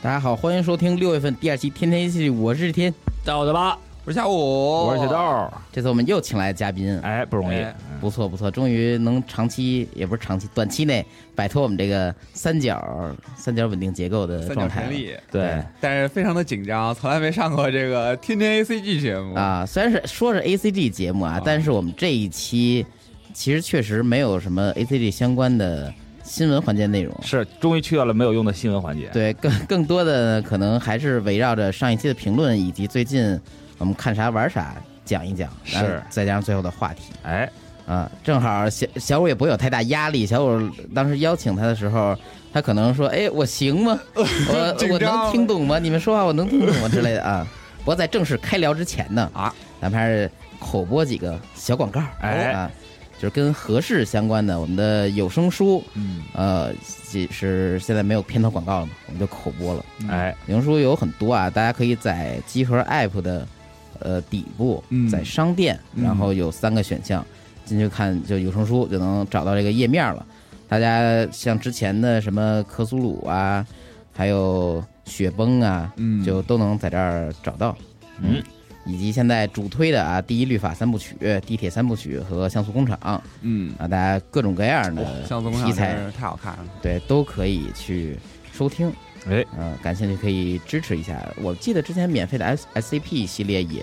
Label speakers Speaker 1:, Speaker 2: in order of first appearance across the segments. Speaker 1: 大家好，欢迎收听六月份第二期《天天一起》，我是天。
Speaker 2: 到的吧，
Speaker 3: 我是下午，我
Speaker 4: 我是铁豆，
Speaker 1: 这次我们又请来嘉宾，
Speaker 4: 哦哎，不容易，
Speaker 3: 哎
Speaker 1: 不错不错，终于能长期也不是长期，短期内摆脱我们这个三角三角稳定结构的
Speaker 3: 三角
Speaker 1: 哎状态
Speaker 3: 田
Speaker 1: 了
Speaker 3: 力，
Speaker 4: 对，
Speaker 3: 但是非常的紧张，从来没上过这 个天天 ACG 节目，
Speaker 1: 啊。虽然是说是 A C G 节目啊
Speaker 3: 啊，
Speaker 1: 但是我们这一期其实确实没有什么 A C G 相关的新闻环节内容。
Speaker 4: 是终于去掉了没有用的新闻环节，
Speaker 1: 对，更更多的可能还是围绕着上一期的评论，以及最近我们看啥玩啥讲一讲，然后
Speaker 4: 是
Speaker 1: 再加上最后的话题
Speaker 4: 哎，
Speaker 1: 啊。正好小小五也不会有太大压力。小五当时邀请他的时候，他可能说：“哎，我行 吗？我
Speaker 3: 紧
Speaker 1: 我
Speaker 3: 张
Speaker 1: 能听懂吗？你们说话我能听懂吗？”之类的啊。不过在正式开聊之前呢，
Speaker 3: 啊，
Speaker 1: 咱们还是口播几个小广告，
Speaker 4: 哎
Speaker 1: 啊，就是跟合适相关的我们的有声书，
Speaker 3: 嗯，
Speaker 1: 呃，这是现在没有片头广告了嘛，我们就口播了。
Speaker 4: 哎，
Speaker 1: 有声书有很多啊，大家可以在集合 App 的呃底部
Speaker 3: 嗯，
Speaker 1: 在商店，
Speaker 3: 嗯
Speaker 1: 然后有三个选项，进去看就有声书就能找到这个页面了。大家像之前的什么克苏鲁啊，还有雪崩啊，
Speaker 3: 嗯
Speaker 1: 就都能在这儿找到。
Speaker 4: 嗯，
Speaker 1: 以及现在主推的啊，第一律法三部曲、地铁三部曲和像素工厂啊，
Speaker 3: 嗯，
Speaker 1: 大家各种各样的
Speaker 3: 哦像总
Speaker 1: 呃题
Speaker 3: 场
Speaker 1: 材
Speaker 3: 真是太好看了，
Speaker 1: 对，都可以去收听。
Speaker 4: 哎，
Speaker 1: 呃，感兴趣可以支持一下。我记得之前免费的 S S C P 系列也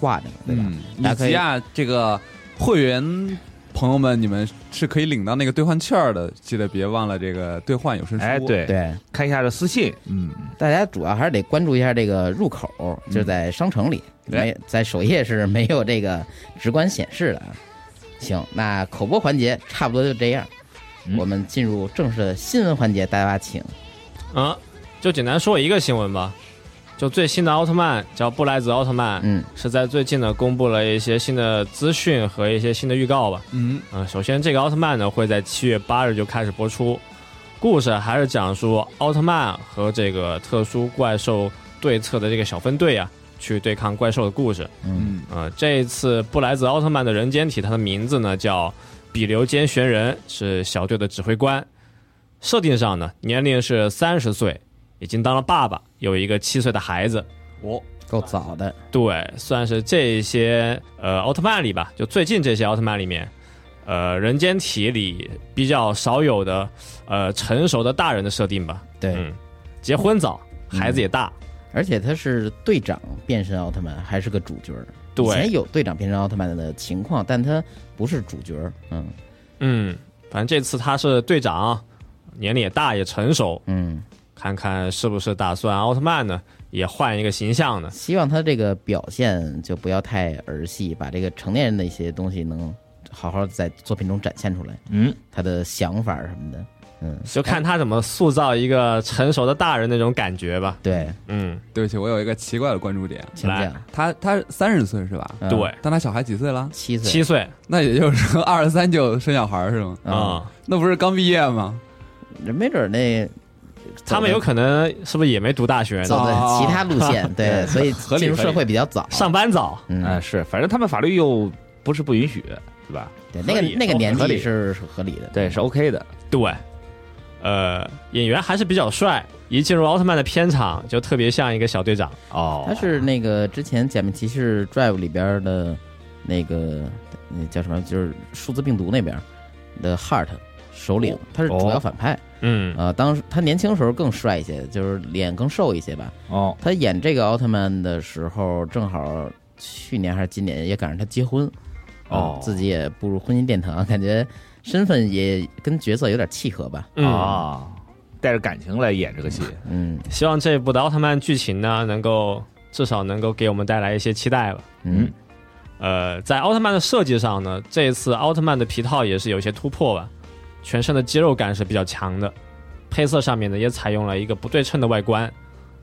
Speaker 1: 挂着呢，对吧？
Speaker 3: 嗯，
Speaker 1: 大家
Speaker 3: 以
Speaker 1: 可以
Speaker 3: 及啊，这个会员朋友们，你们是可以领到那个兑换券的，记得别忘了这个兑换有声书，
Speaker 4: 哎，，对，
Speaker 1: 对，
Speaker 4: 看一下这私信，嗯，
Speaker 1: 大家主要还是得关注一下这个入口，就是在商城里，
Speaker 3: 哎
Speaker 1: 没在首页是没有这个直观显示的。啊。行，那口播环节差不多就这样，
Speaker 4: 嗯
Speaker 1: 我们进入正式的新闻环节，大家请。
Speaker 2: 啊，就简单说一个新闻吧，就最新的奥特曼叫布莱泽奥特曼，
Speaker 1: 嗯，
Speaker 2: 是在最近呢公布了一些新的资讯和一些新的预告吧。
Speaker 3: 嗯，
Speaker 2: 嗯，首先这个奥特曼呢会在七月八日就开始播出，故事还是讲述奥特曼和这个特殊怪兽对策的这个小分队啊，去对抗怪兽的故事。
Speaker 3: 嗯，
Speaker 2: 呃，这一次布莱泽奥特曼的人间体，它的名字呢叫比留间玄人，是小队的指挥官。设定上呢，年龄是三十岁，已经当了爸爸，有一个七岁的孩子。
Speaker 3: 我，
Speaker 1: 够早的，
Speaker 2: 对，算是这些呃奥特曼里吧，就最近这些奥特曼里面，呃，人间体里比较少有的呃成熟的大人的设定吧。
Speaker 1: 对，嗯
Speaker 2: 嗯，结婚早，孩子也大。
Speaker 1: 而且他是队长变身奥特曼，还是个主角儿。
Speaker 2: 对
Speaker 1: 以前有队长变身奥特曼的情况，但他不是主角儿。嗯
Speaker 2: 嗯，反正这次他是队长，年龄也大，也成熟。
Speaker 1: 嗯，
Speaker 2: 看看是不是打算奥特曼呢也换一个形象呢？
Speaker 1: 希望他这个表现就不要太儿戏，把这个成年人的一些东西能好好在作品中展现出来，
Speaker 4: 嗯，
Speaker 1: 他的想法什么的。嗯，
Speaker 2: 就看他怎么塑造一个成熟的大人那种感觉吧。
Speaker 1: 对，
Speaker 2: 嗯，
Speaker 3: 对不起，我有一个奇怪的关注点，
Speaker 1: 请
Speaker 2: 来
Speaker 1: 讲。
Speaker 3: 他他三十岁是吧？
Speaker 1: 嗯
Speaker 2: 对，，
Speaker 3: 但他小孩几岁了？
Speaker 1: 七岁
Speaker 2: 七岁
Speaker 3: 那也就是说二十三就生小孩是吗？
Speaker 1: 啊，
Speaker 2: 啊，
Speaker 3: 那不是刚毕业吗？
Speaker 1: 人没准儿那
Speaker 2: 他们有可能是不是也没读大学呢？
Speaker 1: 走的
Speaker 3: 哦
Speaker 1: 其他路线，对，所以
Speaker 3: 合理
Speaker 1: 进入
Speaker 3: 合
Speaker 1: 社
Speaker 3: 理
Speaker 1: 会比较早。
Speaker 2: 上班早，
Speaker 1: 嗯
Speaker 4: 哎，，是，反正他们法律又不是不允许，是吧？嗯
Speaker 1: 对，那个
Speaker 2: 合理
Speaker 1: 那个
Speaker 2: 合
Speaker 1: 年纪
Speaker 4: 理
Speaker 1: 是是合理的。
Speaker 4: 对，是 OK 的，
Speaker 2: 对，呃，演员还是比较帅，一进入奥特曼的片场就特别像一个小队长。
Speaker 4: 哦，
Speaker 1: 他是那个之前《假面骑士 Drive》里边的那个那叫什么，就是数字病毒那边的 Heart 首领，他是主要反派。
Speaker 2: 嗯，
Speaker 1: 呃，当时他年轻时候更帅一些，就是脸更瘦一些吧。
Speaker 4: 哦，
Speaker 1: 他演这个奥特曼的时候，正好去年还是今年也赶上他结婚，
Speaker 4: 哦
Speaker 1: 呃自己也步入婚姻殿堂，感觉身份也跟角色有点契合吧。
Speaker 2: 嗯
Speaker 4: 啊，带着感情来演这个戏，
Speaker 1: 嗯
Speaker 2: 希望这一部的奥特曼剧情呢，能够至少能够给我们带来一些期待吧。
Speaker 1: 嗯，
Speaker 2: 呃，在奥特曼的设计上呢，这一次奥特曼的皮套也是有一些突破吧，全身的肌肉感是比较强的，配色上面呢也采用了一个不对称的外观，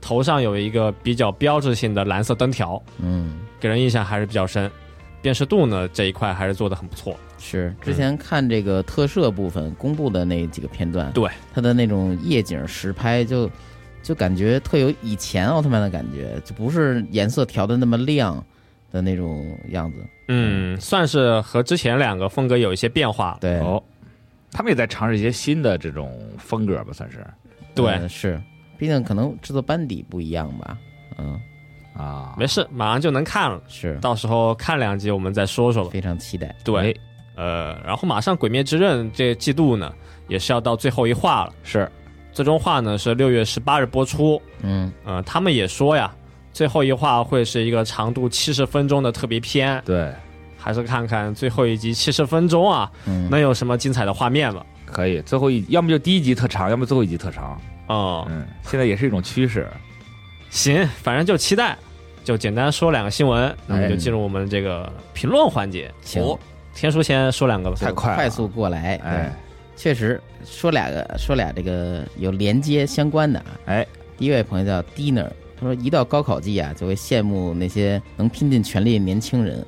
Speaker 2: 头上有一个比较标志性的蓝色灯条，
Speaker 1: 嗯。
Speaker 2: 给人印象还是比较深。辨识度呢这一块还是做的很不错，
Speaker 1: 是之前看这个特摄部分公布的那几个片段，
Speaker 2: 对
Speaker 1: 它的那种夜景实拍就，就感觉特有以前奥特曼的感觉，就不是颜色调的那么亮的那种样子。
Speaker 2: 嗯，算是和之前两个风格有一些变化。
Speaker 1: 对，
Speaker 4: 哦，他们也在尝试一些新的这种风格吧，算是，
Speaker 2: 对
Speaker 1: 嗯是毕竟可能制作班底不一样吧。嗯，
Speaker 4: 啊，
Speaker 2: 没事，马上就能看了，
Speaker 1: 是
Speaker 2: 到时候看两集我们再说说吧。
Speaker 1: 非常期待。
Speaker 2: 对，呃，然后马上《鬼灭之刃》这季度呢，也是要到最后一话了，
Speaker 4: 是
Speaker 2: 最终话呢是六月十八日播出。
Speaker 1: 嗯，
Speaker 2: 呃，他们也说呀，最后一话会是一个长度七十分钟的特别篇，
Speaker 4: 对，
Speaker 2: 还是看看最后一集七十分钟啊，
Speaker 1: 嗯
Speaker 2: 能有什么精彩的画面吧？
Speaker 4: 可以。最后一，要么就第一集特长，要么最后一集特长。
Speaker 2: 哦、
Speaker 4: 嗯，现在也是一种趋势。
Speaker 2: 行，反正就期待，就简单说两个新闻，那
Speaker 4: 哎
Speaker 2: 么就进入我们这个评论环节。
Speaker 1: 行，
Speaker 3: 哦
Speaker 2: 天叔先说两个吧，
Speaker 4: 太快了
Speaker 1: 快速过来。对
Speaker 4: 哎，
Speaker 1: 确实说俩个说俩这个有连接相关的啊。
Speaker 4: 哎，
Speaker 1: 第一位朋友叫 Dinner，他说一到高考季啊，就会羡慕那些能拼尽全力的年轻人。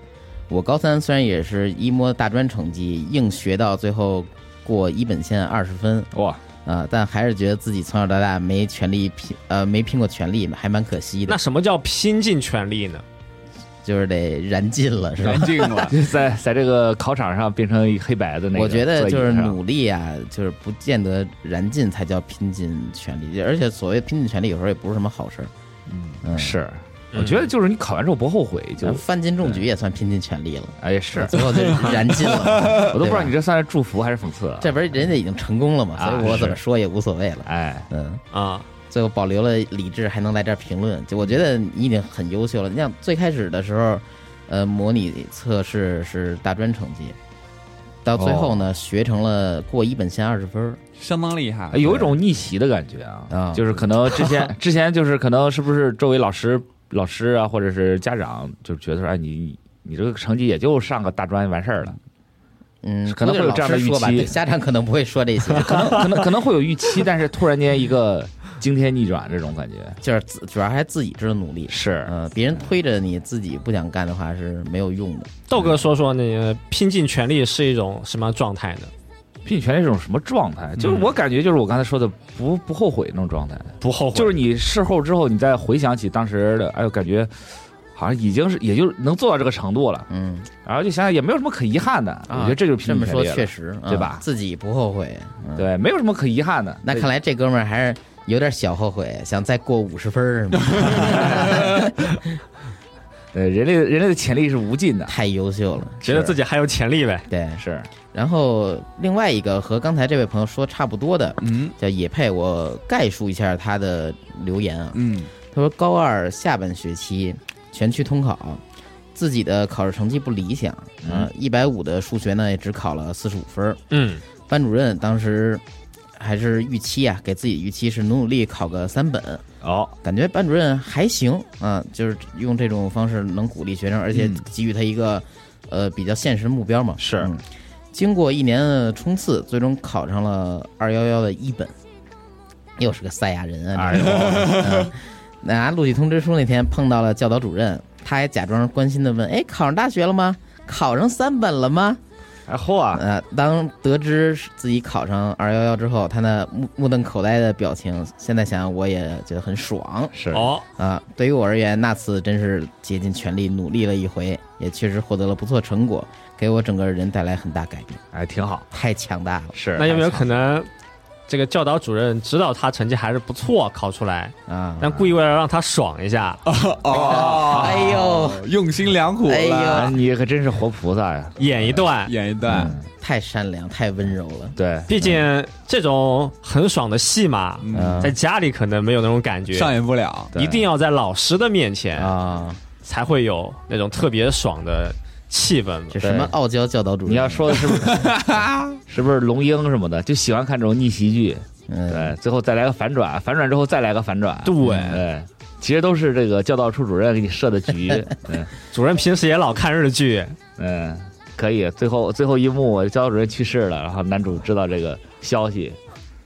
Speaker 1: 我高三虽然也是一摸大专成绩，硬学到最后过一本线二十分
Speaker 4: 哇，
Speaker 1: 啊、但还是觉得自己从小到大没全力拼，呃，没拼过全力嘛，还蛮可惜
Speaker 2: 那
Speaker 1: 的，
Speaker 2: 什么叫拼尽全力呢？
Speaker 1: 就是得燃尽了，是吧
Speaker 3: 干？净了，
Speaker 4: 就是 在在这个考场上变成一黑白的那个。
Speaker 1: 我觉得就是
Speaker 4: 努，
Speaker 1: 努力啊，就是不见得燃尽才叫拼尽全力，而且所谓拼尽全力，有时候也不是什么好事儿。嗯，
Speaker 4: 是，
Speaker 2: 嗯
Speaker 4: 我觉得就是你考完之后不后悔，就
Speaker 1: 咱翻金中举也算拼尽全力了，
Speaker 4: 哎 是，
Speaker 1: 最后就燃尽了。
Speaker 4: 我都不知道
Speaker 1: 对吧
Speaker 4: 你这算是祝福还是讽刺啊。
Speaker 1: 这不是人家已经成功了嘛，
Speaker 4: 啊
Speaker 1: 所以我
Speaker 4: 是
Speaker 1: 怎么说也无所谓了。
Speaker 4: 哎，
Speaker 1: 嗯，
Speaker 2: 啊，
Speaker 1: 最后保留了理智，还能来这儿评论，就我觉得你已经很优秀了。你像最开始的时候，呃，模拟测试是大专成绩，到最后
Speaker 4: 哦
Speaker 1: 呢，学成了过一本线二十分儿。
Speaker 3: 相当厉
Speaker 1: 哎
Speaker 3: 害。
Speaker 4: 有一种逆袭的感觉啊，
Speaker 1: 啊
Speaker 4: 就是可能之 前之前就是可能是不是周围老师老师啊，或者是家长就觉得说，哎，你你这个成绩也就上个大专完事 儿了，
Speaker 1: 嗯，
Speaker 4: 可能会有这样的
Speaker 1: 估计老师说吧，
Speaker 4: 预期
Speaker 1: 对家长可能不会说这些，
Speaker 4: 可 能可能可能会有预期，但是突然间一个惊天逆转这种感觉
Speaker 1: 就是自主要还自己知道努力，
Speaker 4: 是。
Speaker 1: 呃，别人推着你自己不想干的话是没有用的。
Speaker 2: 豆哥说说你拼尽全力是一种什么样状态呢？
Speaker 4: 拼权是一种什么状态？
Speaker 1: 嗯
Speaker 4: 就是我感觉就是我刚才说的不不后悔那种状态，
Speaker 2: 不后悔，
Speaker 4: 就是你事后之后你再回想起当时的，哎呦，感觉好像已经是也就能做到这个程度了，
Speaker 1: 嗯，
Speaker 4: 然后就想想也没有什么可遗憾的，我觉得这就是拼
Speaker 1: 啊这么
Speaker 4: 尽全
Speaker 1: 说
Speaker 4: 力了
Speaker 1: 确实，嗯
Speaker 4: 对吧
Speaker 1: 自己不后悔，嗯，
Speaker 4: 对，没有什么可遗憾的。
Speaker 1: 那看来这哥们儿还是有点小后悔，想再过五十分儿是吗，
Speaker 4: 呃，人类人类的潜力是无尽的，
Speaker 1: 太优秀了。
Speaker 2: 觉得自己还有潜力呗。
Speaker 1: 对，
Speaker 4: 是
Speaker 1: 然后另外一个和刚才这位朋友说差不多的
Speaker 3: 嗯
Speaker 1: 叫野配，我概述一下他的留言啊。
Speaker 3: 嗯，
Speaker 1: 他说高二下半学期全区通考，自己的考试成绩不理想，啊，一百五的数学呢也只考了四十五分儿。
Speaker 2: 嗯，
Speaker 1: 班主任当时还是预期啊，给自己预期是努努力考个三本，
Speaker 4: 哦，
Speaker 1: 感觉班主任还行啊、就是用这种方式能鼓励学生，而且给予他一个、呃比较现实的目标嘛。
Speaker 4: 是
Speaker 1: 嗯经过一年的冲刺，最终考上了二幺幺的一本，又是个赛亚人啊！
Speaker 4: 哎呦，
Speaker 1: 嗯，拿录取通知书那天碰到了教导主任，他还假装关心的问：“哎，考上大学了吗？考上三本了吗
Speaker 4: 哎嚯？”啊，
Speaker 1: 呃，当得知自己考上二幺幺之后，他那目目瞪口呆的表情，现在想想我也觉得很爽
Speaker 4: 是
Speaker 2: 哦，
Speaker 1: 啊、对于我而言，那次真是竭尽全力努力了一回，也确实获得了不错成果，给我整个人带来很大改变，
Speaker 4: 哎，挺好，
Speaker 1: 太强大了
Speaker 4: 是
Speaker 2: 那有没有
Speaker 4: 哎
Speaker 2: 可能这个教导主任知道他成绩还是不错，考出来，
Speaker 4: 嗯
Speaker 1: 啊！
Speaker 2: 但故意为了让他爽一下，
Speaker 3: 哦，
Speaker 1: 哎呦，
Speaker 3: 用心良苦了，
Speaker 1: 哎呦
Speaker 4: 啊你可真是活菩萨呀！
Speaker 2: 演一
Speaker 4: 嗯
Speaker 2: 段？
Speaker 3: 演一段，
Speaker 1: 太善良，太温柔了，
Speaker 4: 对，
Speaker 2: 毕竟这种很爽的戏嘛，
Speaker 1: 嗯
Speaker 2: 在家里可能没有那种感觉，
Speaker 3: 上演不了。
Speaker 4: 对
Speaker 2: 一定要在老师的面前
Speaker 1: 啊！
Speaker 2: 才会有那种特别爽的气氛嘛。
Speaker 1: 这什么傲娇教导主任？啊
Speaker 4: 你要说的是不是是不是龙樱什么的，就喜欢看这种逆袭剧，
Speaker 1: 嗯，
Speaker 4: 对，最后再来个反转，反转之后再来个反转，嗯
Speaker 2: 对
Speaker 4: 对，其实都是这个教导处主任给你设 的局，嗯
Speaker 2: 主任平时也老看日剧，
Speaker 4: 嗯，可以，最后最后一幕我教导主任去世了，然后男主知道这个消息。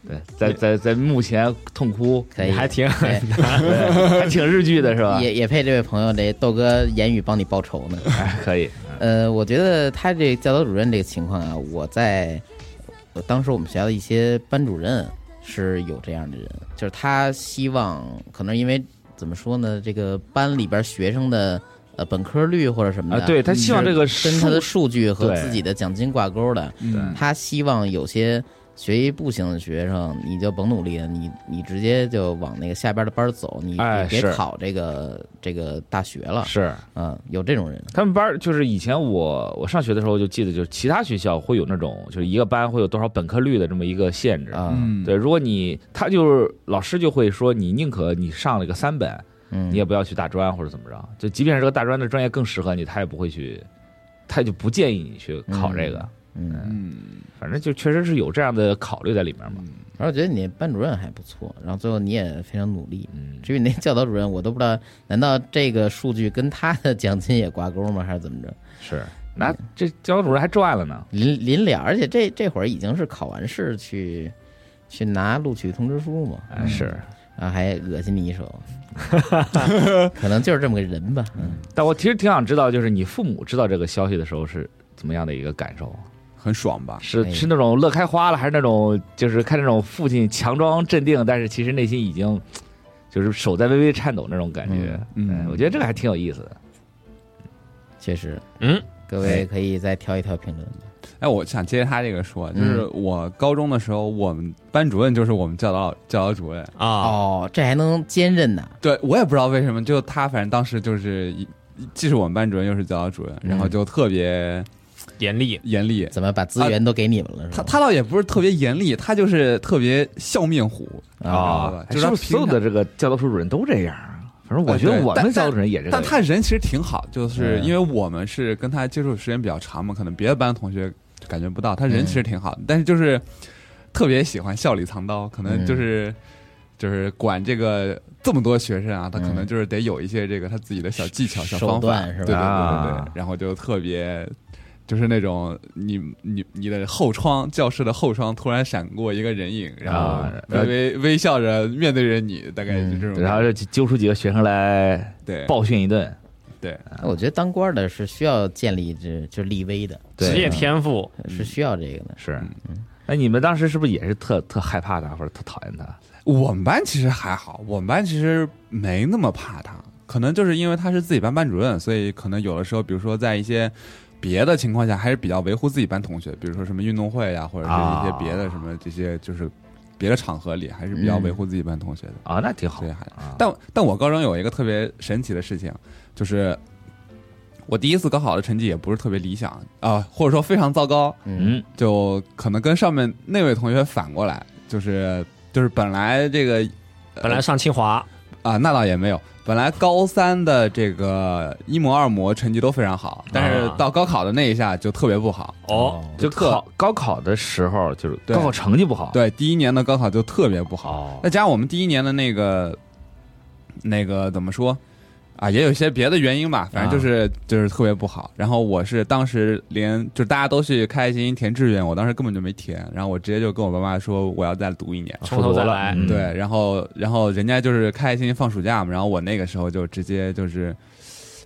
Speaker 4: 对，在在在墓前痛哭，
Speaker 1: 可
Speaker 3: 哎
Speaker 1: 以，
Speaker 2: 还挺
Speaker 1: 对
Speaker 4: 对还挺日剧的是吧？
Speaker 1: 也也配这位朋友，这豆哥言语帮你报 仇呢。
Speaker 4: 哎可以，
Speaker 1: 呃，我觉得他这教导主任这个情况啊，我在我当时我们学校的一些班主任是有这样的人，就是他希望可能因为怎么说呢，这个班里边学生的呃本科率或者什么的，
Speaker 4: 啊对他希望这个
Speaker 1: 嗯是跟他的
Speaker 4: 数
Speaker 1: 数据和
Speaker 4: 对
Speaker 1: 自己的奖金挂钩的，
Speaker 3: 嗯
Speaker 1: 他希望有些学习不行的学生，你就甭努力了，你你直接就往那个下边的班儿走，你
Speaker 4: 哎
Speaker 1: 你别
Speaker 4: 是
Speaker 1: 考这个这个大学了。
Speaker 4: 是
Speaker 1: 嗯，有这种人，
Speaker 4: 他们班儿就是以前我我上学的时候就记得，就是其他学校会有那种就是一个班会有多少本科率的这么一个限制
Speaker 1: 啊
Speaker 3: 嗯，
Speaker 4: 对，如果你他就是老师就会说，你宁可你上了个三本，
Speaker 1: 嗯，
Speaker 4: 你也不要去大专或者怎么着。就即便是这个大专的专业更适合你，他也不会去，他就不建议你去考这个。
Speaker 1: 嗯，
Speaker 3: 嗯，
Speaker 4: 反正就确实是有这样的考虑在里面嘛。
Speaker 1: 反正我觉得你班主任还不错，然后最后你也非常努力。
Speaker 4: 嗯，
Speaker 1: 至于那教导主任，我都不知道，难道这个数据跟他的奖金也挂钩吗？还是怎么着？
Speaker 4: 是。那
Speaker 1: 嗯
Speaker 4: 这教导主任还赚了呢，
Speaker 1: 临临了，而且这这会儿已经是考完试去去拿录取通知书嘛，
Speaker 4: 哎是。
Speaker 1: 然后还恶心你一 手，可能就是这么个人吧。嗯，
Speaker 4: 但我其实挺想知道，就是你父母知道这个消息的时候是怎么样的一个感受？
Speaker 3: 很爽吧？
Speaker 1: 哎
Speaker 4: 是是那种乐开花了，还是那种就是看那种父亲强装镇定，但是其实内心已经就是手在微微颤抖那种感觉？
Speaker 3: 嗯嗯
Speaker 4: 哎我觉得这个还挺有意思的。
Speaker 1: 确实，
Speaker 2: 嗯，
Speaker 1: 各位可以再挑一挑评论吧。
Speaker 3: 哎，我想接着他这个说，就是我高中的时候，我们班主任就是我们教导教导主任。
Speaker 2: 啊，
Speaker 1: 哦，这还能兼任呢？
Speaker 3: 对我也不知道为什么，就他反正当时就是一，既是我们班主任又是教导主任，然后就特别
Speaker 2: 严厉，
Speaker 3: 严厉。
Speaker 1: 怎么把资源都给你们了？是
Speaker 3: 啊他
Speaker 1: 吧
Speaker 3: 他倒也不是特别严厉，他就是特别笑面虎
Speaker 1: 啊，
Speaker 3: 吧就
Speaker 4: 哎
Speaker 3: 是
Speaker 4: 是
Speaker 3: 他
Speaker 4: 不是所有
Speaker 3: 平
Speaker 4: 的这个教导处主任都这样啊？反正我觉
Speaker 3: 哎
Speaker 4: 得
Speaker 3: 对
Speaker 4: 我
Speaker 3: 但
Speaker 4: 们教导主任也这个
Speaker 3: 但他人其实挺好，就是
Speaker 1: 嗯
Speaker 3: 因为我们是跟他接触时间比较长嘛，可能别的班同学感觉不到，他人其实挺好的，但是就是特别喜欢笑里藏刀，可能就是、就是管这个这么多学生啊，他可能就是得有一些这个他自己的小技巧、小
Speaker 1: 手
Speaker 3: 方法，
Speaker 1: 段是吧
Speaker 3: 对对对对对
Speaker 4: 啊，
Speaker 3: 然后就特别。就是那种你你你的后窗教室的后窗突然闪过一个人影，然后
Speaker 4: 啊
Speaker 3: 微
Speaker 4: 嗯
Speaker 3: 微微笑着面对着你，大概就这种感觉。
Speaker 4: 然后就揪出几个学生来
Speaker 3: 对
Speaker 4: 暴训一顿。
Speaker 3: 对，
Speaker 1: 那我觉得当官的是需要建立这就立威的，
Speaker 4: 对
Speaker 2: 职业天赋，
Speaker 3: 呃嗯
Speaker 1: 是需要这个的。
Speaker 4: 是，那你们当时是不是也是特特害怕他，或者特讨厌他？
Speaker 3: 我们班其实还好，我们班其实没那么怕他，可能就是因为他是自己班班主任，所以可能有的时候，比如说在一些别的情况下，还是比较维护自己班同学，比如说什么运动会呀、或者是一些别的什么这些，就是别的场合里，还是比较维护自己班同学的。
Speaker 4: 啊，那挺好
Speaker 3: 所以还，
Speaker 4: 啊。
Speaker 3: 但但我高中有一个特别神奇的事情，就是我第一次高考的成绩也不是特别理想啊、或者说非常糟糕，
Speaker 1: 嗯
Speaker 4: 嗯
Speaker 3: 就可能跟上面那位同学反过来，就是就是本来这个。
Speaker 2: 本来上清华，
Speaker 3: 啊，那倒也没有。本来高三的这个一模、二模成绩都非常好，但是到高考的那一下就特别不好。
Speaker 2: 哦，
Speaker 4: 就
Speaker 3: 特
Speaker 4: 考高考的时候，就是
Speaker 3: 对
Speaker 4: 高考成绩不好，，
Speaker 3: 对，第一年的高考就特别不好。
Speaker 4: 哦
Speaker 3: 再，加上我们第一年的那个那个怎么说啊，也有一些别的原因吧，反正就是、就是特别不好。然后我是当时连就是大家都去开心填志愿，我当时根本就没填，然后我直接就跟我爸妈说我要再读一年。
Speaker 2: 从头再来
Speaker 4: 嗯
Speaker 3: 对，然后然后人家就是开开心心放暑假嘛，然后我那个时候就直接就是，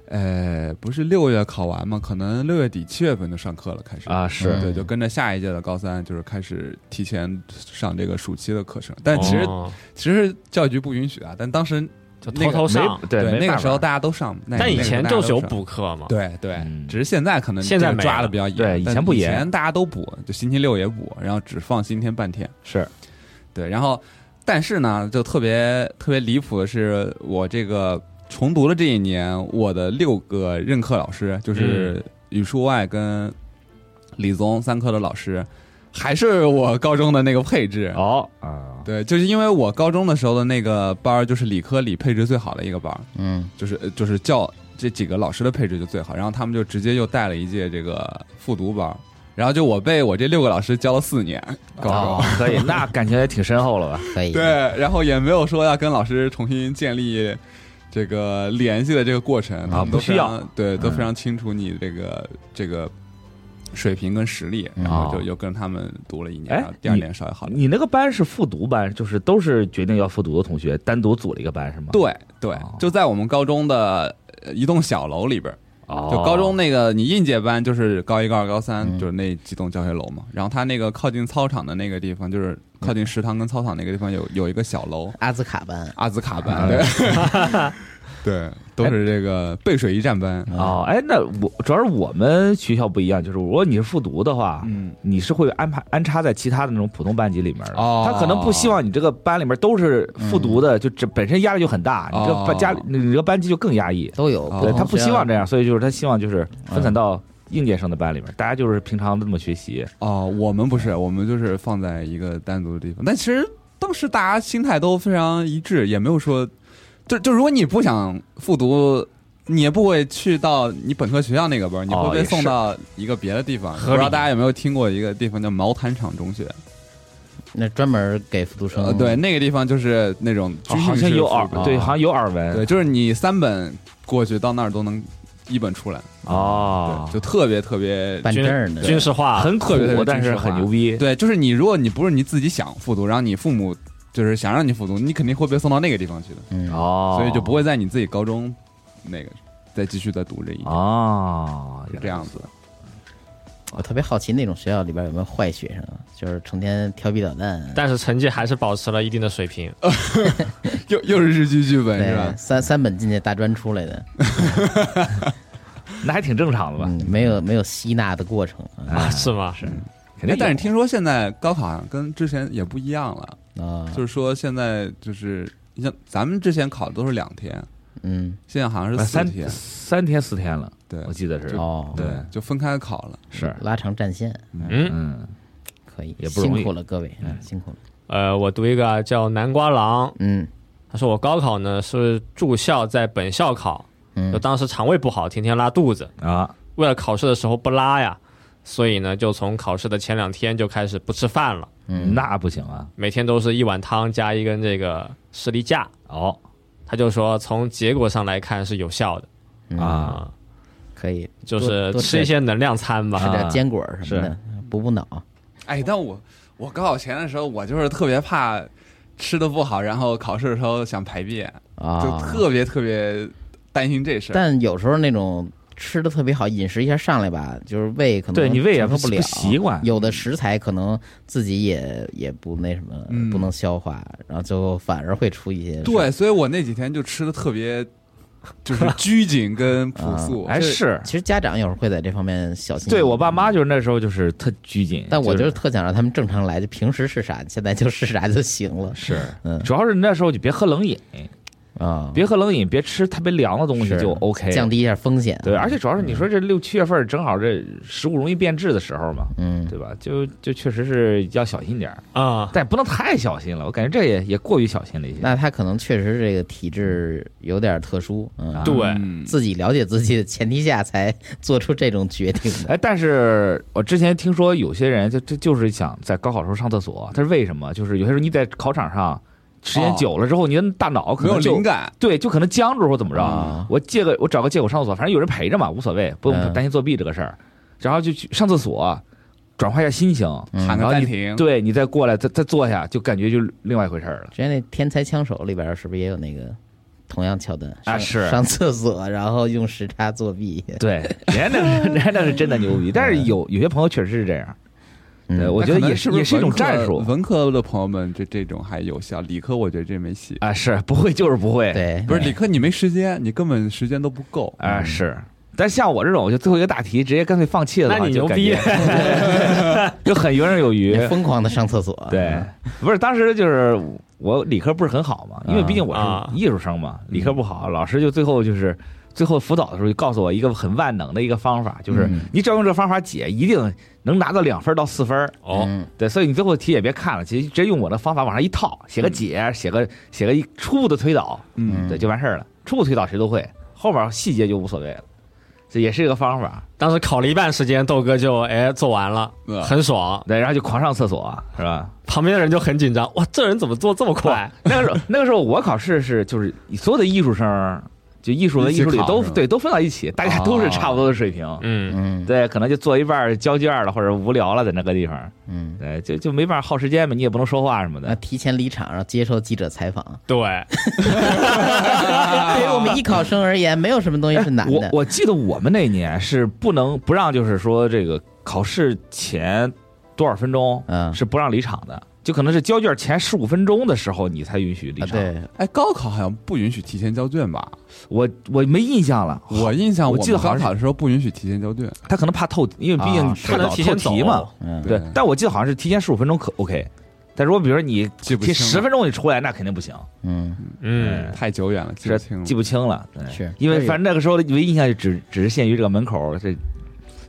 Speaker 3: 呃，不是六月考完嘛，可能六月底七月份就上课了，开始
Speaker 4: 啊是
Speaker 3: 嗯对，就跟着下一届的高三就是开始提前上这个暑期的课程，但其实、
Speaker 2: 哦
Speaker 3: 其实教育局不允许啊，但当时
Speaker 2: 就
Speaker 3: 那
Speaker 2: 偷
Speaker 3: 个
Speaker 2: 偷上，
Speaker 4: 没对，
Speaker 3: 那
Speaker 4: 没办
Speaker 3: 个
Speaker 4: 法
Speaker 3: 时候大家都上，那
Speaker 2: 但以前就是有，
Speaker 3: 那个时候大家都上
Speaker 2: 补课嘛，
Speaker 3: 对对，
Speaker 4: 嗯
Speaker 3: 只是现在可能
Speaker 2: 现在
Speaker 3: 这个
Speaker 2: 没
Speaker 3: 抓的
Speaker 2: 了
Speaker 3: 比较严，
Speaker 4: 对以
Speaker 3: 但
Speaker 4: 前不
Speaker 3: 以
Speaker 4: 严
Speaker 3: 前大家都补，就星期六也补，然后只放星期天半天。
Speaker 4: 是
Speaker 3: 对，然后但是呢，就特别特别离谱的是，我这个重读的这一年，我的六个任课老师，
Speaker 4: 嗯
Speaker 3: 就是语数外跟理综三科的老师，还是我高中的那个配置。
Speaker 4: 哦啊，
Speaker 3: 对，就是因为我高中的时候的那个班儿，就是理科里配置最好的一个班儿，
Speaker 1: 嗯
Speaker 3: 就是呃就是教这几个老师的配置就最好，然后他们就直接又带了一届这个复读班儿，然后就我被我这六个老师教了四年，高中。
Speaker 4: 哦，可以，那感情也挺深厚了吧？
Speaker 1: 可以。
Speaker 3: 对，然后也没有说要跟老师重新建立这个联系的这个过程，他们都
Speaker 4: 啊不需要嗯
Speaker 3: 非常，对，都非常清楚你这个这个水平跟实力，然后就又跟他们读了一年，
Speaker 4: 嗯哦哎
Speaker 3: 然后第二年稍微好点。
Speaker 4: 你那个班是复读班，就是都是决定要复读的同学单独组了一个班是吗？，
Speaker 3: 对对
Speaker 4: 哦，
Speaker 3: 就在我们高中的呃一栋小楼里边儿，
Speaker 4: 哦，
Speaker 3: 就高中那个你应届班就是高一、高二、高三，
Speaker 1: 嗯
Speaker 3: 就是那几栋教学楼嘛。然后他那个靠近操场的那个地方，就是靠近食堂跟操场那个地方有有一个小楼，
Speaker 1: 阿兹卡班
Speaker 3: 阿兹卡
Speaker 4: 啊
Speaker 3: 班，对， 对，都是这个背水一战班。
Speaker 4: 哦，哎，那我主要是我们学校不一样，就是如果你是复读的话，
Speaker 3: 嗯，
Speaker 4: 你是会安排安插在其他的那种普通班级里面的。
Speaker 3: 哦
Speaker 4: 他可能不希望你这个班里面都是复读的，就这本身压力就很大，你这
Speaker 3: 哦
Speaker 4: 班家里你这个班级就更压抑。
Speaker 1: 都有
Speaker 3: 哦。嗯
Speaker 1: 同
Speaker 4: 对他不
Speaker 1: 学
Speaker 4: 希望这样，所以就是他希望就是分散到应届生的班里面，大家就是平常这么学习。
Speaker 3: 哦，我们不是，我们就是放在一个单独的地方。但其实当时大家心态都非常一致，也没有说，就就如果你不想复读。你也不会去到你本科学校那个班儿，你
Speaker 4: 哦
Speaker 3: 会被
Speaker 4: 也是
Speaker 3: 送到一个别的地方。
Speaker 2: 合理
Speaker 3: 不知道大家有没有听过一个地方叫毛坦厂中学？
Speaker 1: 那专门给复读生
Speaker 3: 呃，对，，那个地方就是那种军训
Speaker 4: 哦好像
Speaker 3: 式
Speaker 4: 有
Speaker 3: 复
Speaker 4: 耳
Speaker 3: 读，
Speaker 4: 对，好像有耳闻。
Speaker 3: 对，就是你三本过去到那儿都能一本出来，
Speaker 4: 哦
Speaker 3: 对，，就特别特别
Speaker 1: 办
Speaker 2: 军
Speaker 1: 证儿呢，
Speaker 2: 军事化，
Speaker 4: 很苦
Speaker 3: 特别特别，
Speaker 4: 但是很牛逼。
Speaker 3: 对，就是你如果你不是你自己想复读，然后你父母就是想让你复读，你肯定会被送到那个地方去的，
Speaker 1: 嗯，
Speaker 4: 哦，
Speaker 3: 所以就不会在你自己高中那个再继续再读这一年，
Speaker 4: 哦，
Speaker 3: 是这样子。
Speaker 1: 我特别好奇那种学校里边有没有坏学生啊，就是成天调皮捣蛋啊，
Speaker 2: 但是成绩还是保持了一定的水平。
Speaker 3: 又又是日剧剧本是
Speaker 1: 对，
Speaker 3: 吧？
Speaker 1: 三三本进去大专出来的，
Speaker 4: 那还挺正常的吧？
Speaker 1: 嗯，没有没有吸纳的过程啊
Speaker 2: 啊， 是吗？是
Speaker 4: 肯
Speaker 3: 哎
Speaker 4: 定有。
Speaker 3: 但是听说现在高考好像跟之前也不一样了，
Speaker 1: 啊，
Speaker 3: 就是说现在就是你像咱们之前考的都是两天，
Speaker 1: 嗯
Speaker 3: 现在好像是
Speaker 4: 啊
Speaker 3: 四
Speaker 4: 三
Speaker 3: 天，
Speaker 4: 三天四天了，
Speaker 3: 对
Speaker 4: 我记得是
Speaker 1: 哦，
Speaker 3: 对，就分开考了。
Speaker 4: 是，
Speaker 1: 拉长战线
Speaker 2: 嗯，
Speaker 4: 嗯，
Speaker 1: 可以，
Speaker 4: 也不容易
Speaker 1: 辛苦了各位，嗯，辛苦了，
Speaker 2: 呃，我读一个啊叫南瓜狼，
Speaker 1: 嗯
Speaker 2: 他说我高考呢是住校在本校考，就
Speaker 1: 嗯，
Speaker 2: 当时肠胃不好，天天拉肚子，
Speaker 4: 啊，
Speaker 2: 为了考试的时候不拉呀，所以呢就从考试的前两天就开始不吃饭了，
Speaker 1: 嗯
Speaker 4: 那不行啊。
Speaker 2: 每天都是一碗汤加一根这个士力架。
Speaker 4: 哦
Speaker 2: 他就说从结果上来看是有效的
Speaker 1: 嗯
Speaker 4: 啊，
Speaker 2: 啊、
Speaker 1: 可以，
Speaker 2: 就是
Speaker 1: 多
Speaker 2: 吃一些能量餐吧。
Speaker 1: 吃点
Speaker 4: 啊
Speaker 1: 坚果什么的，补补脑，
Speaker 3: 哎，但我我高考前的时候，我就是特别怕吃的不好，然后考试的时候想排便，就
Speaker 1: 啊，
Speaker 3: 特别特别担心这事儿。
Speaker 1: 但有时候那种吃的特别好，饮食一下上来吧，就是胃可能
Speaker 4: 对你胃也
Speaker 1: 承
Speaker 4: 不
Speaker 1: 受不了，
Speaker 4: 习惯
Speaker 1: 有的食材可能自己也也不那什么，
Speaker 3: 嗯
Speaker 1: 不能消化，然后最后反而会出一些事
Speaker 3: 对，。所以我那几天就吃的特别， 就是拘谨跟朴素。
Speaker 4: 哎
Speaker 3: 就是
Speaker 4: 是，
Speaker 1: 其实家长有时候会在这方面小
Speaker 3: 嗯
Speaker 1: 心。嗯
Speaker 4: 对我爸，妈就是那时候就是特拘谨，
Speaker 1: 但我
Speaker 4: 哎就
Speaker 1: 就是特想让他们正常来，就平时是啥，现在就是 啥就行了
Speaker 4: 是
Speaker 1: 嗯，
Speaker 4: 主要是那时候你别喝冷饮，
Speaker 1: 啊。
Speaker 4: 别喝冷饮，别吃特别凉的东西
Speaker 1: 是
Speaker 4: 就 OK，
Speaker 1: 降低一下风险。啊
Speaker 4: 对，而且主要是
Speaker 3: 嗯
Speaker 4: 你说这六七月份儿正好这食物容易变质的时候嘛，
Speaker 1: 嗯，
Speaker 4: 对吧？就就确实是要小心点儿，
Speaker 2: 啊、
Speaker 4: 但也不能太小心了，我感觉这也也过于小心了一些。
Speaker 1: 那他可能确实这个体质有点特殊，嗯
Speaker 4: 啊，
Speaker 2: 对，
Speaker 3: 嗯
Speaker 1: 自己了解自己的前提下才 做出这种决定的。
Speaker 4: 哎，但是我之前听说有些人就就就是想在高考时候上厕所，他是为什么？就是有些时候你在考场上时间
Speaker 3: 哦
Speaker 4: 久了之后，你的大脑可
Speaker 3: 没有
Speaker 4: 能就
Speaker 3: 灵感，
Speaker 4: 对，就可能僵住或怎么着。
Speaker 1: 啊
Speaker 4: 我借个我找个借口上厕所，反正有人陪着嘛，无所谓，不
Speaker 1: 嗯
Speaker 4: 用担心作弊这个事儿。然后就去上厕所，转化一下心情，
Speaker 1: 嗯
Speaker 3: 喊个
Speaker 4: 然后
Speaker 3: 暂
Speaker 4: 你
Speaker 3: 停。
Speaker 4: 对你再过来再再坐下，就感觉就另外一回事 儿了。
Speaker 1: 之前那《天才枪手》里边是不是也有那个同样桥段
Speaker 4: 啊
Speaker 1: 上
Speaker 4: 是
Speaker 1: 上厕所，然后用时差作弊。
Speaker 4: 对，人家那 是人家那是真的牛逼，但是有有些朋友确实是这样。
Speaker 1: 嗯
Speaker 4: 对，我
Speaker 3: 那
Speaker 4: 觉
Speaker 3: 可
Speaker 4: 得
Speaker 3: 能
Speaker 4: 也
Speaker 3: 是不
Speaker 4: 也是一种
Speaker 3: 文科
Speaker 4: 战术
Speaker 3: 文科的朋友们，这这种还有效，理科我觉得这没戏。
Speaker 4: 啊，是不会就是不会，
Speaker 1: 嗯对，
Speaker 3: 不是理科，你没时间，你根本时间都不够。
Speaker 4: 啊是。但像我这种，就最后一个大题直接干脆放弃了吧，
Speaker 2: 那你
Speaker 4: 就
Speaker 2: 牛
Speaker 4: 感
Speaker 2: 逼
Speaker 4: 觉， 就很游刃有余
Speaker 1: 你。疯狂的上厕所。啊
Speaker 4: 对，不是当时就是我理科不是很好嘛，因为毕竟我
Speaker 2: 啊
Speaker 4: 是艺术生嘛，理科不好，老师就最后就是最后辅导的时候就告诉我一个很万能的一个方法，就是
Speaker 3: 嗯
Speaker 4: 你只要用这个方法解，一定能拿到两分到四分儿。
Speaker 2: 哦，
Speaker 1: 嗯
Speaker 4: 对，所以你最后题也别看了，其实直接用我的方法往上一套，写个解，写个写个一初步的推导，
Speaker 3: 嗯，
Speaker 4: 对，就完事儿了。初步推导谁都会，后边细节就无所谓了。这也是一个方法，
Speaker 2: 当时考了一半时间，豆哥就哎做完了，
Speaker 3: 呃
Speaker 2: 很爽，
Speaker 4: 对，然后就狂上厕所，是吧？
Speaker 2: 旁边的人就很紧张，哇，这人怎么做这么快？
Speaker 4: 那个时候，那个时候我考试是就是所有的艺术生儿，就艺术和艺术
Speaker 3: 一起
Speaker 4: 里
Speaker 3: 考
Speaker 4: 都
Speaker 3: 是吧哦
Speaker 4: 对都分到一起，大家都是差不多的水平。
Speaker 2: 嗯，
Speaker 1: 嗯
Speaker 4: 对，可能就做一半儿交卷儿了，或者无聊了，在那个地方，
Speaker 1: 嗯，
Speaker 4: 对，就就没办法耗时间嘛，你也不能说话什么
Speaker 1: 那
Speaker 4: 的。
Speaker 1: 提前离场，然后接受记者采访。
Speaker 2: 对，
Speaker 1: 对于我们艺考生而言，没有什么东西是难
Speaker 4: 我
Speaker 1: 的。
Speaker 4: 啊我记得我们那年是不能不让，就是说这个考试前多少分钟
Speaker 1: 嗯
Speaker 4: 是不让离场的，就可能是交卷前十五分钟的时候，你才允许离
Speaker 1: 啊，
Speaker 4: 场。
Speaker 1: 对，
Speaker 3: 哎，高考好像不允许提前交卷吧？
Speaker 4: 我我没印象了，
Speaker 3: 我印象
Speaker 4: 我记得
Speaker 3: 们
Speaker 4: 好像
Speaker 3: 高
Speaker 4: 是
Speaker 3: 考的时候不允许提前交卷。
Speaker 4: 他可能怕透，因为毕竟
Speaker 3: 啊
Speaker 4: 太
Speaker 2: 他能
Speaker 4: 早
Speaker 2: 提
Speaker 4: 透
Speaker 2: 前
Speaker 4: 题
Speaker 2: 走
Speaker 4: 嘛。
Speaker 1: 嗯，
Speaker 4: 对，但我记得好像是提前十五分钟可 OK，但如果比如说你
Speaker 3: 记不
Speaker 4: 提
Speaker 3: 清了
Speaker 4: 十分钟你出来，那肯定不行，
Speaker 1: 嗯，
Speaker 2: 嗯，
Speaker 3: 太久远了，记不
Speaker 4: 是
Speaker 3: 清了
Speaker 4: 记。不清了。对，
Speaker 1: 是
Speaker 4: 因为
Speaker 1: 所以
Speaker 4: 反正那个时候的唯一印象就只只是限于这个门口，这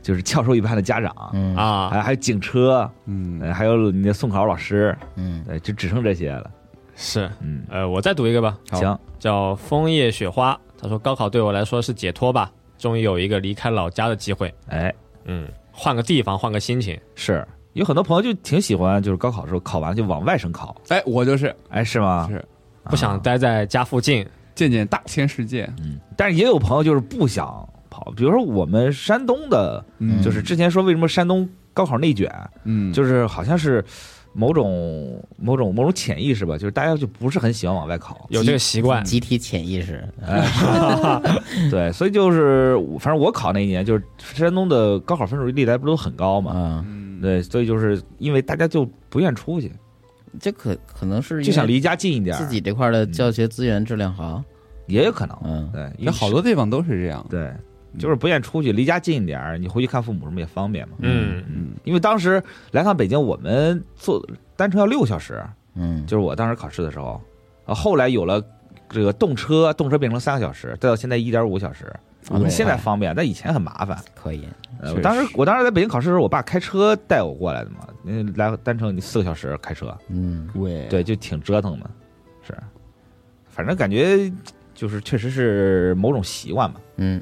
Speaker 4: 就是翘首以盼的家长，
Speaker 1: 嗯
Speaker 2: 啊，
Speaker 4: 还还有警车，
Speaker 3: 嗯，
Speaker 4: 呃还有你的送考老师，
Speaker 1: 嗯，
Speaker 4: 对，就只剩这些了。
Speaker 2: 是，
Speaker 4: 嗯，
Speaker 2: 呃，我再读一个吧，
Speaker 1: 好
Speaker 4: 行，
Speaker 2: 叫枫叶雪花，他说高考对我来说是解脱吧，终于有一个离开老家的机会，
Speaker 4: 哎，
Speaker 2: 嗯，换个地方，换个心情，
Speaker 4: 是有很多朋友就挺喜欢，就是高考的时候考完就往外省考，
Speaker 3: 哎，我就是
Speaker 4: 哎，是吗？
Speaker 3: 是
Speaker 4: 啊
Speaker 2: 不想待在家附近，
Speaker 3: 见见大千世界，
Speaker 4: 嗯，但是也有朋友就是不想跑，比如说我们山东的，
Speaker 1: 嗯
Speaker 4: 就是之前说为什么山东高考内卷，
Speaker 3: 嗯，
Speaker 4: 就是好像是某种某种某种潜意识吧，就是大家就不是很喜欢往外 考，
Speaker 2: 有这个习惯，
Speaker 1: 集体潜意识，
Speaker 4: 对，所以就是我反正我考那一年，就是山东的高考分数历来不都很高嘛，
Speaker 1: 嗯，
Speaker 3: 嗯
Speaker 4: 对，所以就是因为大家就不愿出去，
Speaker 1: 这可可能是因为
Speaker 4: 就想离家近一点儿，
Speaker 1: 自己这块的教学资源质量好，
Speaker 4: 也有可能，
Speaker 1: 嗯
Speaker 4: 对，因
Speaker 3: 那
Speaker 4: 为
Speaker 3: 好多地方都是这样。
Speaker 4: 对，就是不愿出去，离家近一点儿，你回去看父母什么也方便嘛，
Speaker 2: 嗯，
Speaker 3: 嗯，
Speaker 4: 因为当时来趟北京，我们坐单程要六小时，
Speaker 1: 嗯，
Speaker 4: 就是我当时考试的时候，啊，后来有了这个动车，动车变成三个小时，再到现在一点五小时，我们
Speaker 1: 啊对
Speaker 4: 现在方便，但以前很麻烦。
Speaker 1: 可以，
Speaker 4: 呃
Speaker 3: 确实
Speaker 4: 我当时我当时在北京考试的时候，我爸开车带我过来的嘛，嗯来单程你四个小时开车，
Speaker 1: 嗯，
Speaker 3: 对，
Speaker 4: 对，就挺折腾的，是，反正感觉就是确实是某种习惯吧。
Speaker 1: 嗯，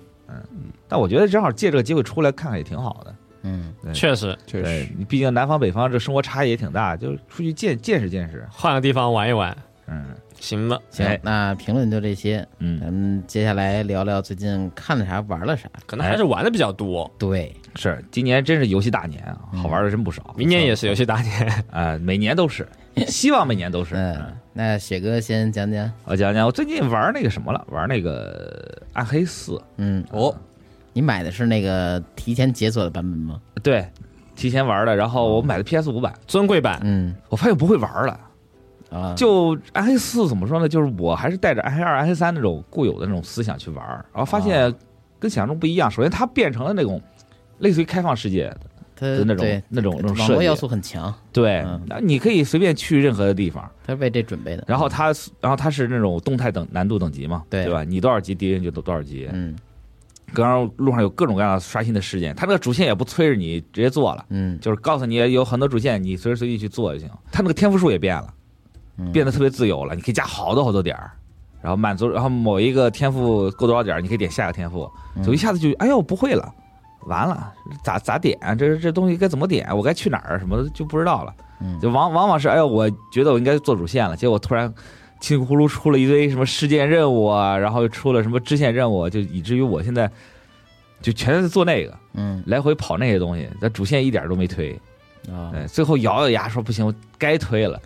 Speaker 4: 但我觉得正好借这个机会出来看看也挺好的，
Speaker 1: 嗯，
Speaker 4: 对
Speaker 2: 确实
Speaker 3: 确
Speaker 4: 对
Speaker 3: 实，
Speaker 4: 你毕竟南方北方这生活差异也挺大，就是出去见见识见识，
Speaker 2: 换个地方玩一玩，
Speaker 4: 嗯
Speaker 2: 行吧，
Speaker 1: 行
Speaker 4: 哎，
Speaker 1: 那评论就这些，
Speaker 4: 嗯，
Speaker 1: 咱们接下来聊聊最近看了啥，玩了啥。嗯
Speaker 2: 可能还是玩的比较多，
Speaker 1: 对，
Speaker 4: 是，今年真是游戏大年啊，好玩的真不少，
Speaker 2: 嗯明年也是游戏大年。
Speaker 4: 啊，每年都是，希望每年都是。
Speaker 1: 嗯，那雪哥先讲讲，
Speaker 4: 我讲讲，我最近玩那个什么了，玩那个《暗黑四》，
Speaker 1: 嗯，
Speaker 3: 哦，
Speaker 1: 你买的是那个提前解锁的版本吗？
Speaker 4: 对，提前玩的，然后我买的 PS 五版，
Speaker 2: 尊贵版，
Speaker 1: 嗯，
Speaker 4: 我发现不会玩了。
Speaker 1: 啊，
Speaker 4: 就《暗黑四》怎么说呢？就是我还是带着《暗黑二》《暗黑三》那种固有的那种思想去玩，然后发
Speaker 1: 啊
Speaker 4: 现跟想象中不一样。首先，它变成了那种类似于开放世界
Speaker 1: 它
Speaker 4: 的那种
Speaker 1: 呃对
Speaker 4: 那种那种
Speaker 1: 网络要
Speaker 4: 设计，
Speaker 1: 素很强，
Speaker 4: 对
Speaker 1: 嗯，
Speaker 4: 那你可以随便去任何的地方。
Speaker 1: 它是为这准备的。
Speaker 4: 然后它，然后它是那种动态等难度等级嘛，
Speaker 1: 嗯对
Speaker 4: 对吧？你多少级敌人就多多少级，
Speaker 1: 嗯
Speaker 4: 刚刚路上有各种各样的刷新的事件，它这个主线也不催着你直接做了，
Speaker 1: 嗯
Speaker 4: 就是告诉你有很多主线，你随时随地去做就行。它那个天赋数也变了，
Speaker 1: 嗯
Speaker 4: 变得特别自由了，你可以加好多好多点儿，然后满足，然后某一个天赋够多少点儿，你可以点下个天赋，
Speaker 1: 嗯
Speaker 4: 就一下子就哎呦不会了，完了咋咋点？这这东西该怎么点？我该去哪儿？什么的就不知道了。
Speaker 1: 嗯
Speaker 4: 就往往往是哎呦，我觉得我应该做主线了，结果突然稀里呼噜出了一堆什么事件任务啊，然后又出了什么支线任务啊，就以至于我现在就全是做那个，
Speaker 1: 嗯
Speaker 4: 来回跑那些东西，但主线一点都没推。
Speaker 1: 啊，
Speaker 4: 哎，最后咬咬牙说不行，我该推了，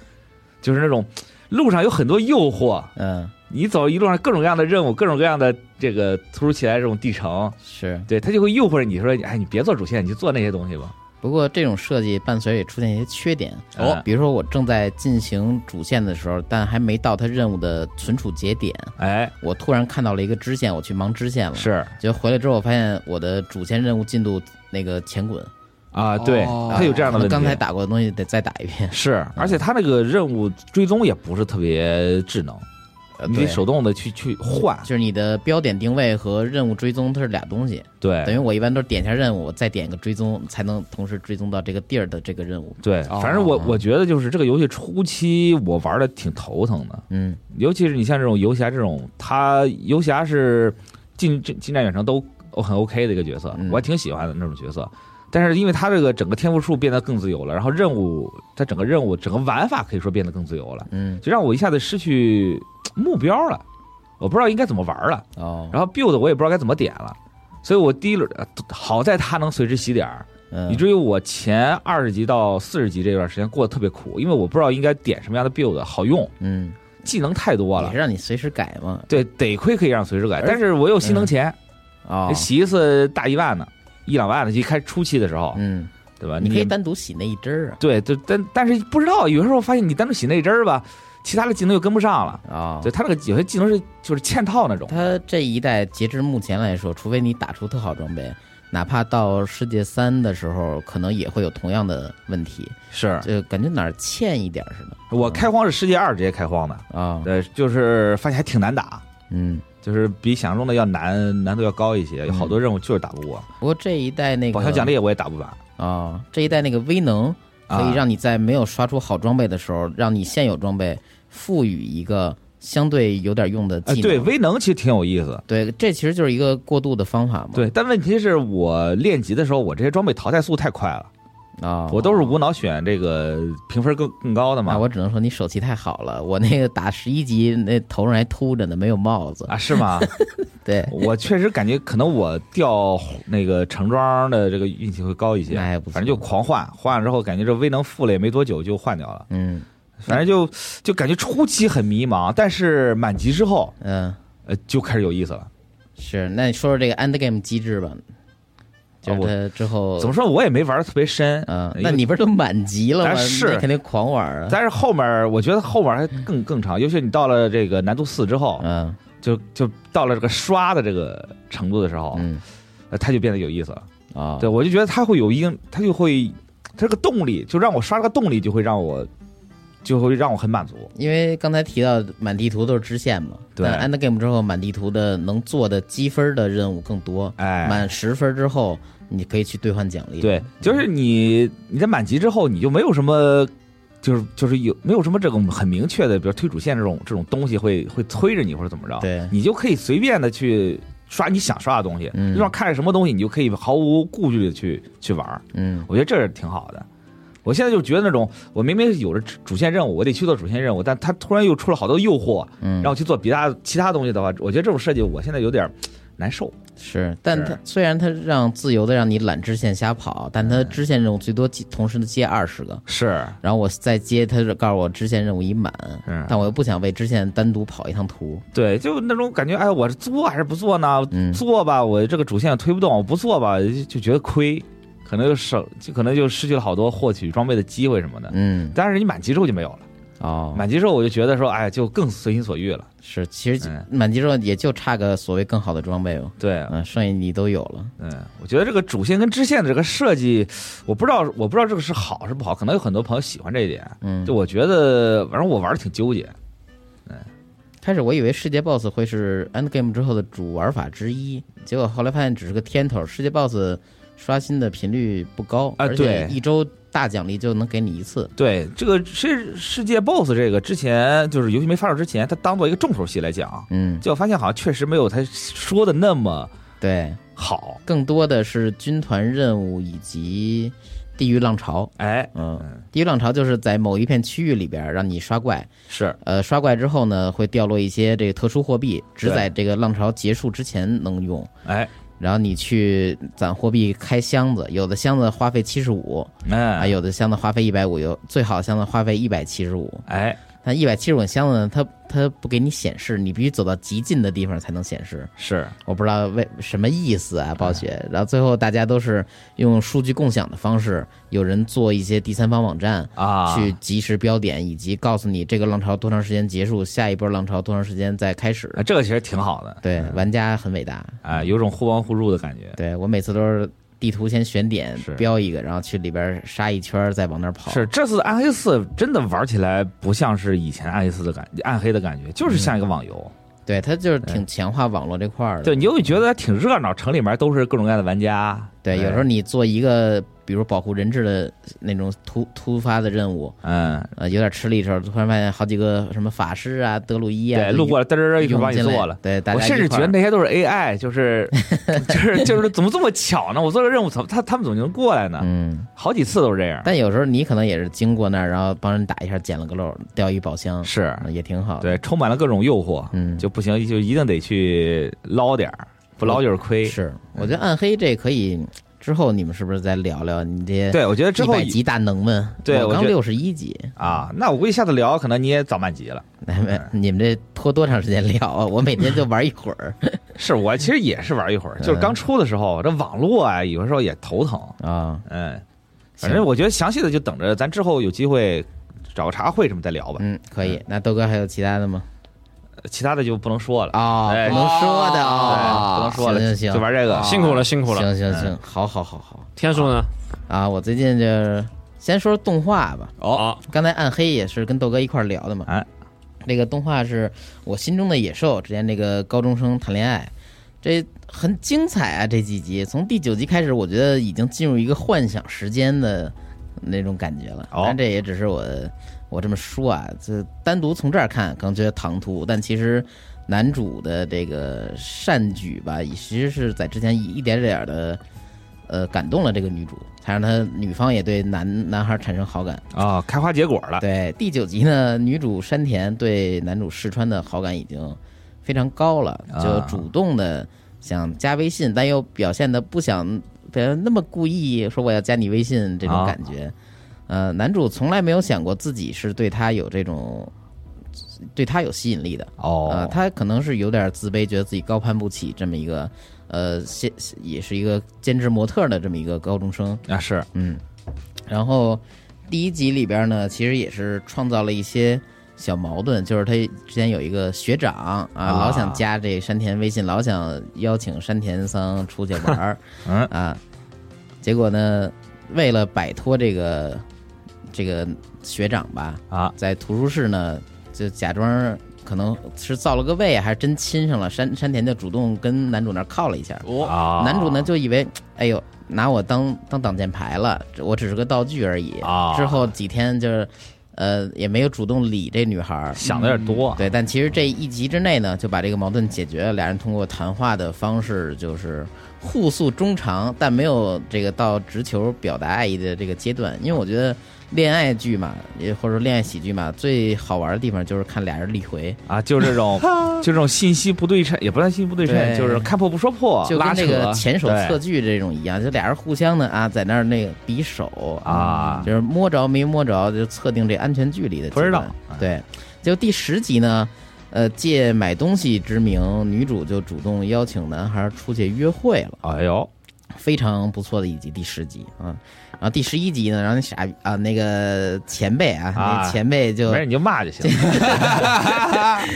Speaker 4: 就是那种路上有很多诱惑，
Speaker 1: 嗯
Speaker 4: 你走一路上各种各样的任务，各种各样的这个突如其来这种地城，
Speaker 1: 是。
Speaker 4: 对他就会诱惑着你说，哎，你别做主线，你就做那些东西吧。
Speaker 1: 不过这种设计伴随也出现一些缺点啊
Speaker 4: 哦
Speaker 1: 比如说我正在进行主线的时候，但还没到它任务的存储节点，
Speaker 4: 哎，
Speaker 1: 我突然看到了一个支线，我去忙支线了。，
Speaker 4: 是
Speaker 1: 结果回来之后，我发现我的主线任务进度那个前滚，
Speaker 4: 啊，对，
Speaker 3: 哦
Speaker 4: 他有这样的
Speaker 1: 可能
Speaker 4: 问题。
Speaker 1: 刚才嗯打过的东西得再打一遍。
Speaker 4: 是，而且它那个任务追踪也不是特别智能，
Speaker 1: 呃
Speaker 4: 你
Speaker 1: 对
Speaker 4: 得手动的去去换。
Speaker 1: 就是你的标点定位和任务追踪它是俩东西，等于
Speaker 4: 对
Speaker 1: 我一般都是点一下任务，我再点一个追踪，才能同时追踪到这个地儿的这个任务。
Speaker 4: 对，
Speaker 3: 哦
Speaker 4: 反正我我觉得就是这个游戏初期我玩的挺头疼的，
Speaker 1: 嗯
Speaker 4: 尤其是你像这种游侠这种，他游侠是近近近战远程都很 OK 的一个角色，
Speaker 1: 嗯
Speaker 4: 我还挺喜欢的那种角色。但是因为他这个整个天赋树变得更自由了，然后任务，他整个任务整个玩法可以说变得更自由了，
Speaker 1: 嗯
Speaker 4: 就让我一下子失去目标了，我不知道应该怎么玩了。
Speaker 1: 哦
Speaker 4: 然后 build 我也不知道该怎么点了，所以我第一轮呃好在它能随时洗点儿，以
Speaker 1: 嗯
Speaker 4: 至于我前二十级到四十级这段时间过得特别苦，因为我不知道应该点什么样的 build 好用，
Speaker 1: 嗯，
Speaker 4: 技能太多
Speaker 1: 也
Speaker 4: 了
Speaker 1: 是。让你随时改嘛。
Speaker 4: 对，得亏可以让随时改，但是我有心疼钱，
Speaker 1: 哎哦，
Speaker 4: 洗一次大一万呢，一两万呢，一开初期的时候，
Speaker 1: 嗯
Speaker 4: 对吧？
Speaker 1: 你可以
Speaker 4: 也
Speaker 1: 单独洗那一针儿啊。
Speaker 4: 对，就但但是不知道，有时候发现你单独洗那针儿吧，其他的技能又跟不上了。
Speaker 1: 啊、
Speaker 4: 对他那个有些技能是就是嵌套那种，
Speaker 1: 它这一代截至目前来说，除非你打出特好装备，哪怕到世界三的时候，可能也会有同样的问题，
Speaker 4: 是
Speaker 1: 就感觉哪儿欠一点儿似的
Speaker 4: 我开荒是世界二直接开荒的，
Speaker 1: 啊、
Speaker 4: 对，就是发现还挺难打，
Speaker 1: 嗯，
Speaker 4: 就是比想象中的要难，难度要高一些，有好多任务就是打不过，
Speaker 1: 不过这一代那个
Speaker 4: 宝箱奖励我也打不完，
Speaker 1: 啊、这一代那个威能可以
Speaker 4: 啊
Speaker 1: 让你在没有刷出好装备的时候，让你现有装备赋予一个相对有点用的技
Speaker 4: 呃，
Speaker 1: 能。
Speaker 4: 对，威能其实挺有意思，
Speaker 1: 对这其实就是一个过渡的方法嘛。
Speaker 4: 对，但问题是我练级的时候，我这些装备淘汰速度太快了，
Speaker 1: 啊、
Speaker 4: 我都是无脑选这个评分更更高的
Speaker 1: 那
Speaker 4: 嘛，
Speaker 1: 啊我只能说你手气太好了，我那个打十一级那头上还秃着呢，没有帽子。
Speaker 4: 啊，是吗？
Speaker 1: 对，
Speaker 4: 我确实感觉可能我掉那个成装的这个运气会高一些，
Speaker 1: 那还不错
Speaker 4: 反正就狂换，换了之后感觉这威能负了也没多久就换掉了，
Speaker 1: 嗯
Speaker 4: 反正就就感觉初期很迷茫，但是满级之后，
Speaker 1: 嗯，
Speaker 4: 呃，就开始有意思了。
Speaker 1: 是。那你说说这个 end game 机制吧，就是
Speaker 4: 啊我
Speaker 1: 它之后
Speaker 4: 怎么说我也没玩的特别深，
Speaker 1: 哦嗯、
Speaker 4: 因为
Speaker 1: 那你不是都满级了吗？
Speaker 4: 啊是
Speaker 1: 那肯定狂玩啊。
Speaker 4: 但是后面我觉得后面还更更长，尤其你到了这个难度四之后，
Speaker 1: 嗯
Speaker 4: 就就到了这个刷的这个程度的时候，
Speaker 1: 嗯
Speaker 4: 呃它就变得有意思了。
Speaker 1: 啊
Speaker 4: 对，我就觉得它会有一定，它就会它这个动力，就让我刷这个动力就会让我就会让我很满足。
Speaker 1: 因为刚才提到满地图都是支线嘛，
Speaker 4: 对
Speaker 1: 但 end game 之后，满地图的能做的积分的任务更多，
Speaker 4: 哎，
Speaker 1: 满十分之后，你可以去兑换奖励。
Speaker 4: 对，就是你你在满级之后，你就没有什么。就是就是有没有什么这种很明确的，比如推主线这种这种东西会会催着你或者怎么着？
Speaker 1: 对
Speaker 4: 你就可以随便的去刷你想刷的东西，
Speaker 1: 嗯
Speaker 4: 就像看着什么东西，你就可以毫无顾虑的去去玩儿。
Speaker 1: 嗯
Speaker 4: 我觉得这是挺好的。我现在就觉得那种，我明明有着主线任务，我得去做主线任务，但他突然又出了好多诱惑，
Speaker 1: 嗯，
Speaker 4: 让我去做其他其他东西的话，我觉得这种设计我现在有点儿难受。
Speaker 1: 是，但
Speaker 4: 是
Speaker 1: 它虽然它让自由的让你揽支线瞎跑，但
Speaker 4: 哎
Speaker 1: 它支线任务最多接同时接二十个，
Speaker 4: 是，
Speaker 1: 然后我再接，它是告诉我支线任务已满，
Speaker 4: 嗯
Speaker 1: 但我又不想为支线单独跑一趟图，
Speaker 4: 对，就那种感觉，哎，我是做还是不做呢？
Speaker 1: 嗯
Speaker 4: 做吧，我这个主线推不动；我不做吧，就就觉得亏，可能就省，就可能就失去了好多获取装备的机会什么的。
Speaker 1: 嗯，
Speaker 4: 但是你满级之后就没有了，
Speaker 1: 哦，
Speaker 4: 满级之后我就觉得说，哎，就更随心所欲了。
Speaker 1: 是，其实
Speaker 4: 嗯
Speaker 1: 满级之后也就差个所谓更好的装备了，
Speaker 4: 对，
Speaker 1: 嗯，剩下你都有了，
Speaker 4: 嗯，我觉得这个主线跟支线的这个设计，我不知道，我不知道这个是好是不好，可能有很多朋友喜欢这一点。
Speaker 1: 嗯
Speaker 4: 就，我觉得，反正我玩的挺纠结。
Speaker 1: 开始我以为世界 BOSS 会是 End Game 之后的主玩法之一，结果后来发现只是个天头，世界 BOSS 刷新的频率不高，
Speaker 4: 啊
Speaker 1: 而且
Speaker 4: 对
Speaker 1: 一周大奖励就能给你一次，
Speaker 4: 对这个世世界 BOSS 这个之前就是游戏没发售之前，它当做一个重头戏来讲，
Speaker 1: 嗯，
Speaker 4: 结果发现好像确实没有他说的那么
Speaker 1: 对。
Speaker 4: 好。
Speaker 1: 更多的是军团任务以及地狱浪潮。
Speaker 4: 哎，
Speaker 1: 嗯，地狱浪潮就是在某一片区域里边儿让你刷怪，
Speaker 4: 是
Speaker 1: 呃，刷怪之后呢，会掉落一些这个特殊货币，只
Speaker 4: 对
Speaker 1: 在这个浪潮结束之前能用。
Speaker 4: 哎，
Speaker 1: 然后你去攒货币开箱子，有的箱子花费七十五，啊，
Speaker 4: 哎
Speaker 1: 有的箱子花费一百五，有最好的箱子花费一百七十五。
Speaker 4: 哎，
Speaker 1: 但一百七十五箱子呢，它它不给你显示，你必须走到极近的地方才能显示。
Speaker 4: 是
Speaker 1: 我不知道为什么意思啊，暴雪。然后最后大家都是用数据共享的方式，有人做一些第三方网站
Speaker 4: 啊，
Speaker 1: 去及时标点，以及告诉你这个浪潮多长时间结束，下一波浪潮多长时间再开始。
Speaker 4: 啊，这个其实挺好的，
Speaker 1: 对，玩家很伟大。
Speaker 4: 啊，有种互帮互助的感觉。
Speaker 1: 对我每次都是地图先选点
Speaker 4: 哎是
Speaker 1: 标一个，然后去里边杀一圈，再往那儿跑。
Speaker 4: 是，这次暗黑四真的玩起来不像是以前暗黑四的感暗黑的感觉，就是像一个网游。
Speaker 1: 对，它就是挺强化网络这块儿的。
Speaker 4: 对，你就会觉得挺热闹，城里面都是各种各样的玩家。
Speaker 1: 对，
Speaker 4: 哎
Speaker 1: 有时候你做一个，比如保护人质的那种突突发的任务，
Speaker 4: 嗯，
Speaker 1: 呃，有点吃力的时候，突然发现好几个什么法师啊、德鲁伊啊，
Speaker 4: 对，
Speaker 1: 就
Speaker 4: 路过了，嘚儿嘚儿一
Speaker 1: 涌
Speaker 4: 会儿帮你
Speaker 1: 进来
Speaker 4: 做了。
Speaker 1: 对，大家
Speaker 4: 我甚至
Speaker 1: 一
Speaker 4: 觉
Speaker 1: 块儿
Speaker 4: 得那些都是 AI，就是 就是 就是怎么这么巧呢？我做这任务怎么他他们怎么能过来呢？
Speaker 1: 嗯，
Speaker 4: 好几次都是这样。
Speaker 1: 但有时候你可能也是经过那儿，然后帮人打一下，捡了个漏，掉一宝箱，
Speaker 4: 是
Speaker 1: 嗯也挺好的。
Speaker 4: 对，充满了各种诱惑，
Speaker 1: 嗯
Speaker 4: 就不行，就一定得去捞点儿，不捞就是亏。
Speaker 1: 是，我
Speaker 4: 嗯
Speaker 1: 觉得暗黑这可以之后你们是不是再聊聊你这
Speaker 4: 对，我觉得之
Speaker 1: 一
Speaker 4: 后
Speaker 1: 百级大能们？
Speaker 4: 对
Speaker 1: 我
Speaker 4: 我
Speaker 1: 刚
Speaker 4: 觉得
Speaker 1: 六十一级，
Speaker 4: 啊，那我估计下次聊，可能你也早满级了。
Speaker 1: 来们你们这拖多长时间聊啊？我每天就玩一会儿
Speaker 4: 是我其
Speaker 1: 嗯
Speaker 4: 实也是玩一会儿，就是刚出的时候，这网络啊，有的时候也头疼。
Speaker 1: 啊。
Speaker 4: 嗯，反正我觉得详细的就等着咱之后有机会找个茶会什么再聊吧，
Speaker 1: 嗯，可以。那豆哥还有其他的吗？
Speaker 4: 其他的就不能说了。
Speaker 1: 哦，
Speaker 4: 哎
Speaker 1: 不能说的哦，
Speaker 4: 哎不能说了，
Speaker 1: 行
Speaker 4: 就
Speaker 1: 行
Speaker 4: 就
Speaker 1: 行，
Speaker 4: 玩这个。
Speaker 2: 辛苦了，辛苦了。
Speaker 1: 行行
Speaker 4: 嗯
Speaker 1: 行，好好好好
Speaker 2: 天数呢？
Speaker 1: 啊！我最近就是先说动画吧，
Speaker 2: 哦，
Speaker 1: 刚才暗黑也是跟豆哥一块儿聊的嘛。
Speaker 4: 哎，
Speaker 1: 这个动画是我心中的野兽，之前那个高中生谈恋爱，这很精彩啊！这几集从第九集开始，我觉得已经进入一个幻想时间的那种感觉了。
Speaker 4: 哦
Speaker 1: 但这也只是我我这么说啊，这单独从这儿看可能觉得唐突，但其实男主的这个善举吧，也其实是在之前一点点的。呃，感动了这个女主，才让她女方也对男男孩产生好感。
Speaker 4: 啊，开花结果了。
Speaker 1: 对，第九集呢，女主山田对男主试川的好感已经非常高了，就
Speaker 4: 啊
Speaker 1: 主动的想加微信，但又表现的不想，表现那么故意说我要加你微信这种
Speaker 4: 啊
Speaker 1: 感觉。呃，男主从来没有想过自己是对他有这种，对他有吸引力的。呃，
Speaker 4: 哦，
Speaker 1: 他可能是有点自卑，觉得自己高攀不起这么一个，呃，先也是一个兼职模特的这么一个高中生。
Speaker 4: 啊是
Speaker 1: 嗯，然后第一集里边呢，其实也是创造了一些小矛盾，就是他之前有一个学长啊，
Speaker 4: 啊
Speaker 1: 老想加这山田微信，老想邀请山田桑出去玩儿
Speaker 4: 嗯
Speaker 1: 啊，结果呢，为了摆脱这个这个学长吧，
Speaker 4: 啊，
Speaker 1: 在图书室呢，就假装可能是造了个位，还是真亲上了。山山田就主动跟男主那儿靠了一下，
Speaker 3: 哦
Speaker 4: 啊，
Speaker 1: 男主呢就以为，哎呦，拿我当当挡箭牌了，这我只是个道具而已。
Speaker 4: 啊
Speaker 1: 之后几天就是，呃，也没有主动理这女孩儿。
Speaker 4: 想的有点多。啊
Speaker 1: 对，但其实这一集之内呢，就把这个矛盾解决了。俩人通过谈话的方式，就是互诉衷肠，但没有这个到直球表达爱意的这个阶段。因为我觉得恋爱剧嘛，也或者说恋爱喜剧嘛，最好玩的地方就是看俩人立回，
Speaker 4: 啊，就 这种，就这种信息不对称，也不算信息不对称，
Speaker 1: 对
Speaker 4: 就是看破不说破，
Speaker 1: 就
Speaker 4: 啊拉
Speaker 1: 跟
Speaker 4: 扯
Speaker 1: 那个前手
Speaker 4: 对
Speaker 1: 测距这种一样，就俩人互相的啊，在那儿那个比手
Speaker 4: 啊
Speaker 1: 就是摸着没摸着，就测定这安全距离的阶段。
Speaker 4: 不知道哎
Speaker 1: 对，就第十集呢，呃，借买东西之名，女主就主动邀请男孩出去约会了，
Speaker 4: 哎呦，
Speaker 1: 非常不错的一集，第十集啊。然后第十一集呢，然后那傻逼啊那个前辈啊，那
Speaker 4: 啊
Speaker 1: 前辈就
Speaker 4: 没事你就骂 就行，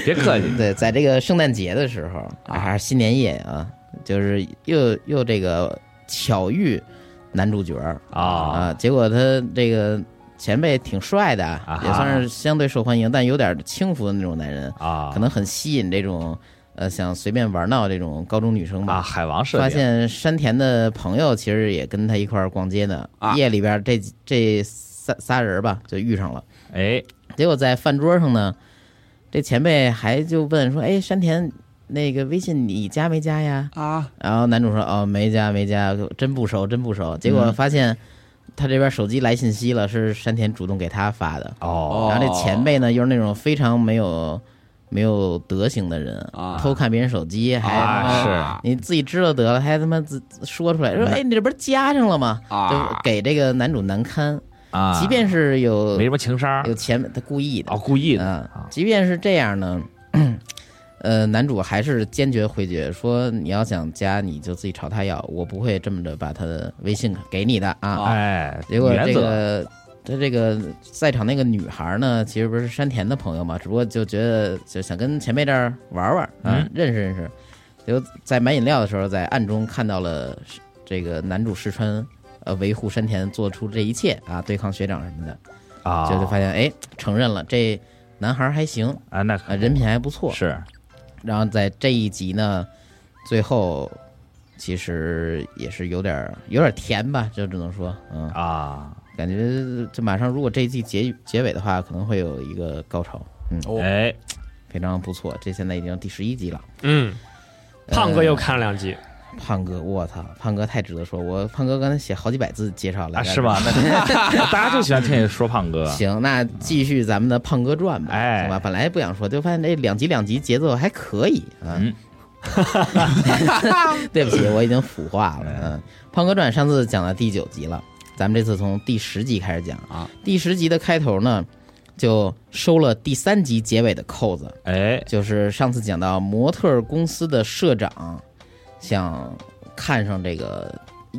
Speaker 4: 别客气
Speaker 1: 对，在这个圣诞节的时候，啊，还是新年夜啊，就是又又这个巧遇男主角儿
Speaker 4: 啊
Speaker 1: 啊，结果他这个前辈挺帅的
Speaker 4: 啊，
Speaker 1: 也算是相对受欢迎，但有点轻浮的那种男人，
Speaker 4: 啊
Speaker 1: 可能很吸引这种呃想随便玩闹这种高中女生
Speaker 4: 啊，
Speaker 1: 吧。
Speaker 4: 海王设
Speaker 1: 发
Speaker 4: 定
Speaker 1: 现山田的朋友其实也跟他一块儿逛街呢，
Speaker 3: 啊
Speaker 1: 夜里边儿这这仨仨人吧就遇上了。
Speaker 4: 哎
Speaker 1: 结果在饭桌上呢，这前辈还就问说：“哎，山田，那个微信你加没加呀
Speaker 3: 啊？”，
Speaker 1: 然后男主说：“哦，没加，没加，真不熟，真不熟。”结果发现他这边手机来信息了，是山田主动给他发的。
Speaker 4: 哦
Speaker 1: 然后这前辈呢，又是那种非常没有没有德行的人，
Speaker 3: 啊
Speaker 1: 偷看别人手机，还他妈
Speaker 4: 啊是
Speaker 1: 你自己知道得了，还他妈自说出来说：“哎，你这不是加上了吗？”
Speaker 3: 啊
Speaker 1: 就给这个男主难堪。
Speaker 4: 啊，
Speaker 1: 即便是有
Speaker 4: 没什么情商
Speaker 1: 有前辈，他故意的
Speaker 4: 哦，故意的
Speaker 1: 嗯
Speaker 4: 啊，
Speaker 1: 即便是这样呢，呃，男主还是坚决回绝，说你要想加你就自己朝他要，我不会这么着把他的微信给你的啊。
Speaker 4: 哎，
Speaker 1: 结果
Speaker 4: 原
Speaker 1: 这
Speaker 4: 则
Speaker 1: 个他这个在场那个女孩呢，其实不是山田的朋友嘛，只不过就觉得就想跟前辈这儿玩玩，啊
Speaker 4: 嗯，
Speaker 1: 认识认识。结果在买饮料的时候，在暗中看到了这个男主石川。呃，维护山田做出这一切啊，对抗学长什么的，
Speaker 4: 啊，
Speaker 1: 就就发现哎，承认了这男孩还行，
Speaker 4: 啊，那
Speaker 1: 啊，人品还不错。
Speaker 4: 是
Speaker 1: 然后在这一集呢，最后其实也是有点儿有点儿甜吧，就只能说，嗯，
Speaker 4: 啊，
Speaker 1: 感觉就马上如果这一季结结尾的话，可能会有一个高潮，嗯，
Speaker 3: 哦
Speaker 4: 哎，
Speaker 1: 非常不错。这现在已经第十一集了，
Speaker 2: 嗯，胖哥又看了两集，
Speaker 1: 胖哥，我操，胖哥太值得说，我胖哥刚才写好几百字介绍了，
Speaker 4: 啊是吗？？那 大家就喜欢听你说胖哥，
Speaker 1: 行，那继续咱们的胖哥传吧，
Speaker 4: 哎
Speaker 1: 好吧？本来不想说，就发现这两集两集节奏还可以啊。
Speaker 4: 嗯
Speaker 1: 对不起，我已经腐化
Speaker 4: 哎
Speaker 1: 了。嗯，胖哥传上次讲到第九集了，咱们这次从第十集开始讲
Speaker 3: 啊。
Speaker 1: 第十集的开头呢，就收了第三集结尾的扣子，
Speaker 4: 哎
Speaker 1: 就是上次讲到模特儿公司的社长想看上这个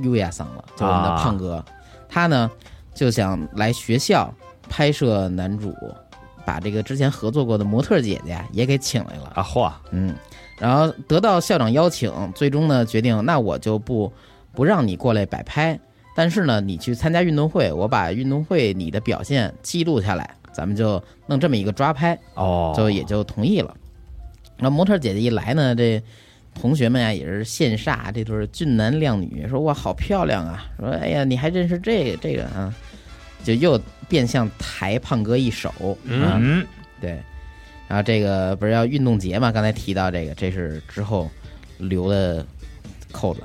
Speaker 1: 优亚桑了，就我们的
Speaker 4: 啊
Speaker 1: 胖哥，他呢就想来学校拍摄男主，把这个之前合作过的模特姐姐也给请来了。
Speaker 4: 啊嚯，
Speaker 1: 嗯，然后得到校长邀请，最终呢决定，那我就不不让你过来摆拍，但是呢，你去参加运动会，我把运动会你的表现记录下来，咱们就弄这么一个抓拍。
Speaker 4: 哦，
Speaker 1: 就也就同意了。然后模特姐姐一来呢，这同学们啊也是羡煞，这对俊男靓女，说哇好漂亮啊，说哎呀你还认识这个这个啊，就又变相抬胖哥一手啊，
Speaker 4: 嗯，
Speaker 1: 对。然后这个不是要运动节嘛，刚才提到这个，这是之后留的扣子。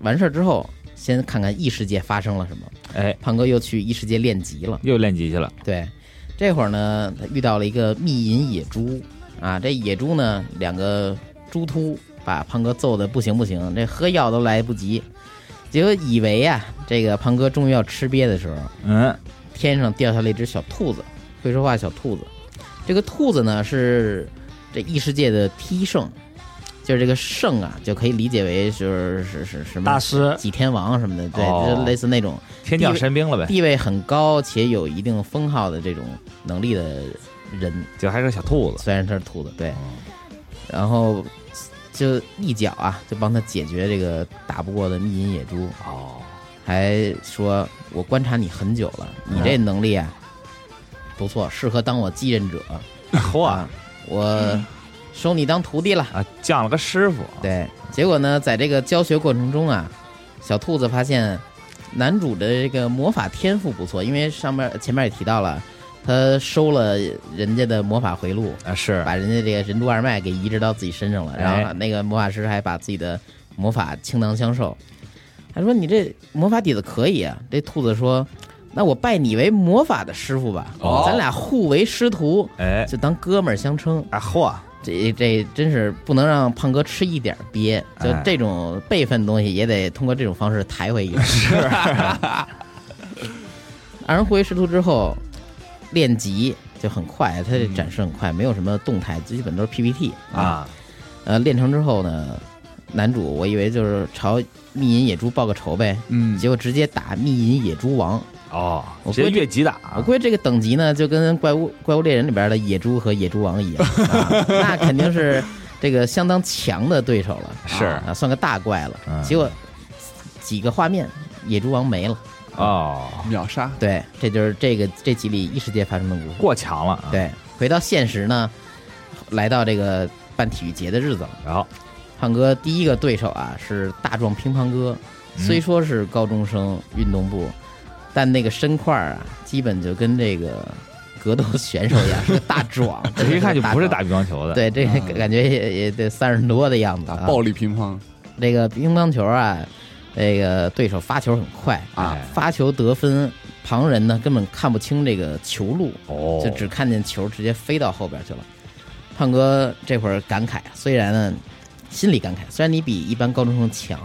Speaker 1: 完事儿之后，先看看异世界发生了什么。
Speaker 4: 哎，
Speaker 1: 胖哥又去异世界练级了。
Speaker 4: 又练级去了，
Speaker 1: 对，这会儿呢，他遇到了一个密银野猪啊，这野猪呢，两个猪突把胖哥揍的不行不行，这喝药都来不及。结果以为呀、这个胖哥终于要吃瘪的时候，
Speaker 4: 嗯，
Speaker 1: 天上掉下来一只小兔子，会说话的小兔子。这个兔子呢是这异世界的梯圣，就是这个圣啊，就可以理解为就是是是什么
Speaker 2: 大师
Speaker 1: 几天王什么的，对，
Speaker 4: 哦
Speaker 1: 就类似那种
Speaker 4: 天降神兵了呗，
Speaker 1: 地位很高且有一定封号的这种能力的人，
Speaker 4: 就还是个小兔子，
Speaker 1: 虽然他是秃子，对，然后就一脚啊，就帮他解决这个打不过的密银野猪，
Speaker 4: 哦，
Speaker 1: 还说我观察你很久了，你这能力啊不错，适合当我继任者，
Speaker 4: 嚯
Speaker 1: 啊我收你当徒弟了。
Speaker 4: 啊，降了个师傅，
Speaker 1: 对，结果呢，在这个教学过程中啊，小兔子发现男主的这个魔法天赋不错，因为上面前面也提到了，他收了人家的魔法回路，
Speaker 4: 啊是，
Speaker 1: 把人家这个人畜二脉给移植到自己身上了，
Speaker 4: 哎
Speaker 1: 然后那个魔法师还把自己的魔法倾囊相授，还说你这魔法底子可以啊。这兔子说，那我拜你为魔法的师傅吧，
Speaker 4: 哦
Speaker 1: 咱俩互为师徒，
Speaker 4: 哎，
Speaker 1: 就当哥们儿相称。
Speaker 4: 啊嚯，
Speaker 1: 这这真是不能让胖哥吃一点儿鳖，就
Speaker 4: 哎
Speaker 1: 这种辈分的东西也得通过这种方式抬回一个。是，二人互为师徒之后，练级就很快，他这展示很快，没有什么动态，基本都是 PPT。
Speaker 4: 啊，
Speaker 1: 呃，练成之后呢，男主我以为就是朝密银野猪报个仇呗，
Speaker 3: 嗯，
Speaker 1: 结果直接打密银野猪王。
Speaker 4: 哦，
Speaker 1: 我
Speaker 4: 直接
Speaker 1: 估计
Speaker 4: 越级
Speaker 1: 我
Speaker 4: 打，
Speaker 1: 啊估计这个等级呢，就跟怪物怪物猎人里边的野猪和野猪王一样， 啊、那肯定是这个相当强的对手了，
Speaker 4: 是
Speaker 1: 啊，算个大怪了。
Speaker 4: 嗯
Speaker 1: 结果几个画面，野猪王没了。
Speaker 4: 哦，
Speaker 3: 秒杀，
Speaker 1: 对，这就是这个这集里异世界发生的故事。
Speaker 4: 过强了，啊，
Speaker 1: 对，回到现实呢，来到这个办体育节的日子了。
Speaker 4: 然后
Speaker 1: 胖哥第一个对手啊是大壮乒乓哥，
Speaker 4: 嗯
Speaker 1: 虽说是高中生运动部，但那个身块儿啊，基本就跟这个格斗选手一样，是个大壮，真的
Speaker 4: 这一看就不是
Speaker 1: 个
Speaker 4: 嗯
Speaker 1: 大
Speaker 4: 打
Speaker 1: 壮。
Speaker 4: 乒乓球的，，
Speaker 1: 对，这个感觉也也得三十多的样子
Speaker 3: 打
Speaker 1: 啊。
Speaker 3: 暴力乒乓，
Speaker 1: 这个乒乓球啊，这个对手发球很快啊
Speaker 4: 哎，
Speaker 1: 发球得分，旁人呢根本看不清这个球路，
Speaker 4: 哦，
Speaker 1: 就只看见球直接飞到后边去了。胖哥这会儿感慨，虽然呢心里感慨，虽然你比一般高中生强，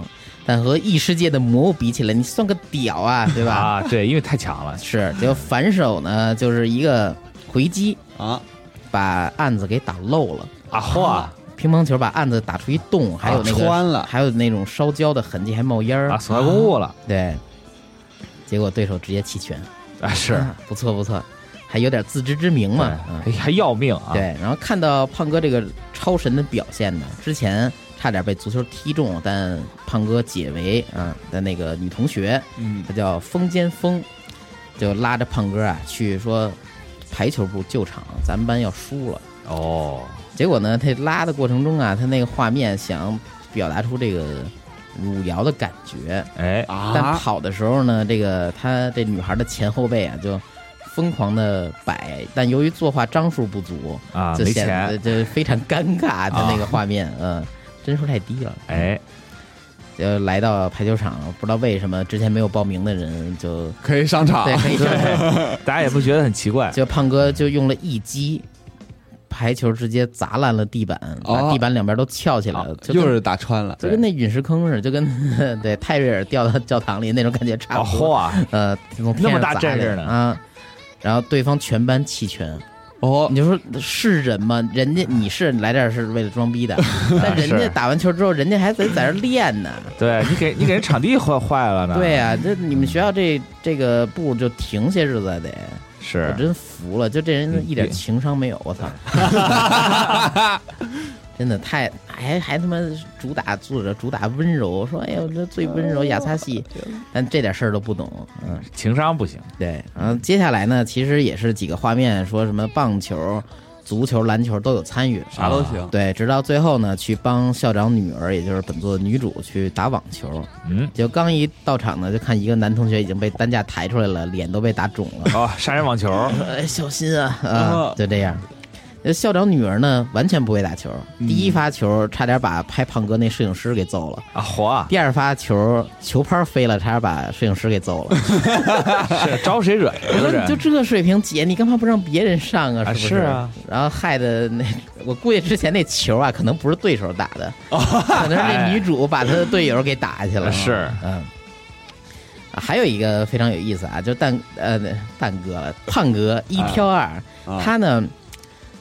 Speaker 1: 但和异世界的魔物比起来，你算个屌啊，对吧？
Speaker 4: 啊，对，因为太 强了，
Speaker 1: 是，结果反手呢就是一个回击，
Speaker 3: 啊，
Speaker 1: 把案子给打漏了。
Speaker 4: 啊嚯，
Speaker 1: 乒乓球把案子打出一洞，还有那个、
Speaker 3: 穿了
Speaker 1: 还有那种烧焦的痕迹，还冒烟儿。
Speaker 4: 啊，损坏公物 了，
Speaker 1: 对，结果对手直接弃权。
Speaker 4: 啊是，
Speaker 1: 啊不错不错，还有点自知之明嘛。嗯
Speaker 4: 对还要命啊，
Speaker 1: 对，然后看到胖哥这个超神的表现呢，之前差点被足球踢中，但胖哥解围啊的那个女同学，
Speaker 3: 嗯，
Speaker 1: 她叫风间风，就拉着胖哥啊去说排球部救场，咱们班要输了。
Speaker 4: 哦，
Speaker 1: 结果呢，他拉的过程中啊，他那个画面想表达出这个汝窑的感觉，
Speaker 4: 哎，
Speaker 1: 但
Speaker 3: 啊，
Speaker 1: 跑的时候呢，这个她这女孩的前后背啊就疯狂的摆，但由于作画张数不足
Speaker 4: 啊
Speaker 1: 就
Speaker 4: 没
Speaker 1: 显得
Speaker 4: 钱，啊
Speaker 1: 就非常尴尬的那个画面，嗯，帧数太低了。
Speaker 4: 哎，
Speaker 1: 就来到排球场，不知道为什么之前没有报名的人就
Speaker 3: 可以上
Speaker 4: 啊
Speaker 3: 场
Speaker 1: 对，，可以上场
Speaker 4: 大家也不觉得很奇怪，
Speaker 1: 就胖哥就用了一击。排球直接砸烂了地板，把
Speaker 3: 哦
Speaker 1: 地板两边都翘起
Speaker 4: 啊
Speaker 1: 来了，就跟
Speaker 3: 啊又是打穿了，
Speaker 1: 就跟那陨石坑似的，就跟 对泰瑞尔掉到教堂里那种感觉差
Speaker 4: 啊
Speaker 1: 不多。
Speaker 4: 嚯，
Speaker 1: 呃，从
Speaker 4: 那
Speaker 1: 天
Speaker 4: 么
Speaker 1: 上
Speaker 4: 大
Speaker 1: 砸
Speaker 4: 阵势
Speaker 1: 的
Speaker 4: 呢
Speaker 1: 啊！然后对方全班弃权，
Speaker 3: 哦
Speaker 1: 你，就说是人吗？人家你是来这儿是为了装 逼的，但人家
Speaker 4: 是
Speaker 1: 打完球之后，人家还得在这儿练呢。
Speaker 4: 对你给你给人场地坏坏了呢。
Speaker 1: 对，呀、这你们学校这这个部就停些日子还得，我
Speaker 4: 是嗯
Speaker 1: 真服了，就这人一点情商没有，我 操！真的太还还他妈主打作者主打温柔，说哎呦这最温
Speaker 4: 哦
Speaker 1: 柔雅擦系，但这点事儿都不懂，嗯，
Speaker 4: 情商不行，
Speaker 1: 对。然后接下来呢，其实也是几个画面，说什么棒球、足球、篮球都有参与，
Speaker 3: 啥都
Speaker 4: 啊
Speaker 3: 行，
Speaker 1: 对，直到最后呢，去帮校长女儿，也就是本作的女主去打网球。
Speaker 4: 嗯，
Speaker 1: 就刚一到场呢，就看一个男同学已经被担架抬出来了，脸都被打肿了。
Speaker 4: 哦，杀人网球，
Speaker 1: 哎，小心啊！啊
Speaker 3: 啊，
Speaker 1: 就这样。那校长女儿呢，完全不会打球。
Speaker 4: 嗯
Speaker 1: 第一发球差点把拍胖哥那摄影师给揍了，
Speaker 4: 啊，火啊，
Speaker 1: 第二发球球拍飞了，差点把摄影师给揍了。
Speaker 4: 是招谁惹谁
Speaker 1: 我
Speaker 4: 了
Speaker 1: 说你 就
Speaker 4: 这？
Speaker 1: 这水平，姐，你干嘛不让别人上啊？
Speaker 4: 啊
Speaker 1: 是不
Speaker 4: 是啊
Speaker 1: 然后害的那，我估计之前那球啊，可能不是对手打 的，可能是那女主把她的队友给打去了。
Speaker 4: 哎是，
Speaker 1: 嗯。啊还有一个非常有意思啊，就蛋呃蛋哥了，胖哥一挑二，
Speaker 3: 啊
Speaker 1: 他呢，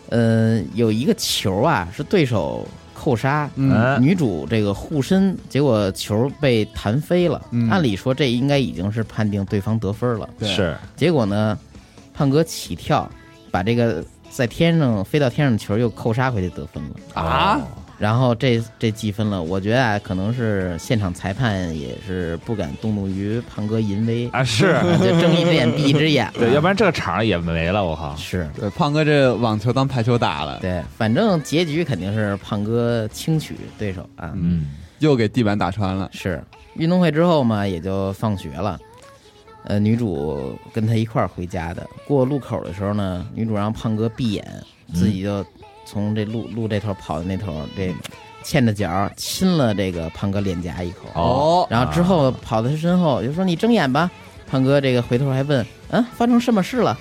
Speaker 1: 呃，有一个球啊是对手扣杀，
Speaker 3: 嗯
Speaker 4: 嗯，
Speaker 1: 女主这个护身，结果球被弹飞了。
Speaker 3: 嗯
Speaker 1: 按理说这应该已经是判定对方得分了，
Speaker 3: 对
Speaker 4: 是
Speaker 1: 结果呢，胖哥起跳，把这个在天上飞到天上的球又扣杀回去得分了，
Speaker 4: 哦
Speaker 3: 啊，
Speaker 1: 然后这这积分了。我觉得啊，可能是现场裁判也是不敢动怒于胖哥淫 威，
Speaker 4: 啊， 是，
Speaker 1: 就睁一只眼闭一只眼了。
Speaker 4: 对，要不然这个场也没了，我靠，
Speaker 1: 是
Speaker 3: 对，胖哥这网球当排球打了，
Speaker 1: 对，反正结局肯定是胖哥轻取对手啊。
Speaker 4: 嗯，
Speaker 3: 又给地板打穿了，
Speaker 1: 是运动会之后嘛，也就放学了。呃，女主跟他一块儿回家的。过路口的时候呢，女主让胖哥闭眼，自己就从这路路这头跑到那头，这欠着脚亲了这个胖哥脸颊一口。
Speaker 4: 哦
Speaker 1: 然后之后跑到他身后，就说：“你睁眼吧。”胖哥这个回头还问：“嗯，发生什么事了？”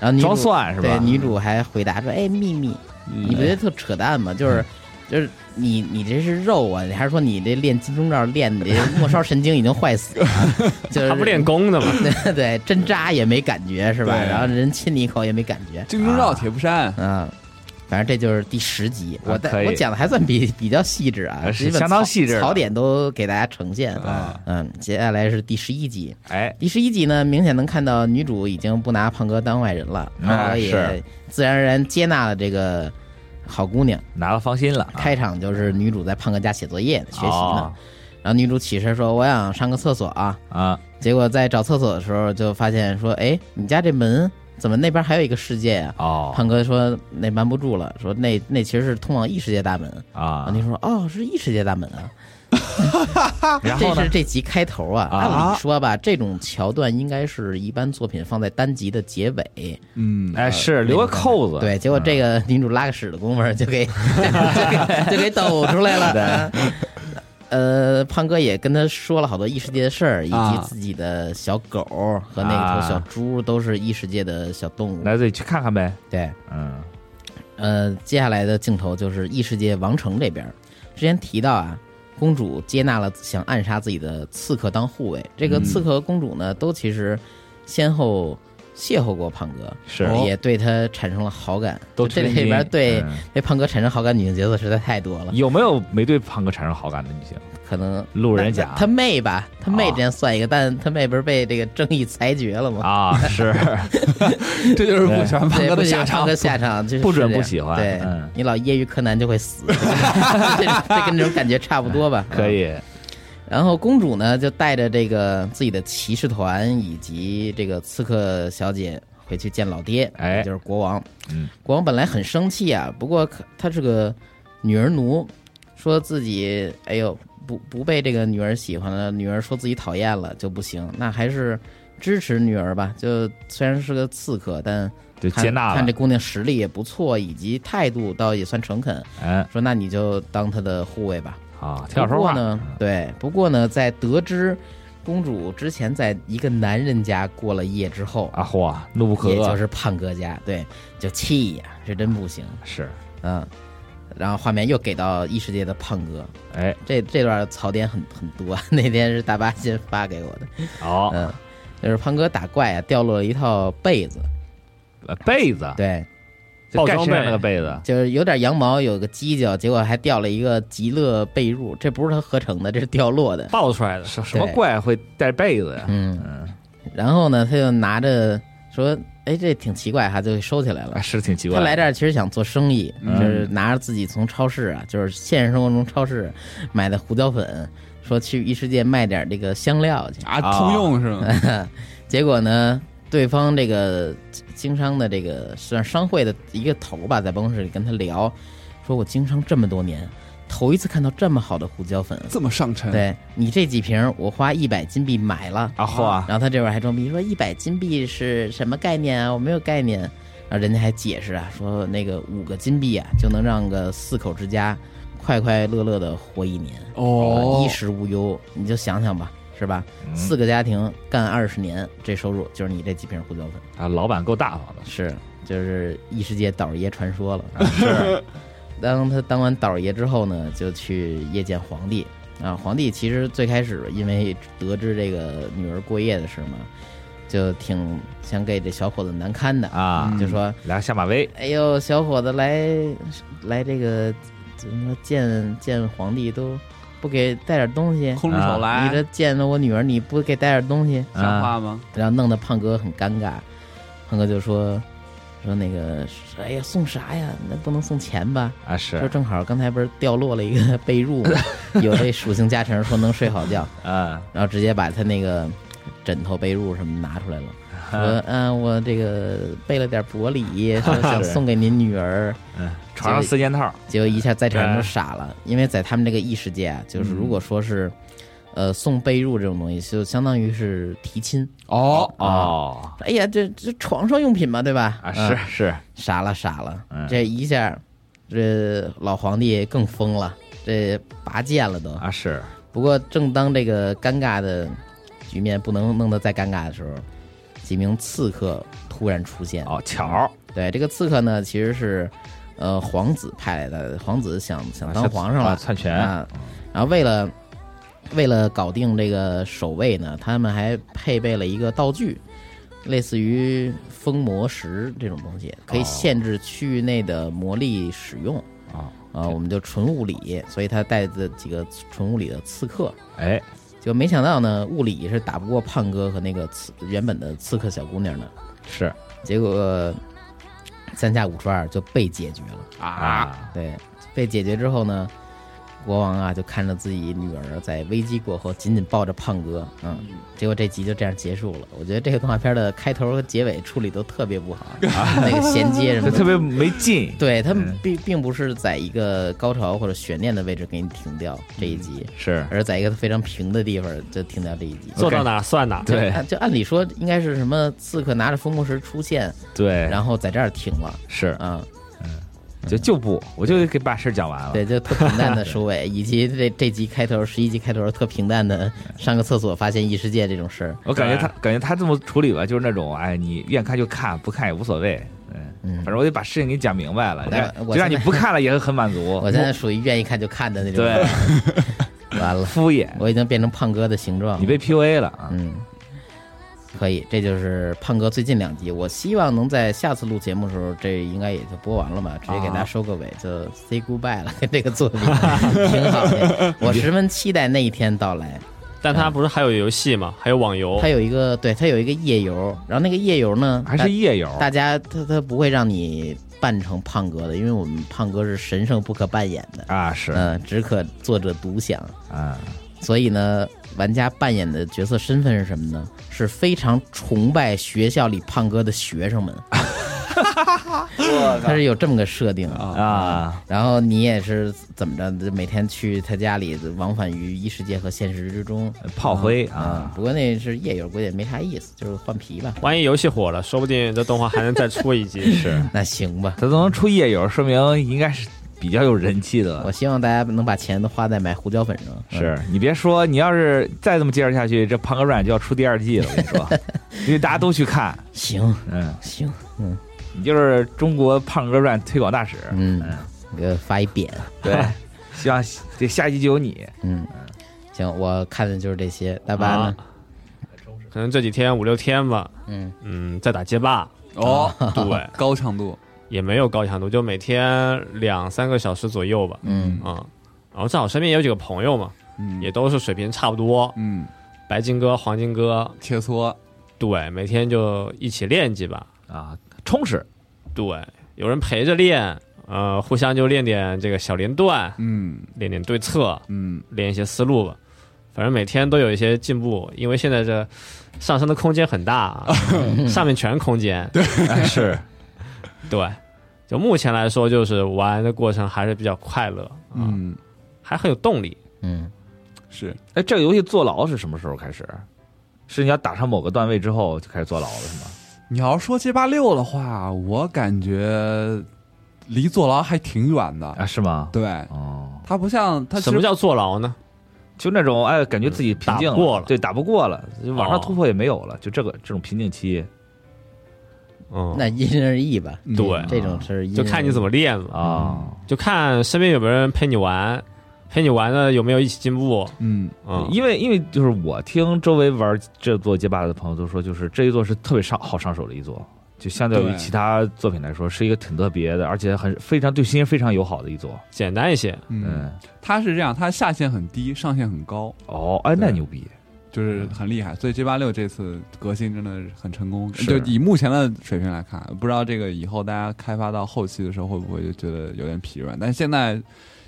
Speaker 1: 然后女主
Speaker 4: 装蒜是吧
Speaker 1: 对，女主还回答说：“哎，秘密。”你不觉得特扯淡吗？就是，就是你你这是肉啊，你还是说你这练金钟罩练的这末梢神经已经坏死了？就是
Speaker 2: 他不练功的嘛，
Speaker 1: 呃对针扎也没感觉是吧？
Speaker 3: 对
Speaker 1: 然后人亲你一口也没感觉，
Speaker 3: 金钟罩铁 布衫，
Speaker 1: 嗯。反正这就是第十集，我
Speaker 4: 啊
Speaker 1: 在、
Speaker 4: 可以
Speaker 1: 我讲的还算比比较细致啊，
Speaker 4: 呃是
Speaker 1: 基本
Speaker 4: 相当
Speaker 1: 槽
Speaker 4: 细致的
Speaker 1: 槽点都给大家呈现。
Speaker 3: 啊
Speaker 1: 嗯，接下来是第十一集，
Speaker 4: 哎，
Speaker 1: 第十一集呢，明显能看到女主已经不拿胖哥当外人了，
Speaker 4: 啊
Speaker 1: 胖哥
Speaker 4: 是
Speaker 1: 也自然而然接纳了这个好姑娘。
Speaker 4: 拿了芳心了，
Speaker 1: 开场就是女主在胖哥家写作业呢，学习呢
Speaker 4: 啊哦。
Speaker 1: 然后女主起身说：“我想上个厕所啊。
Speaker 4: 啊，”
Speaker 1: 结果在找厕所的时候，就发现说：“哎，你家这门怎么那边还有一个世界啊呀、
Speaker 4: 哦，
Speaker 1: 胖哥说：“那瞒不住了，说那那其实是通往异世界大门。”
Speaker 4: 啊
Speaker 1: 啊，，你说：“哦，是异世界大门啊。
Speaker 4: 啊然”
Speaker 1: 这
Speaker 4: 后呢
Speaker 1: 是？这集开头啊。
Speaker 4: 啊
Speaker 1: 按理说吧，这种桥段应该是一般作品放在单集的结尾。
Speaker 3: 嗯，
Speaker 4: 哎，是留个扣子，
Speaker 1: 呃对，结果这个女主拉个屎的功夫儿就 给就给就给抖出来了。呃，胖哥也跟他说了好多异世界的事儿，以及
Speaker 3: 啊
Speaker 1: 自己的小狗儿和那头小猪都是异世界的小动物。
Speaker 4: 啊那得去看看呗，
Speaker 1: 对，
Speaker 4: 嗯，
Speaker 1: 呃，接下来的镜头就是异世界王城这边儿。之前提到啊，公主接纳了想暗杀自己的刺客当护卫，这个刺客和公主呢，都其实先后邂逅过胖哥，
Speaker 4: 是
Speaker 1: 而也对他产生了好感。
Speaker 4: 哦都
Speaker 1: 哦这里
Speaker 4: 推
Speaker 1: 边
Speaker 4: 你
Speaker 1: 对
Speaker 4: 嗯
Speaker 1: 对胖哥产生好感女性角色实在太多了，
Speaker 4: 有没有没对胖哥产生好感的女性？
Speaker 1: 可能
Speaker 4: 路人
Speaker 1: 那
Speaker 4: 甲
Speaker 1: 那他妹吧，他妹
Speaker 4: 啊
Speaker 1: 之前算一个，但他妹不是被这个正义裁决了吗？
Speaker 4: 啊， 是
Speaker 1: 嗯
Speaker 3: 这就是不喜欢胖
Speaker 1: 对，
Speaker 3: 哥
Speaker 1: 不
Speaker 3: 的
Speaker 1: 行
Speaker 3: 下
Speaker 1: 胖
Speaker 3: 场
Speaker 1: 哥，下 场就是
Speaker 4: 不准
Speaker 1: 这样
Speaker 4: 不喜欢
Speaker 1: 对
Speaker 4: 嗯
Speaker 1: 你老揶揄柯南就会 死，这这跟这种感觉差不多吧？嗯
Speaker 4: 可以
Speaker 1: 然后公主呢，就带着这个自己的骑士团以及这个刺客小姐回去见老爹，
Speaker 4: 哎
Speaker 1: 也就是国王。
Speaker 4: 嗯，
Speaker 1: 国王本来很生气啊，不过可他是个女儿奴，说自己哎呦不不被这个女儿喜欢了，女儿说自己讨厌了就不行，那还是支持女儿吧。就虽然是个刺客，但
Speaker 4: 就
Speaker 1: 看
Speaker 4: 接纳
Speaker 1: 看
Speaker 4: 了
Speaker 1: 这，姑娘实力也不错，以及态度倒也算诚恳，
Speaker 4: 嗯，
Speaker 1: 说那你就当她的护卫吧。
Speaker 4: 啊，挺
Speaker 1: 不
Speaker 4: 好说
Speaker 1: 过
Speaker 4: 话
Speaker 1: 呢，对，不过呢，在得知公主之前在一个男人家过了夜之后，
Speaker 4: 啊，嚯，怒不可
Speaker 1: 也就
Speaker 4: 遏，
Speaker 1: 是胖哥家，对，就气呀，这真不行，
Speaker 4: 是，
Speaker 1: 嗯。然后画面又给到异世界的胖哥，
Speaker 4: 哎，
Speaker 1: 这这段槽点很很多， 那天是大巴先发给我的，嗯
Speaker 4: 好，
Speaker 1: 嗯，就是胖哥打怪啊，掉落了一套被子，
Speaker 4: 呃被子，
Speaker 1: 对，
Speaker 4: 就盖
Speaker 2: 包装
Speaker 4: 身上
Speaker 2: 被
Speaker 4: 那个被子，
Speaker 1: 就是有点羊毛，有个犄角，结果还掉了一个极乐被褥，这不是它合成的，这是掉落 的。
Speaker 2: 爆出来的，
Speaker 4: 什什么
Speaker 1: 嗯对
Speaker 4: 怪会带被子呀？
Speaker 1: 嗯，
Speaker 4: 嗯，
Speaker 1: 然后呢，他就拿着说：“哎，这挺奇怪哈，就收起来了
Speaker 4: 啊。是挺奇
Speaker 1: 嗯
Speaker 4: 怪
Speaker 1: 他
Speaker 4: 的。
Speaker 1: 来这儿其实想做生意，
Speaker 4: 嗯
Speaker 1: 就是拿着自己从超市啊，就是现实生活中超市买的胡椒粉，说去异世界卖点这个香料去。
Speaker 3: 啊，
Speaker 4: 啊
Speaker 3: 通用是
Speaker 1: 哦
Speaker 3: 吗？
Speaker 1: 结果呢，对方这个经商的这个算是商会的一个头吧，在办公室里跟他聊，说我经商这么多年，头一次看到这么好的胡椒粉。
Speaker 3: 这么上乘，
Speaker 1: 对你这几瓶，我花一百金币买了。
Speaker 4: 啊嚯啊，
Speaker 1: 然后他这会儿还装逼说一百金币是什么概念啊？我没有概念。然后人家还解释啊，说那个五个金币啊，就能让个四口之家快快乐乐的活一年，
Speaker 3: 哦
Speaker 1: 衣，食无忧。你就想想吧，是吧？
Speaker 4: 嗯
Speaker 1: 四个家庭干二十年，这收入就是你这几瓶胡椒粉。
Speaker 4: 啊，老板够大方的，
Speaker 1: 是，就是异世界倒爷传说了。啊
Speaker 4: 是
Speaker 1: 当他当完倒爷之后呢，就去夜见皇帝啊。皇帝其实最开始因为得知这个女儿过夜的事嘛，就挺想给这小伙子难堪的，
Speaker 4: 啊，
Speaker 1: 就说
Speaker 4: 来个下马威：“
Speaker 1: 哎呦，小伙子来来这个怎么说见见皇帝都不给带点东西，
Speaker 3: 空着手
Speaker 1: 你
Speaker 3: 来
Speaker 1: 这，见了我女儿你不给带点东西，
Speaker 3: 像话吗？
Speaker 1: 然后弄得胖哥很尴尬，胖哥就说说那个，哎呀，送啥呀？那不能送钱吧？
Speaker 4: 啊
Speaker 1: 说
Speaker 4: 是，
Speaker 1: 正好刚才不是掉落了一个 被褥吗？有这属性加成，说能睡好觉，
Speaker 4: 嗯
Speaker 1: 然后直接把他那个枕头、被褥什么拿出来了， 说嗯、我这个备了点薄礼， 说想
Speaker 4: 是
Speaker 1: 送给您女儿。
Speaker 4: 嗯，床上
Speaker 1: 就
Speaker 4: 四件套，
Speaker 1: 结果一下在场就
Speaker 4: 对
Speaker 1: 傻了，因为在他们这个异世界啊，就是如果说是，呃，送被褥这种东西，就相当于是提亲。啊
Speaker 3: 哦，
Speaker 4: 哦
Speaker 1: 哎呀，这这床上用品嘛，对吧？
Speaker 4: 啊
Speaker 1: 嗯哎
Speaker 4: 是是，
Speaker 1: 傻了傻了
Speaker 4: 嗯，
Speaker 1: 这一下，这老皇帝更疯了，这拔剑了都。
Speaker 4: 啊是，
Speaker 1: 不过正当这个尴尬的局面不能弄得再尴尬的时候，几名刺客突然出现。
Speaker 4: 哦巧儿
Speaker 1: 对，这个刺客呢，其实是呃皇子派来的，皇子想想
Speaker 4: 啊
Speaker 1: 嗯当
Speaker 4: 是
Speaker 1: 皇上
Speaker 4: 啊
Speaker 1: 了，
Speaker 4: 篡权
Speaker 1: 啊。然后为了为了搞定这个守卫呢，他们还配备了一个道具，类似于封魔石这种东西，可以
Speaker 4: 哦
Speaker 1: 限制区域内的魔力使用。
Speaker 4: 啊，
Speaker 1: 啊、我们就纯物理，所以他带着几个纯物理的刺客，
Speaker 4: 哎
Speaker 1: 就没想到呢，物理是打不过胖哥和那个刺原本的刺客小姑娘的，
Speaker 4: 是
Speaker 1: 结果呃三下五除二就被解决了。
Speaker 3: 啊，
Speaker 4: 啊
Speaker 1: 对，被解决之后呢，国王啊就看着自己女儿啊在危机过后紧紧抱着胖哥，嗯，结果这集就这样结束了。我觉得这个动画片的开头和结尾处理都特别 不好，那个衔接什么
Speaker 4: 这
Speaker 1: 的
Speaker 4: 特别没劲，
Speaker 1: 对他们
Speaker 4: 嗯
Speaker 1: 并并不是在一个高潮或者悬念的位置给你停掉这一集，
Speaker 4: 是
Speaker 1: 而是在一个非常平的地方就停掉这一集。
Speaker 2: 做到哪儿算哪儿。
Speaker 4: 哦对
Speaker 1: 就按理说应该是什么刺客拿着风魔石出现，
Speaker 4: 对，
Speaker 1: 然后在这儿停了
Speaker 4: 是
Speaker 1: 啊、
Speaker 4: 就就不，我就给把事儿讲完了，
Speaker 1: 对，就特平淡的收尾， 以及这这集开头十一集开头特平淡
Speaker 4: 嗯
Speaker 1: 的上个厕所发现异世界这种事儿，
Speaker 4: 我感觉
Speaker 2: 对
Speaker 4: 他
Speaker 1: 嗯
Speaker 4: 感觉他这么处理吧，就是那种哎，你愿看就看，不看也无所谓，嗯，
Speaker 1: 嗯
Speaker 4: 反。正我得把事情给你讲明白了，
Speaker 1: 我
Speaker 4: 你看
Speaker 1: 我
Speaker 4: 就
Speaker 1: 现
Speaker 4: 让你
Speaker 1: 在
Speaker 4: 不看了也很满足。
Speaker 1: 我现在属于愿意看就看的那种，
Speaker 4: 对，
Speaker 1: 完了，
Speaker 4: 敷衍，
Speaker 1: 我已经变成胖哥的形状了。
Speaker 4: 你被 PUA 了啊！
Speaker 1: 嗯，可以，这就是胖哥最近两集。我希望能在下次录节目的时候，这应该也就播完了吧，直接给
Speaker 4: 啊
Speaker 1: 大家收个尾，就 say goodbye 了。这个作品挺好 的，我十分期待那一天到来。
Speaker 2: 但它不是还有游戏吗？还有网游
Speaker 1: 它，有一个，对，它有一个夜游，然后那个夜游呢，
Speaker 4: 哦还是夜游
Speaker 1: 大大家他他不会让你扮成胖哥的，因为我们胖哥是神圣不可扮演的，
Speaker 4: 啊？是
Speaker 1: 嗯、只可作者独享。
Speaker 4: 啊，
Speaker 1: 所以呢，玩家扮演的角色身份是什么呢？是非常崇拜学校里胖哥的学生们， 他是有这么个设定啊。
Speaker 4: 啊
Speaker 1: 然后你也是怎么着，每天去他家里往返于异世界和现实之中
Speaker 4: 炮灰
Speaker 1: 啊
Speaker 4: 啊。
Speaker 1: 不过那是夜游，估计也没啥意思，就是换皮吧。
Speaker 2: 万一游戏火了，说不定这动画还能再出一啊季。是，
Speaker 1: 那行吧，
Speaker 4: 他都能出夜游，说明应该是比较有人气的
Speaker 1: 我
Speaker 4: 了。
Speaker 1: 希望大家能把钱都花在买胡椒粉上。嗯
Speaker 4: 是你别说，你要是再这么介绍下去，这胖哥软就要出第二季了。我跟你说，因为大家都去看，
Speaker 1: 行
Speaker 4: 嗯，
Speaker 1: 行，
Speaker 4: 你就是中国胖哥软推广大使，
Speaker 1: 嗯，给我发一扁。
Speaker 4: 对， 希望这下一季就有你。
Speaker 1: 嗯，行，我看的就是这
Speaker 2: 啊
Speaker 1: 些。大巴呢？
Speaker 2: 可能这几天五六天吧。
Speaker 1: 嗯
Speaker 2: 嗯，在打街霸，
Speaker 3: 哦，
Speaker 2: 对，
Speaker 3: 高强度，
Speaker 2: 也没有高强度，就每天两三个小时左右吧。
Speaker 1: 嗯
Speaker 2: 啊、然后正好身边也有几个朋友嘛，
Speaker 3: 嗯
Speaker 2: 也都是水平差不多，
Speaker 3: 嗯，
Speaker 2: 白金哥、黄金哥，
Speaker 3: 切磋，
Speaker 2: 对，每天就一起练几把，
Speaker 4: 啊，充实，
Speaker 2: 对，有人陪着练，呃，互相就练点这个小连段，
Speaker 3: 嗯
Speaker 2: 练点对策，
Speaker 3: 嗯，
Speaker 2: 练一些思路吧。反正每天都有一些进步，因为现在这上升的空间很大啊， 上面全是空间。对
Speaker 4: 哎是，
Speaker 2: 对，就目前来说，就是玩的过程还是比较快乐，啊、
Speaker 3: 嗯
Speaker 2: 还很有动力。
Speaker 1: 嗯，
Speaker 3: 是
Speaker 4: 哎，这个游戏坐牢是什么时候开始？是你要打上某个段位之后就开始坐牢了是吗？
Speaker 3: 你要说街霸六的话，我感觉离坐牢还挺远的。
Speaker 4: 啊，是吗？
Speaker 3: 对，
Speaker 4: 哦，
Speaker 3: 它不像它其实
Speaker 2: 什么叫坐牢呢？
Speaker 4: 就那种哎，感觉自己瓶颈
Speaker 2: 打不过了
Speaker 4: 对，打不过了，就往上
Speaker 2: 哦
Speaker 4: 突破也没有了，就这个这种瓶颈期
Speaker 2: 嗯，
Speaker 1: 那因人而异吧。
Speaker 3: 嗯
Speaker 2: 对
Speaker 1: 这种是因
Speaker 2: 就看你怎
Speaker 1: 么
Speaker 2: 么练了，
Speaker 4: 啊，
Speaker 2: 就看身边有没有人陪你玩，陪你玩的有没有一起进步。
Speaker 3: 嗯
Speaker 2: 嗯，
Speaker 4: 因为因为就是我听周围玩这座街霸的朋友都说，就是这一座是特别上好上手的一座，就相对于
Speaker 3: 对
Speaker 4: 其他作品来说，是一个挺特别的，而且很非常对新人非常友好的一座。
Speaker 2: 简单一些。
Speaker 3: 嗯，
Speaker 4: 嗯，
Speaker 3: 它是这样，它下限很低，上限很高，
Speaker 4: 哦，哎，那
Speaker 3: 对
Speaker 4: 牛逼，嗯
Speaker 3: 就是很厉害。所以 G 八六这次革新真的很成功，
Speaker 4: 是
Speaker 3: 就以目前的水平来看，不知道这个以后大家开发到后期的时候会不会就觉得有点疲软。但现在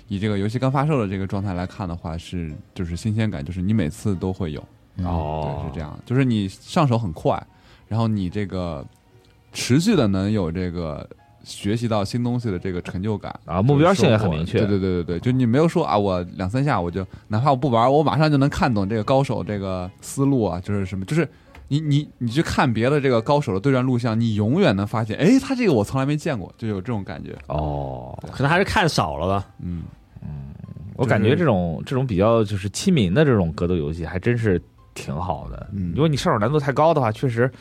Speaker 3: 以这个游戏刚发售的这个状态来看的话，是就是新鲜感，就是你每次都会有，
Speaker 4: 哦
Speaker 1: 嗯
Speaker 3: 对，，是这样，就是你上手很快，然后你这个持续的能有这个学习到新东西的这个成就感。
Speaker 4: 啊，目标性也很明确，
Speaker 3: 对对对对对，就你没有说啊，我两三下我就，哪怕我不玩，我马上就能看懂这个高手这个思路啊，就是什么，就是你你你去看别的这个高手的对战录像，你永远能发现，哎，他这个我从来没见过，就有这种感觉。
Speaker 4: 哦，
Speaker 2: 可能还是看少了吧。
Speaker 3: 嗯，
Speaker 4: 我感觉这种这种比较就是亲民的这种格斗游戏，还真是挺好的。
Speaker 3: 嗯
Speaker 4: 如果你上手难度太高的话，确实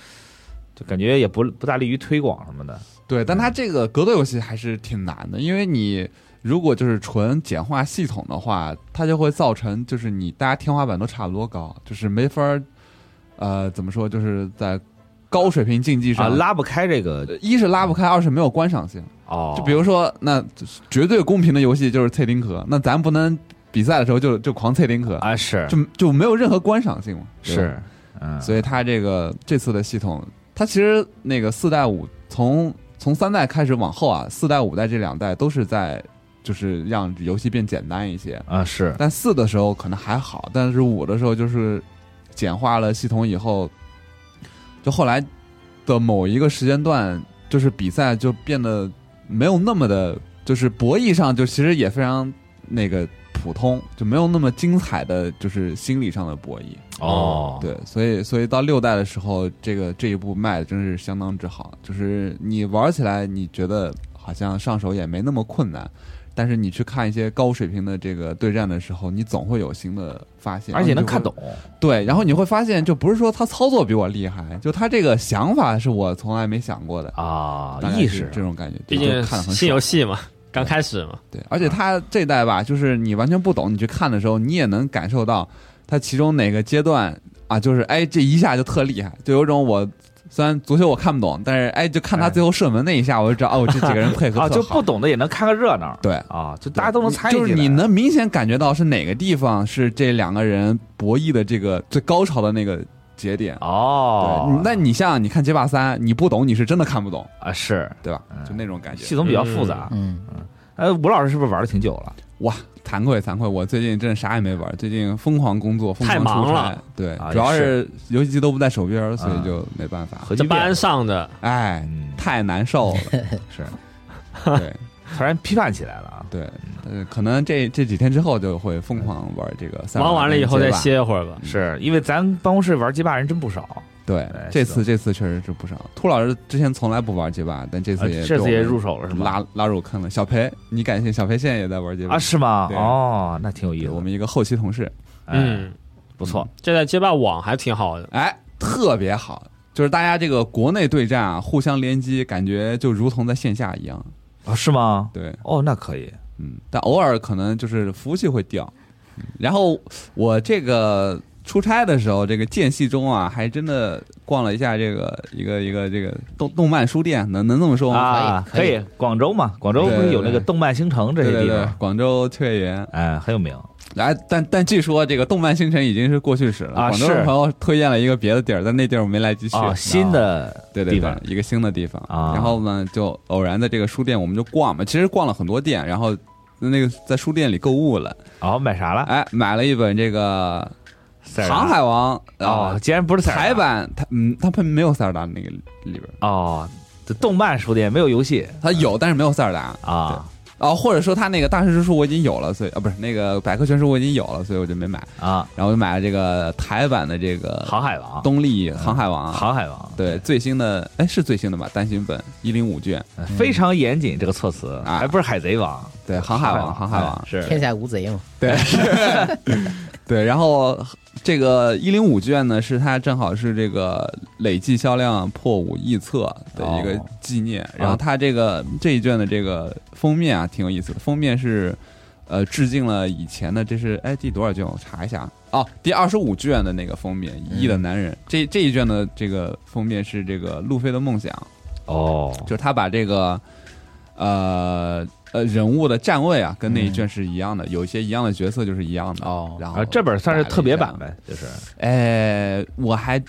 Speaker 4: 就感觉也不不大利于推广什么的。
Speaker 3: 对，但他这个格斗游戏还是挺难的，因为你如果就是纯简化系统的话，它就会造成就是你大家天花板都差不多高，就是没法儿，呃，怎么说，就是在高水平竞技
Speaker 4: 啊，
Speaker 3: 上、
Speaker 4: 拉不开这个
Speaker 3: 呃一是拉不开，二是没有观赏性。
Speaker 4: 哦，
Speaker 3: 就比如说，那绝对公平的游戏就是脆丁壳，那咱不能比赛的时候就就狂脆丁壳，
Speaker 4: 啊是
Speaker 3: 就就没有任何观赏性嘛。对吧，
Speaker 4: 是嗯，
Speaker 3: 所以它这个这次的系统，它其实那个四代五从从三代开始往后啊，四代五代这两代都是在就是让游戏变简单一些。
Speaker 4: 啊是
Speaker 3: 但四的时候可能还好，但是五的时候就是简化了系统以后，就后来的某一个时间段，就是比赛就变得没有那么的，就是博弈上就其实也非常那个普通，就没有那么精彩的，就是心理上的博弈。
Speaker 4: 哦
Speaker 3: 对，所以所以到六代的时候，这个这一步卖的真是相当之好，就是你玩起来你觉得好像上手也没那么困难，但是你去看一些高水平的这个对战的时候，你总会有新的发现，
Speaker 4: 而且能看
Speaker 3: 然后
Speaker 4: 懂
Speaker 3: 你就会。对，然后你会发现，就不是说他操作比我厉害，就他这个想法是我从来没想过的，
Speaker 4: 啊
Speaker 3: 大概
Speaker 4: 意
Speaker 3: 是
Speaker 4: 识
Speaker 3: 这种感觉，
Speaker 2: 毕
Speaker 3: 就
Speaker 2: 竟
Speaker 3: 看得很爽
Speaker 2: 新游戏嘛，刚开始嘛。
Speaker 3: 对，而且
Speaker 4: 啊
Speaker 3: 它这代吧，就是你完全不懂，你去看的时候，你也能感受到它其中哪个阶段啊，就是哎，这一下就特厉害，就有种我虽然足球我看不懂，但是哎，就看他最后射门那一下，我就知道哦，这几个人配合
Speaker 4: 啊
Speaker 3: 特
Speaker 4: 就
Speaker 3: 好
Speaker 4: 不懂的也能看个热闹
Speaker 3: 对。
Speaker 4: 啊，就大家都能参与
Speaker 3: 就是
Speaker 4: 进来
Speaker 3: 你能明显感觉到是哪个地方是这两个人博弈的这个最高潮的那个节点。
Speaker 4: 哦
Speaker 3: 对，，那你像你看街霸三，你不懂，你是真的看不懂，
Speaker 4: 啊是
Speaker 3: 对吧？
Speaker 4: 嗯
Speaker 3: 就那种感觉。
Speaker 4: 系统比较复杂。
Speaker 1: 嗯
Speaker 4: 呃，吴老师是不是玩的挺久了？
Speaker 3: 哇，惭愧惭愧，我最近真的啥也没玩，最近疯狂工作，疯
Speaker 2: 太
Speaker 3: 狂出
Speaker 2: 忙
Speaker 3: 差
Speaker 2: 了，
Speaker 3: 对，
Speaker 4: 啊
Speaker 3: 主要
Speaker 4: 也
Speaker 3: 是游戏机都不在手边儿，所
Speaker 4: 啊
Speaker 3: 以就没办法。
Speaker 4: 合
Speaker 2: 这
Speaker 4: 计变
Speaker 2: 班上的
Speaker 3: 哎，
Speaker 4: 嗯，
Speaker 3: 太难受 了，
Speaker 4: 是
Speaker 3: 对
Speaker 4: 突然批判起来了啊。
Speaker 3: 对，呃，可能这这几天之后就会疯狂玩这个赛
Speaker 2: 忙
Speaker 3: 博
Speaker 2: 完
Speaker 3: 朋克
Speaker 2: 了以后
Speaker 3: 街
Speaker 2: 再
Speaker 3: 霸。
Speaker 2: 歇一会儿吧。
Speaker 3: 嗯
Speaker 4: 是因为咱办公室玩街霸人真不少，
Speaker 3: 对
Speaker 4: 哎，
Speaker 3: 这
Speaker 4: 是
Speaker 3: 次这次确实是不少。兔老师之前从来不玩街霸，但这
Speaker 4: 呃
Speaker 3: 次也
Speaker 4: 这次也
Speaker 3: 被我
Speaker 4: 入
Speaker 3: 们
Speaker 4: 手了是吗？
Speaker 3: 拉拉入坑了。小裴，你感谢小裴现在也在玩街霸
Speaker 4: 啊，是吗？
Speaker 3: 对
Speaker 4: 哦，那挺有意
Speaker 3: 对
Speaker 4: 思的。
Speaker 3: 我们一个后期同事，
Speaker 4: 哎，
Speaker 2: 嗯，
Speaker 4: 不错
Speaker 2: 这代街霸网还挺好的。
Speaker 3: 哎，特别好，就是大家这个国内对战啊，互相联机，感觉就如同在线下一样。
Speaker 4: 啊，是吗？
Speaker 3: 对，
Speaker 4: 哦，那可以
Speaker 3: 嗯，但偶尔可能就是服务器会掉。嗯然后我这个出差的时候，这个间隙中啊，还真的逛了一下这个一个一个这个动动漫书店，能能这么说吗？
Speaker 4: 啊，
Speaker 1: 可以可以
Speaker 4: 以，广州嘛，广州不
Speaker 3: 对
Speaker 4: 是
Speaker 3: 对
Speaker 4: 有那个
Speaker 3: 对
Speaker 4: 动漫星城这
Speaker 3: 对
Speaker 4: 些
Speaker 3: 对
Speaker 4: 地
Speaker 3: 对
Speaker 4: 方，，
Speaker 3: 广州翠园，
Speaker 4: 哎，很有名。
Speaker 3: 来，但但据说这个动漫星辰已经是过去式了。
Speaker 4: 啊
Speaker 3: 广州的
Speaker 4: 是
Speaker 3: 朋友推荐了一个别的地儿，但那地儿我没来及去。啊
Speaker 4: 哦，新的
Speaker 3: 对对
Speaker 4: 地
Speaker 3: 对
Speaker 4: 方，
Speaker 3: 一个新的地方。
Speaker 4: 啊
Speaker 3: 然后呢，就偶然在这个书店，我们就逛嘛，其实逛了很多店，然后那个在书店里购物了，
Speaker 4: 哦，买啥了？
Speaker 3: 哎，买了一本这个
Speaker 4: 塞
Speaker 3: 《
Speaker 4: 尔达
Speaker 3: 航海王》啊
Speaker 4: 哦，，竟然不是塞尔达
Speaker 3: 台版，它嗯，它没有塞尔达那个里边，
Speaker 4: 哦，这动漫书店没有游戏
Speaker 3: 它有，但是没有塞尔达。
Speaker 4: 啊
Speaker 3: 啊，或者说它那个大师之书我已经有了，所以啊，不是那个百科全书我已经有了，所以我就没买。
Speaker 4: 啊！
Speaker 3: 然后我就买了这个呃台版的这个
Speaker 4: 航海王，
Speaker 3: 东立航海王，
Speaker 4: 航海王，
Speaker 3: 对最新的，哎是最新的吧？单行本一零五卷，
Speaker 4: 呃非常严谨这个措辞，
Speaker 3: 啊
Speaker 4: 还不是海贼王，
Speaker 3: 对航海王，航海王，
Speaker 4: 哎是
Speaker 1: 天下无贼嘛，
Speaker 3: 对对，然后这个一零五卷呢，是它正好是这个累计销量破五亿册的一个
Speaker 4: 哦
Speaker 3: 纪念。然后它这个这一卷的这个封面啊，挺有意思的，封面是。呃，致敬了以前的，这是哎第多少卷？我查一下啊哦，第二十五卷的那个封面，《一亿的男人》这这一卷的这个封面是这个路飞的梦想，
Speaker 4: 哦
Speaker 3: 就是他把这个呃呃人物的站位啊，跟那一卷是一样的，有一些一样的角色就是一样的。
Speaker 1: 哦
Speaker 3: 然后
Speaker 4: 嗯啊，这本算是特别版
Speaker 3: 呗。
Speaker 4: 呗，就是
Speaker 3: 哎，我还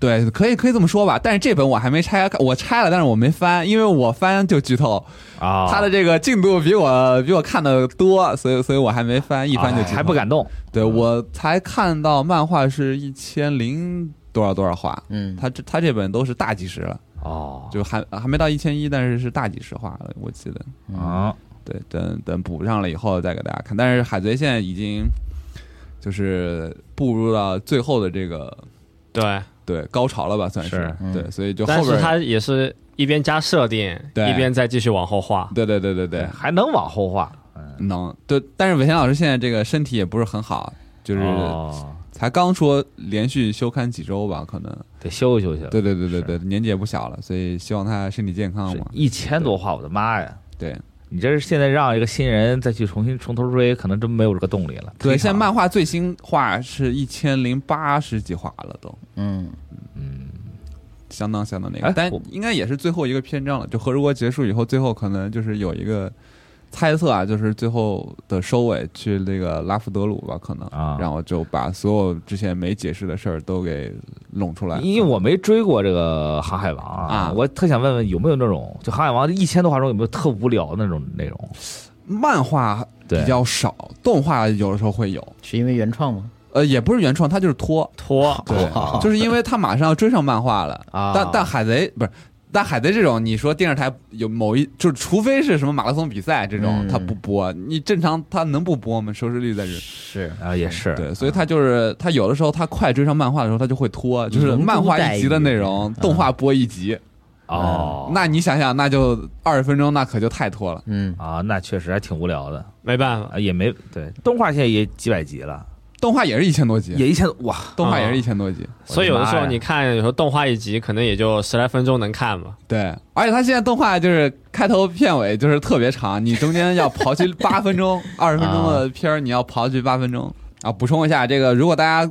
Speaker 3: 对，可以可以这么说吧。但是这本我还没拆开，我拆了，但是我没翻，因为我翻就剧透，
Speaker 4: 啊，
Speaker 3: 他的这个进度比我比我看的多，所以所以我还没翻，一翻就
Speaker 4: 啊
Speaker 3: 剧透。
Speaker 4: 还不。敢动，
Speaker 3: 对我才看到漫画是一千零多少多少话，
Speaker 1: 嗯，
Speaker 3: 他这他这本都是大几十了，
Speaker 4: 哦，
Speaker 3: 就还还没到一千一，但是是大几十话了，我记得。
Speaker 4: 啊
Speaker 3: 对，等等补上了以后再给大家看。但是海贼现在已经就是步入到最后的这个
Speaker 2: 对，
Speaker 3: 对高潮了吧，算
Speaker 4: 是
Speaker 1: 嗯
Speaker 3: 对，所以就
Speaker 2: 但
Speaker 3: 后
Speaker 2: 是
Speaker 3: 边
Speaker 2: 它也是一边加设定，
Speaker 3: 对
Speaker 2: 一边再继续往后画。
Speaker 3: 对对对对对，
Speaker 4: 嗯还能往后画，
Speaker 3: 能对。但是伟贤老师现在这个身体也不是很好，就是
Speaker 4: 哦，
Speaker 3: 才刚说连续休刊几周吧，可能
Speaker 4: 得休息休息了，
Speaker 3: 对对对对对，年纪也不小了，所以希望他身体健康
Speaker 4: 是
Speaker 3: 嘛。
Speaker 4: 一千多画，我的妈呀！
Speaker 3: 对
Speaker 4: 你这是现在让一个新人再去重新从头追，可能真没有这个动力了。
Speaker 3: 对，
Speaker 4: 忒
Speaker 3: 现在
Speaker 4: 长
Speaker 3: 漫画最新画是一千零八十几画了都。
Speaker 1: 嗯，
Speaker 3: 相当相当那个
Speaker 4: 哎，
Speaker 3: 但
Speaker 4: 我
Speaker 3: 应该也是最后一个篇章了。就合如国结束以后，最后可能就是有一个猜测啊，就是最后的收尾去那个拉夫德鲁吧，可能，
Speaker 4: 啊
Speaker 3: 然后就把所有之前没解释的事儿都给拢出来。
Speaker 4: 因为我没追过这个《航海王》
Speaker 3: 啊
Speaker 4: 我特想问问有没有那种就《航海王》一千多话中有没有特无聊的那种内容？
Speaker 3: 漫画
Speaker 4: 对
Speaker 3: 比较少，动画有的时候会有，
Speaker 1: 是因为原创吗？
Speaker 3: 呃，也不是原创，它就是拖，
Speaker 2: 拖
Speaker 3: 对， 就是因为它马上要追上漫画了。
Speaker 1: 啊
Speaker 3: 但但海贼不是。但海贼这种，你说电视台有某一，就是除非是什么马拉松比赛这种，
Speaker 1: 嗯
Speaker 3: 它不播，你正常它能不播吗？收视率在这，
Speaker 1: 是
Speaker 4: 啊，也是
Speaker 3: 对，所以他就是他有的时候他快追上漫画的时候，他就会拖，就是漫画一集的内容，
Speaker 1: 嗯
Speaker 3: 动画播一集。
Speaker 4: 哦，
Speaker 3: 那你想想，那就二十分钟，那可就太拖了。
Speaker 1: 嗯，
Speaker 4: 啊，那确实还挺无聊的
Speaker 2: 没办法，
Speaker 4: 啊，也没对动画现在也几百集了，
Speaker 3: 动画也是一千多集，
Speaker 4: 也一千哇，
Speaker 3: 动画也是一千多集。
Speaker 2: 所以有的
Speaker 4: 我
Speaker 2: 时候
Speaker 4: 妈呀
Speaker 2: 你看，有时候动画一集可能也就十来分钟能看嘛。
Speaker 3: 对，而且他现在动画就是开头片尾就是特别长，你中间要刨去八分钟、二十分钟
Speaker 4: 啊
Speaker 3: 的片儿，你要刨去八分钟啊。补充一下，这个如果大家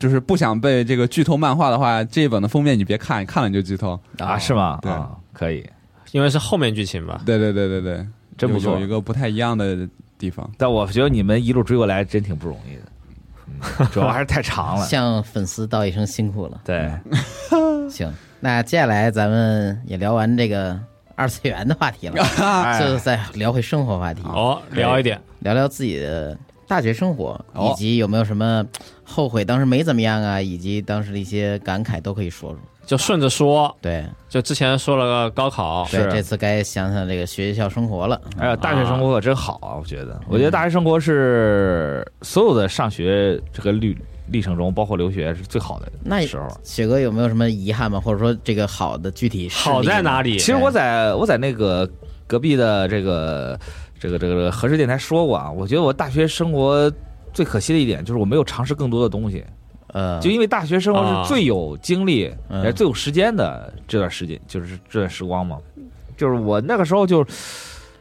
Speaker 3: 就是不想被这个剧透漫画的话，这一本的封面你别看，看了你就剧透。
Speaker 4: 啊，是吗？
Speaker 3: 哦对
Speaker 4: 啊，可以，
Speaker 2: 因为是后面剧情吧。
Speaker 3: 对对对对对，
Speaker 4: 真不
Speaker 3: 有
Speaker 4: 错
Speaker 3: 有一。个不太一样的地方。
Speaker 4: 但我觉得你们一路追过来真挺不容易的， 嗯主要还是太长了。
Speaker 1: 向粉丝道一声辛苦了。
Speaker 4: 对，
Speaker 2: 嗯
Speaker 1: 行，那接下来咱们也聊完这个二次元的话题 了，
Speaker 4: 哎
Speaker 2: 哎
Speaker 1: 就再聊回生活话
Speaker 4: 啊
Speaker 1: 题，
Speaker 2: 哦，聊一点，
Speaker 1: 聊聊自己的大学生活，
Speaker 3: 哦
Speaker 1: 以及有没有什么后悔当时没怎么样啊，以及当时的一些感慨都可以说说。
Speaker 2: 就顺着说，
Speaker 1: 对，
Speaker 2: 就之前说了个高考，
Speaker 1: 对，
Speaker 4: 是
Speaker 1: 这次该想想这个学校生活了。
Speaker 4: 哎呀，大学生活可真好啊！我觉得，我觉得大学生活是所有的上学这个历历程中，包括留学是最好的
Speaker 1: 那
Speaker 4: 时候。啊
Speaker 1: 雪哥有没有什么遗憾吗？或者说这个好的具体事例
Speaker 2: 好在哪
Speaker 1: 呢？
Speaker 2: 里？
Speaker 4: 其实我在我在那个隔壁的这个这个这个这个合适电台说过啊，我觉得我大学生活最可惜的一点就是我没有尝试更多的东西，
Speaker 1: 呃，
Speaker 4: 就因为大学生活
Speaker 2: 啊
Speaker 4: 是最有精力、
Speaker 1: 嗯
Speaker 4: 也最有时间的这段时间，就是这段时光嘛。就是我那个时候就，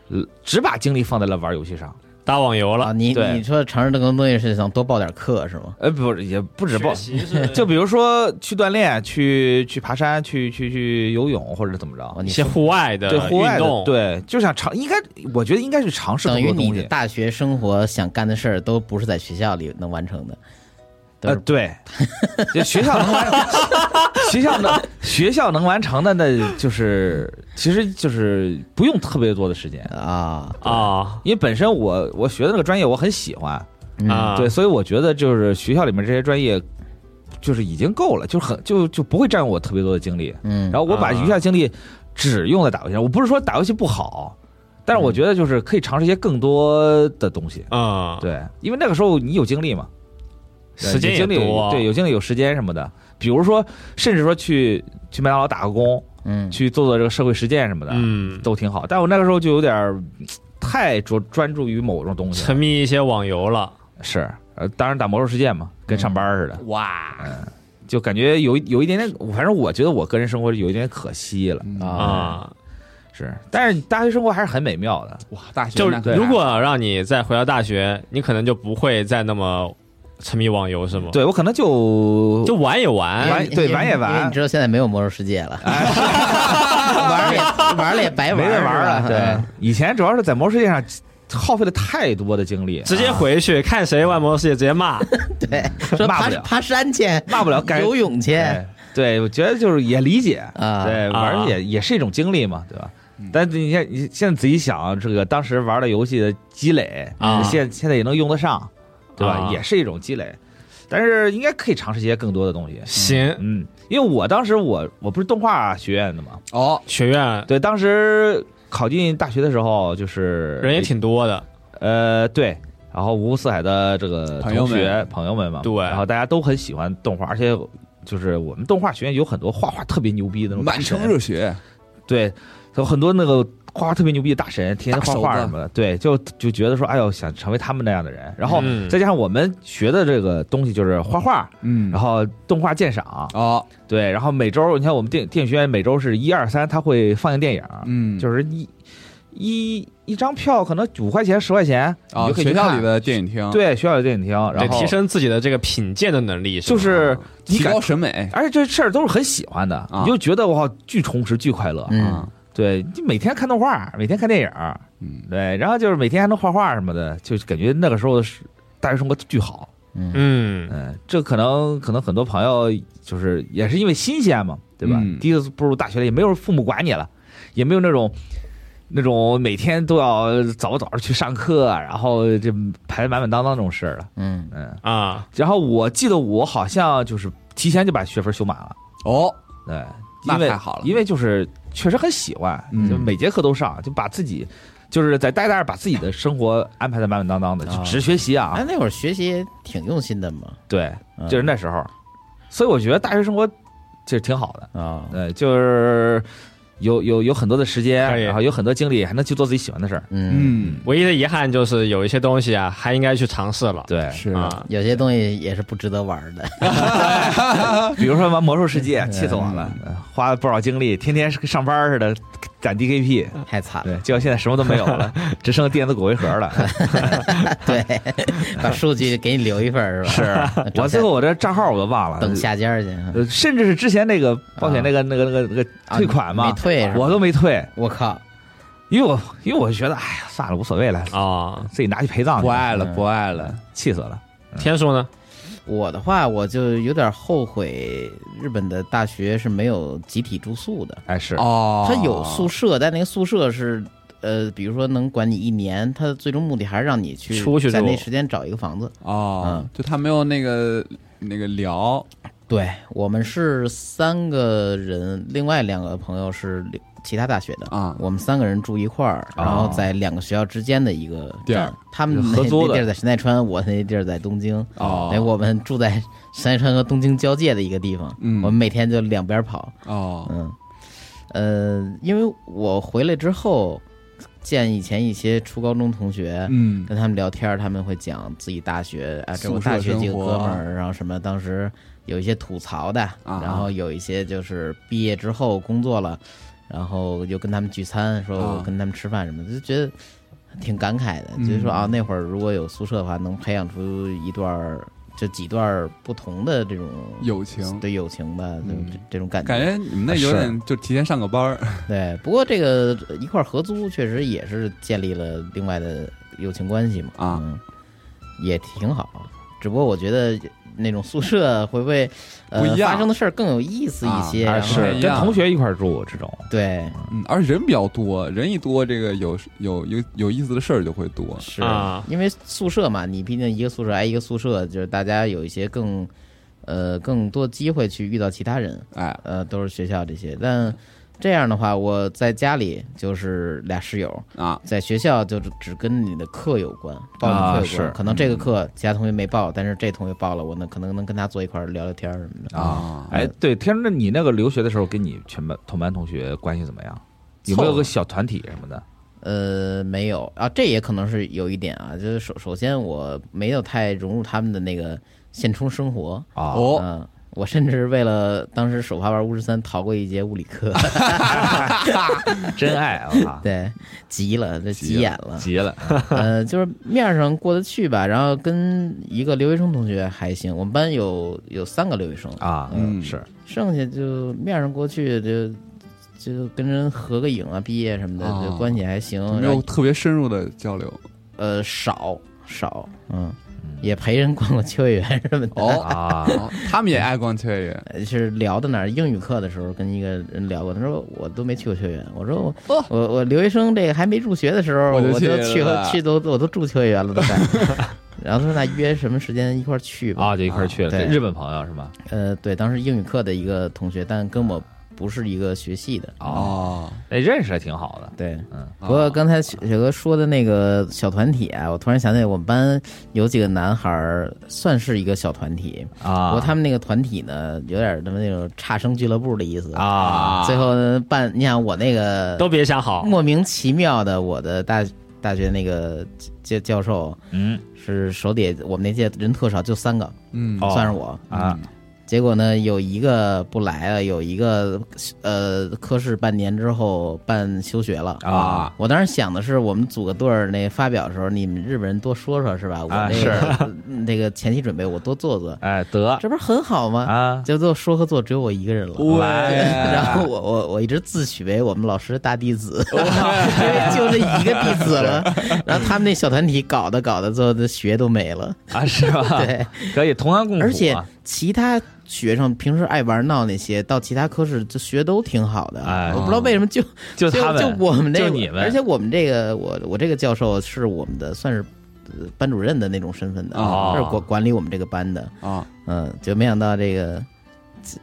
Speaker 4: 呃只把精力放在了玩游戏上。
Speaker 2: 打网游
Speaker 1: 啊，
Speaker 2: 了，
Speaker 1: 你
Speaker 4: 对
Speaker 1: 你说尝试这个东西是想多报点课是吗？
Speaker 4: 呃，不是，也不止报
Speaker 2: 学，习是
Speaker 4: 就比如说去锻炼、去去爬山、去去去游泳或者怎么
Speaker 1: 哦
Speaker 4: 着，
Speaker 2: 一
Speaker 1: 你
Speaker 2: 些户外的
Speaker 4: 对户外
Speaker 2: 运
Speaker 4: 的，
Speaker 2: 动，
Speaker 4: 对，就想尝，应该我觉得应该是尝试
Speaker 1: 等
Speaker 4: 很多
Speaker 1: 于你
Speaker 4: 东
Speaker 1: 的
Speaker 4: 西。
Speaker 1: 大学生活想干的事儿都不是在学校里能完成的，都
Speaker 4: 呃，
Speaker 1: 是
Speaker 4: 对，就学校能完， 学校能学校能完成的，那就是其实就是不用特别多的时间，
Speaker 1: 啊
Speaker 2: 啊
Speaker 4: 因为本身我我学的那个专业我很喜欢，
Speaker 1: 嗯
Speaker 2: 啊，
Speaker 4: 对，所以我觉得就是学校里面这些专业就是已经够了，就很就就不会占用我特别多的精力。
Speaker 1: 嗯，
Speaker 4: 然后我把
Speaker 2: 啊
Speaker 4: 余下精力只用在打游戏上，我不是说打游戏不好，但是我觉得就是可以尝试一些更多的东西。
Speaker 2: 嗯，
Speaker 4: 对，因为那个时候你有精力嘛，对
Speaker 2: 时间
Speaker 4: 有
Speaker 2: 也
Speaker 4: 精力
Speaker 2: 多，
Speaker 4: 对，有精力有时间什么的。比如说，甚至说去去麦当劳打个工，
Speaker 1: 嗯
Speaker 4: 去做做这个社会实践什么的，
Speaker 2: 嗯，
Speaker 4: 都挺好。但我那个时候就有点儿嗯太着专注于某种东西了，
Speaker 2: 沉迷一些网游了，
Speaker 4: 是，呃，当然打魔兽世界嘛，跟上班儿似的，
Speaker 2: 嗯
Speaker 4: 嗯
Speaker 2: 哇
Speaker 4: 就感觉有一有一点点，反正我觉得我个人生活有一点可惜了，
Speaker 2: 啊，
Speaker 4: 是。但是大学生活还是很美妙的，
Speaker 3: 哇，大学
Speaker 2: 就
Speaker 3: 那
Speaker 4: 啊
Speaker 3: 可
Speaker 2: 如果让你再回到大学，你可能就不会再那么沉迷网游，是吗？，
Speaker 4: 对我可能就
Speaker 2: 就玩也玩，
Speaker 4: 玩对
Speaker 1: 因为
Speaker 4: 玩也
Speaker 1: 因为
Speaker 4: 玩
Speaker 1: 哎
Speaker 4: 哎
Speaker 1: 你知道现在没有魔兽世界了， 玩儿 也玩儿了也白
Speaker 4: 没
Speaker 1: 玩
Speaker 4: 人
Speaker 1: 儿
Speaker 4: 玩儿
Speaker 1: 是吧
Speaker 4: 了。对，以前主要是在魔兽世界上耗费了太多的精力，啊
Speaker 2: 直接回去看谁 玩魔兽世界，直接骂，
Speaker 1: 对，说
Speaker 4: 嗯骂不
Speaker 1: 爬
Speaker 4: 了
Speaker 1: 爬山去，
Speaker 4: 骂不了，感觉哎
Speaker 1: 游泳去
Speaker 4: 对对，我觉得就是也理解，
Speaker 1: 啊
Speaker 4: 对，玩儿也也是一种经历嘛，对吧？但你现你现在仔细想，这个当时玩的游戏的积累
Speaker 2: 啊
Speaker 4: 现现在也能用得上，对吧
Speaker 2: 啊？
Speaker 4: 也是一种积累，但是应该可以尝试一些更多的东西。
Speaker 2: 行，
Speaker 4: 嗯，因为我当时我我不是动画学院的嘛，
Speaker 3: 哦，
Speaker 2: 学院
Speaker 4: 对，当时考进大学的时候就是
Speaker 2: 人也挺多的，
Speaker 4: 呃，对。然后五湖四海的这个
Speaker 3: 朋友
Speaker 4: 同
Speaker 3: 们
Speaker 4: 学朋友们嘛，
Speaker 2: 对
Speaker 4: 然后大家都很喜欢动画，而且就是我们动画学院有很多画画特别牛逼的那种大
Speaker 3: 满城
Speaker 4: 神
Speaker 3: 热血，
Speaker 4: 对，有很多那个画画特别牛逼的大神，天天画画
Speaker 3: 大手
Speaker 4: 什
Speaker 3: 子
Speaker 4: 么的，对，就就觉得说，哎呦，想成为他们那样的人。然后
Speaker 2: 嗯
Speaker 4: 再加上我们学的这个东西就是画画，
Speaker 3: 嗯
Speaker 4: 然后动画鉴赏，
Speaker 3: 哦，
Speaker 4: 对，然后每周你看我们电电影学院每周是一二三，它会放映电影，
Speaker 3: 嗯，是
Speaker 4: 啊就是一一一张票可能五块钱十块钱，你
Speaker 3: 啊，
Speaker 4: 就可以
Speaker 3: 学
Speaker 4: 去
Speaker 3: 校
Speaker 4: 看
Speaker 3: 里的电影厅，，
Speaker 4: 对学校里的电影厅，然
Speaker 2: 对，
Speaker 4: 后
Speaker 2: 提升自己的这个品鉴的能力，
Speaker 4: 就是
Speaker 2: 吗
Speaker 4: 是你
Speaker 3: 啊提
Speaker 4: 感
Speaker 3: 高。审美，
Speaker 4: 而且这事儿都是很喜欢的，
Speaker 3: 啊
Speaker 4: 你就觉得哇，巨充实、巨快乐。
Speaker 1: 嗯，
Speaker 4: 对你每天看动画，每天看电影，
Speaker 3: 嗯
Speaker 4: 对，然后就是每天还能画画什么的，就是感觉那个时候是大学生活巨好。
Speaker 1: 嗯
Speaker 2: 嗯，
Speaker 4: 嗯，这可能可能很多朋友就是也是因为新鲜嘛，对吧？
Speaker 3: 嗯
Speaker 4: 第一次步入大学了，也没有父母管你了，也没有那种那种每天都要早早上去上课，然后这排得满满当当这种事儿了。
Speaker 1: 嗯
Speaker 4: 嗯，
Speaker 2: 啊，
Speaker 4: 然后我记得我好像就是提前就把学分修满了，
Speaker 3: 哦，
Speaker 4: 对，
Speaker 3: 那
Speaker 4: 因为
Speaker 3: 太好了
Speaker 4: 因为就是确实很喜欢，
Speaker 3: 嗯
Speaker 4: 就每节课都上，就把自己就是在待在那儿把自己的生活安排的满满当当的，
Speaker 1: 啊
Speaker 4: 就只学习啊，
Speaker 1: 哎，那会儿学习也挺用心的嘛，
Speaker 4: 对，
Speaker 1: 嗯
Speaker 4: 就是那时候，所以我觉得大学生活其实挺好的，
Speaker 1: 啊，
Speaker 4: 呃，就是有有有很多的时
Speaker 2: 可
Speaker 4: 间，
Speaker 2: 以
Speaker 4: 然后有很多精力，还能去做自己喜欢的事儿，
Speaker 1: 嗯，
Speaker 3: 嗯，
Speaker 2: 唯一的遗憾就是有一些东西啊，还应该去尝试了，
Speaker 4: 对，
Speaker 3: 是
Speaker 2: 啊，
Speaker 1: 有些东西也是不值得玩儿的，
Speaker 4: 比如说玩魔兽世界，气死我了，呃花了不少精力，天天跟上班似的攒 DKP，
Speaker 1: 太惨了。
Speaker 4: 对，结果现在什么都没有了，只剩电子骨灰盒了。
Speaker 1: 对， 把数据给你留一份儿是吧？
Speaker 4: 是
Speaker 1: 找
Speaker 4: 我最后我这账号我都忘了，
Speaker 1: 等下家儿去。
Speaker 4: 呃，甚至是之前那个保险那个、那个那个那个
Speaker 1: 啊
Speaker 4: 退款嘛，
Speaker 1: 没退是吧
Speaker 4: 我都没退，
Speaker 1: 我靠，
Speaker 4: 因为我因为我觉得哎呀算了无所谓了，
Speaker 2: 啊，
Speaker 4: 自己拿去陪葬去
Speaker 3: 不，爱了，
Speaker 1: 嗯
Speaker 3: 不爱了，
Speaker 4: 气死了。
Speaker 2: 天数呢？
Speaker 1: 我的话我就有点后悔，日本的大学是没有集体住宿的，
Speaker 4: 哎是，
Speaker 3: 哦，
Speaker 1: 它有宿舍，但那个宿舍是。呃，比如说能管你一年，它的最终目的还是让你去
Speaker 2: 出去住
Speaker 1: 在那时间找一个房子。
Speaker 3: 哦
Speaker 1: 嗯，
Speaker 3: 就他没有那个那个聊，
Speaker 1: 对我们是三个人，另外两个朋友是另其他大学的
Speaker 3: 啊
Speaker 1: 我们三个人住一块儿，然后在两个学校之间的一个
Speaker 3: 地儿
Speaker 1: 站，他们
Speaker 4: 合
Speaker 1: 那
Speaker 4: 租
Speaker 1: 那
Speaker 4: 的
Speaker 1: 地儿在神奈川，我那地儿在东京。
Speaker 3: 哦
Speaker 1: 哎，我们住在神奈川和东京交界的一个地方，
Speaker 3: 嗯
Speaker 1: 我们每天就两边跑，
Speaker 3: 哦，
Speaker 1: 嗯，呃，因为我回来之后见以前一些初高中同学，
Speaker 3: 嗯，
Speaker 1: 跟他们聊天儿，他们会讲自己大学啊，这我
Speaker 3: 宿舍
Speaker 1: 大学几个
Speaker 3: 生活
Speaker 1: 哥们儿，然后什么当时有一些吐槽的，
Speaker 3: 啊
Speaker 1: 然后有一些就是毕业之后工作了，然后又跟他们聚餐，说
Speaker 3: 啊
Speaker 1: 我跟他们吃饭什么的，就觉得挺感慨的，
Speaker 3: 嗯
Speaker 1: 就是说啊，那会儿如果有宿舍的话，能培养出一段儿就几段儿不同的这种
Speaker 3: 友情，
Speaker 1: 对友情吧，就
Speaker 3: 嗯
Speaker 1: 这这种感觉。
Speaker 3: 感觉你们那有点就提前上个班儿，
Speaker 1: 对，不过这个一块儿合租确实也是建立了另外的友情关系嘛，
Speaker 3: 啊
Speaker 1: 嗯，也挺好。只不过我觉得那种宿舍会不会呃
Speaker 3: 不一样
Speaker 1: 发生的事儿更有意思一些，
Speaker 3: 啊
Speaker 1: 然
Speaker 3: 啊
Speaker 1: 后
Speaker 3: 是
Speaker 4: 哎跟同学一块儿住这种，
Speaker 1: 对
Speaker 3: 嗯，而且人比较多，人一多，这个有有有有意思的事儿就会多，
Speaker 1: 是、
Speaker 2: 啊
Speaker 1: 因为宿舍嘛，你毕竟一个宿舍挨一个宿舍，就是大家有一些更呃更多机会去遇到其他人，
Speaker 3: 哎，
Speaker 1: 呃，都是学校这些。但这样的话，我在家里就是俩室友，
Speaker 3: 啊，
Speaker 1: 在学校就只只跟你的课有关，报你的课有关。
Speaker 4: 是
Speaker 1: 可能这个课其他同学没报，但是这同学报了，我呢可能能跟他坐一块儿聊聊天儿什么的。
Speaker 3: 啊
Speaker 4: 哎，对，天儿，那你那个留学的时候，跟你全班同班同学关系怎么样？有没有个小团体什么的？
Speaker 1: 呃，没有啊，这也可能是有一点啊，就是首首先我没有太融入他们的那个现充生活，嗯、
Speaker 4: 啊，
Speaker 3: 哦，
Speaker 1: 我甚至为了当时手帕玩巫师三逃过一节物理 课，
Speaker 4: 真爱啊！
Speaker 1: 对，急了，这
Speaker 3: 急
Speaker 1: 急眼了，
Speaker 4: 急了，
Speaker 1: 呃，就是面上过得去吧，然后跟一个留学生同学还行，我们班有有三个留学生，
Speaker 4: 啊，
Speaker 3: 嗯
Speaker 4: 是
Speaker 1: 剩下就面上过去就就跟人合个影啊，毕业什么的，
Speaker 3: 哦
Speaker 1: 就关系还行。
Speaker 3: 没
Speaker 1: 然
Speaker 3: 有
Speaker 1: 后
Speaker 3: 特别深入的交流，
Speaker 1: 呃少少，嗯，也陪人逛过秋叶原什么的。
Speaker 3: 哦
Speaker 4: 啊，
Speaker 3: 哦他们也爱逛秋叶原，
Speaker 1: 呃 是聊到哪儿？英语课的时候跟一个人聊过，他说我都没去过秋叶原。我说我、
Speaker 3: 哦
Speaker 1: 我我留学生这个还没入学的时候，
Speaker 3: 我
Speaker 1: 我
Speaker 3: 就去
Speaker 1: 就去
Speaker 3: 了
Speaker 1: 去都我都住秋叶原了都快。 然后他说那约什么时间一块儿去
Speaker 3: 哦
Speaker 1: 吧。
Speaker 4: 啊，就一块儿去了。
Speaker 1: 对
Speaker 4: 日本朋友是吗？
Speaker 1: 呃，对，当时英语课的一个同学，但跟我不是一个学系的。
Speaker 4: 哦，
Speaker 3: 哦，
Speaker 4: 那认识还挺好的。
Speaker 1: 对，
Speaker 4: 嗯，
Speaker 1: 不过刚才雪雪哥说的那个小团体啊，我突然想起来，我们班有几个男孩儿算是一个小团体，不
Speaker 4: 啊，
Speaker 1: 过他们那个团体呢，有点他妈那种差生俱乐部的意思。
Speaker 4: 啊，
Speaker 1: 最后呢办，你想我那
Speaker 4: 嗯
Speaker 1: 个
Speaker 2: 都别想好，
Speaker 1: 莫名其妙的，我的大大学那个教教授
Speaker 4: 嗯
Speaker 1: 是手底下我们那届人特少，就三个，
Speaker 3: 嗯，
Speaker 4: 哦
Speaker 1: 算是我。
Speaker 4: 啊，
Speaker 1: 结果呢，有一个不来了，有一个呃科室半年之后办休学了
Speaker 4: 啊。
Speaker 1: 我当时想的是，我们组个队儿，那发表的时候，你们日本人多说说是吧？我
Speaker 4: 啊
Speaker 1: 那个 那个前期准备，我多做做，
Speaker 4: 哎，得
Speaker 1: 这不是很好吗？
Speaker 4: 啊，
Speaker 1: 结果说和做只有我一个人了。
Speaker 3: 喂，
Speaker 1: 然后我我我一直自诩为我们老师的大弟子，因为 就这一个弟子了。 然后他们那小团体搞的搞的，最后的学都没了。
Speaker 4: 啊，是 吧？
Speaker 1: 对，
Speaker 4: 可以同甘共苦啊，
Speaker 1: 而且其他学生平时爱玩闹那些，到其他科室就学都挺好的。
Speaker 4: 哎
Speaker 1: 我不知道为什么就
Speaker 4: 就他们，
Speaker 1: 就我们这
Speaker 4: 就
Speaker 1: 个，
Speaker 4: 你们
Speaker 1: 而且我们这个我我这个教授是我们的算是呃班主任的那种身份的，
Speaker 3: 哦
Speaker 1: 是管管理我们这个班的。
Speaker 3: 啊，
Speaker 1: 嗯，就没想到这个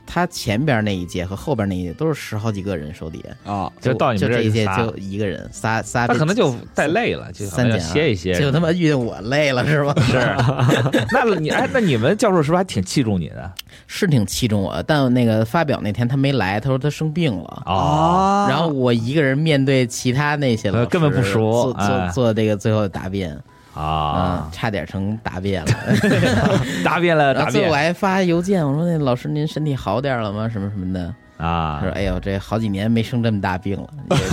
Speaker 1: 他前边那一届和后边那一届都是十好几个人手底下，
Speaker 3: 啊，
Speaker 4: 就到你
Speaker 1: 就
Speaker 4: 们
Speaker 1: 这
Speaker 4: 儿
Speaker 1: 一届
Speaker 4: 仨
Speaker 1: 就一个人仨仨
Speaker 4: 他
Speaker 1: 这，
Speaker 4: 可能就带累了，就可
Speaker 1: 三
Speaker 4: 能要
Speaker 1: 点
Speaker 4: 歇一歇。
Speaker 1: 就他妈遇见我累了是吧？
Speaker 4: 是， 那你哎，那你们教授是不是还挺器重你的？
Speaker 1: 是挺器重我，但那个发表那天他没来，他说他生病了。
Speaker 4: 哦，
Speaker 1: 然后我一个人面对其他那些老师，
Speaker 4: 呃根本不熟
Speaker 1: 做
Speaker 4: 哎
Speaker 1: 做做这个最后答辩
Speaker 4: 啊
Speaker 1: 嗯，，差点成答辩了。
Speaker 4: 答辩了，
Speaker 1: 然
Speaker 4: 答
Speaker 1: 后最嗯后我
Speaker 4: 辩
Speaker 1: 还发邮件，我说那老师您身体好点了吗？什么什么的。他
Speaker 4: 啊
Speaker 1: 说，哎呦，这好几年没生这么大病了，也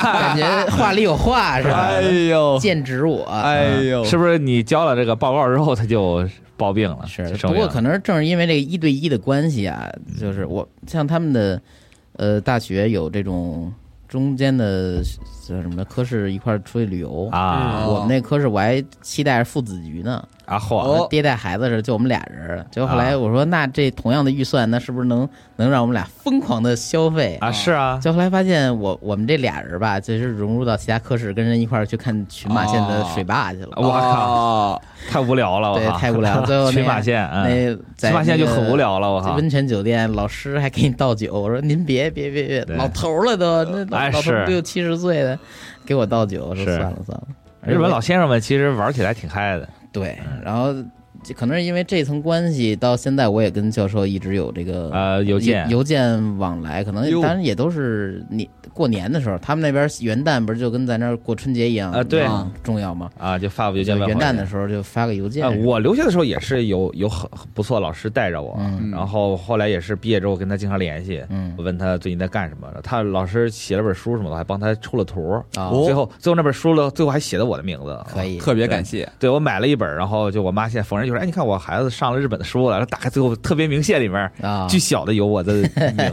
Speaker 1: 感觉话里有话是吧
Speaker 3: 哎？呦，
Speaker 1: 剑指我，
Speaker 3: 哎呦，
Speaker 4: 嗯是不是你交了这个报告之后他就抱病了？
Speaker 1: 是
Speaker 4: 就。生
Speaker 1: 不
Speaker 4: 病
Speaker 1: 过
Speaker 4: 了
Speaker 1: 可能正是因为这个一对一的关系啊，就是我像他们的呃大学有这种中间的叫什么科室一块儿出去旅游。
Speaker 4: 啊
Speaker 1: 我们那科室我还期待着父子局呢，
Speaker 4: 啊
Speaker 1: 我
Speaker 4: 嚯，
Speaker 1: 爹带孩子的时候就我们俩人，结果后
Speaker 4: 啊
Speaker 1: 来我说那这同样的预算，那是不是能能让我们俩疯狂的消费？
Speaker 4: 啊是啊，
Speaker 1: 就后来发现我我们这俩人吧，就是融入到其他科室，跟人一块儿去看群马县的水坝去了。
Speaker 4: 哦我
Speaker 3: 靠，
Speaker 4: 太无聊了，我
Speaker 1: 对，
Speaker 4: 靠，
Speaker 1: 太无聊了。最后那
Speaker 4: 群马县，嗯，
Speaker 1: 那在
Speaker 4: 群马县就
Speaker 1: 那个
Speaker 4: 很无聊了，我靠，
Speaker 1: 温泉酒店老师还给你倒酒，我说您别别别别，
Speaker 4: 对
Speaker 1: 老头儿了都，那老、
Speaker 4: 哎
Speaker 1: 老头儿
Speaker 4: 是
Speaker 1: 六七十岁的，给我倒酒，我说
Speaker 4: 是
Speaker 1: 算了算了。
Speaker 4: 日本老
Speaker 1: 师
Speaker 4: 先生们其实玩起来挺嗨的
Speaker 1: 对，然后可能是因为这层关系，到现在我也跟教授一直有这个
Speaker 4: 呃邮件
Speaker 1: 邮件往来，可能
Speaker 3: 哟
Speaker 1: 当然也都是你过年的时候，他们那边元旦不是就跟咱这儿过春节一样
Speaker 4: 啊对
Speaker 1: 啊重要吗？
Speaker 4: 啊，就发个邮
Speaker 1: 就
Speaker 4: 件问
Speaker 1: 元
Speaker 4: 候
Speaker 1: 旦
Speaker 4: 人
Speaker 1: 的时候就发个邮件
Speaker 4: 啊，，我留学的时候也是有有很很不错老师带着我，
Speaker 1: 嗯
Speaker 4: 然后后来也是毕业之后跟他经常联系，
Speaker 1: 嗯
Speaker 4: 我问他最近在干什么，他老师写了本书什么的，还帮他出了图，哦
Speaker 1: 啊
Speaker 4: 最后最后那本书了，最后还写的我的名字，啊
Speaker 1: 可。以
Speaker 3: 特别感谢，
Speaker 4: 对，我买了一本，然后就我妈现在逢人就说：“哎，你看我孩子上了日本的书了。”打开最后特别明线里面，
Speaker 1: 啊，
Speaker 4: 巨小的有我的 名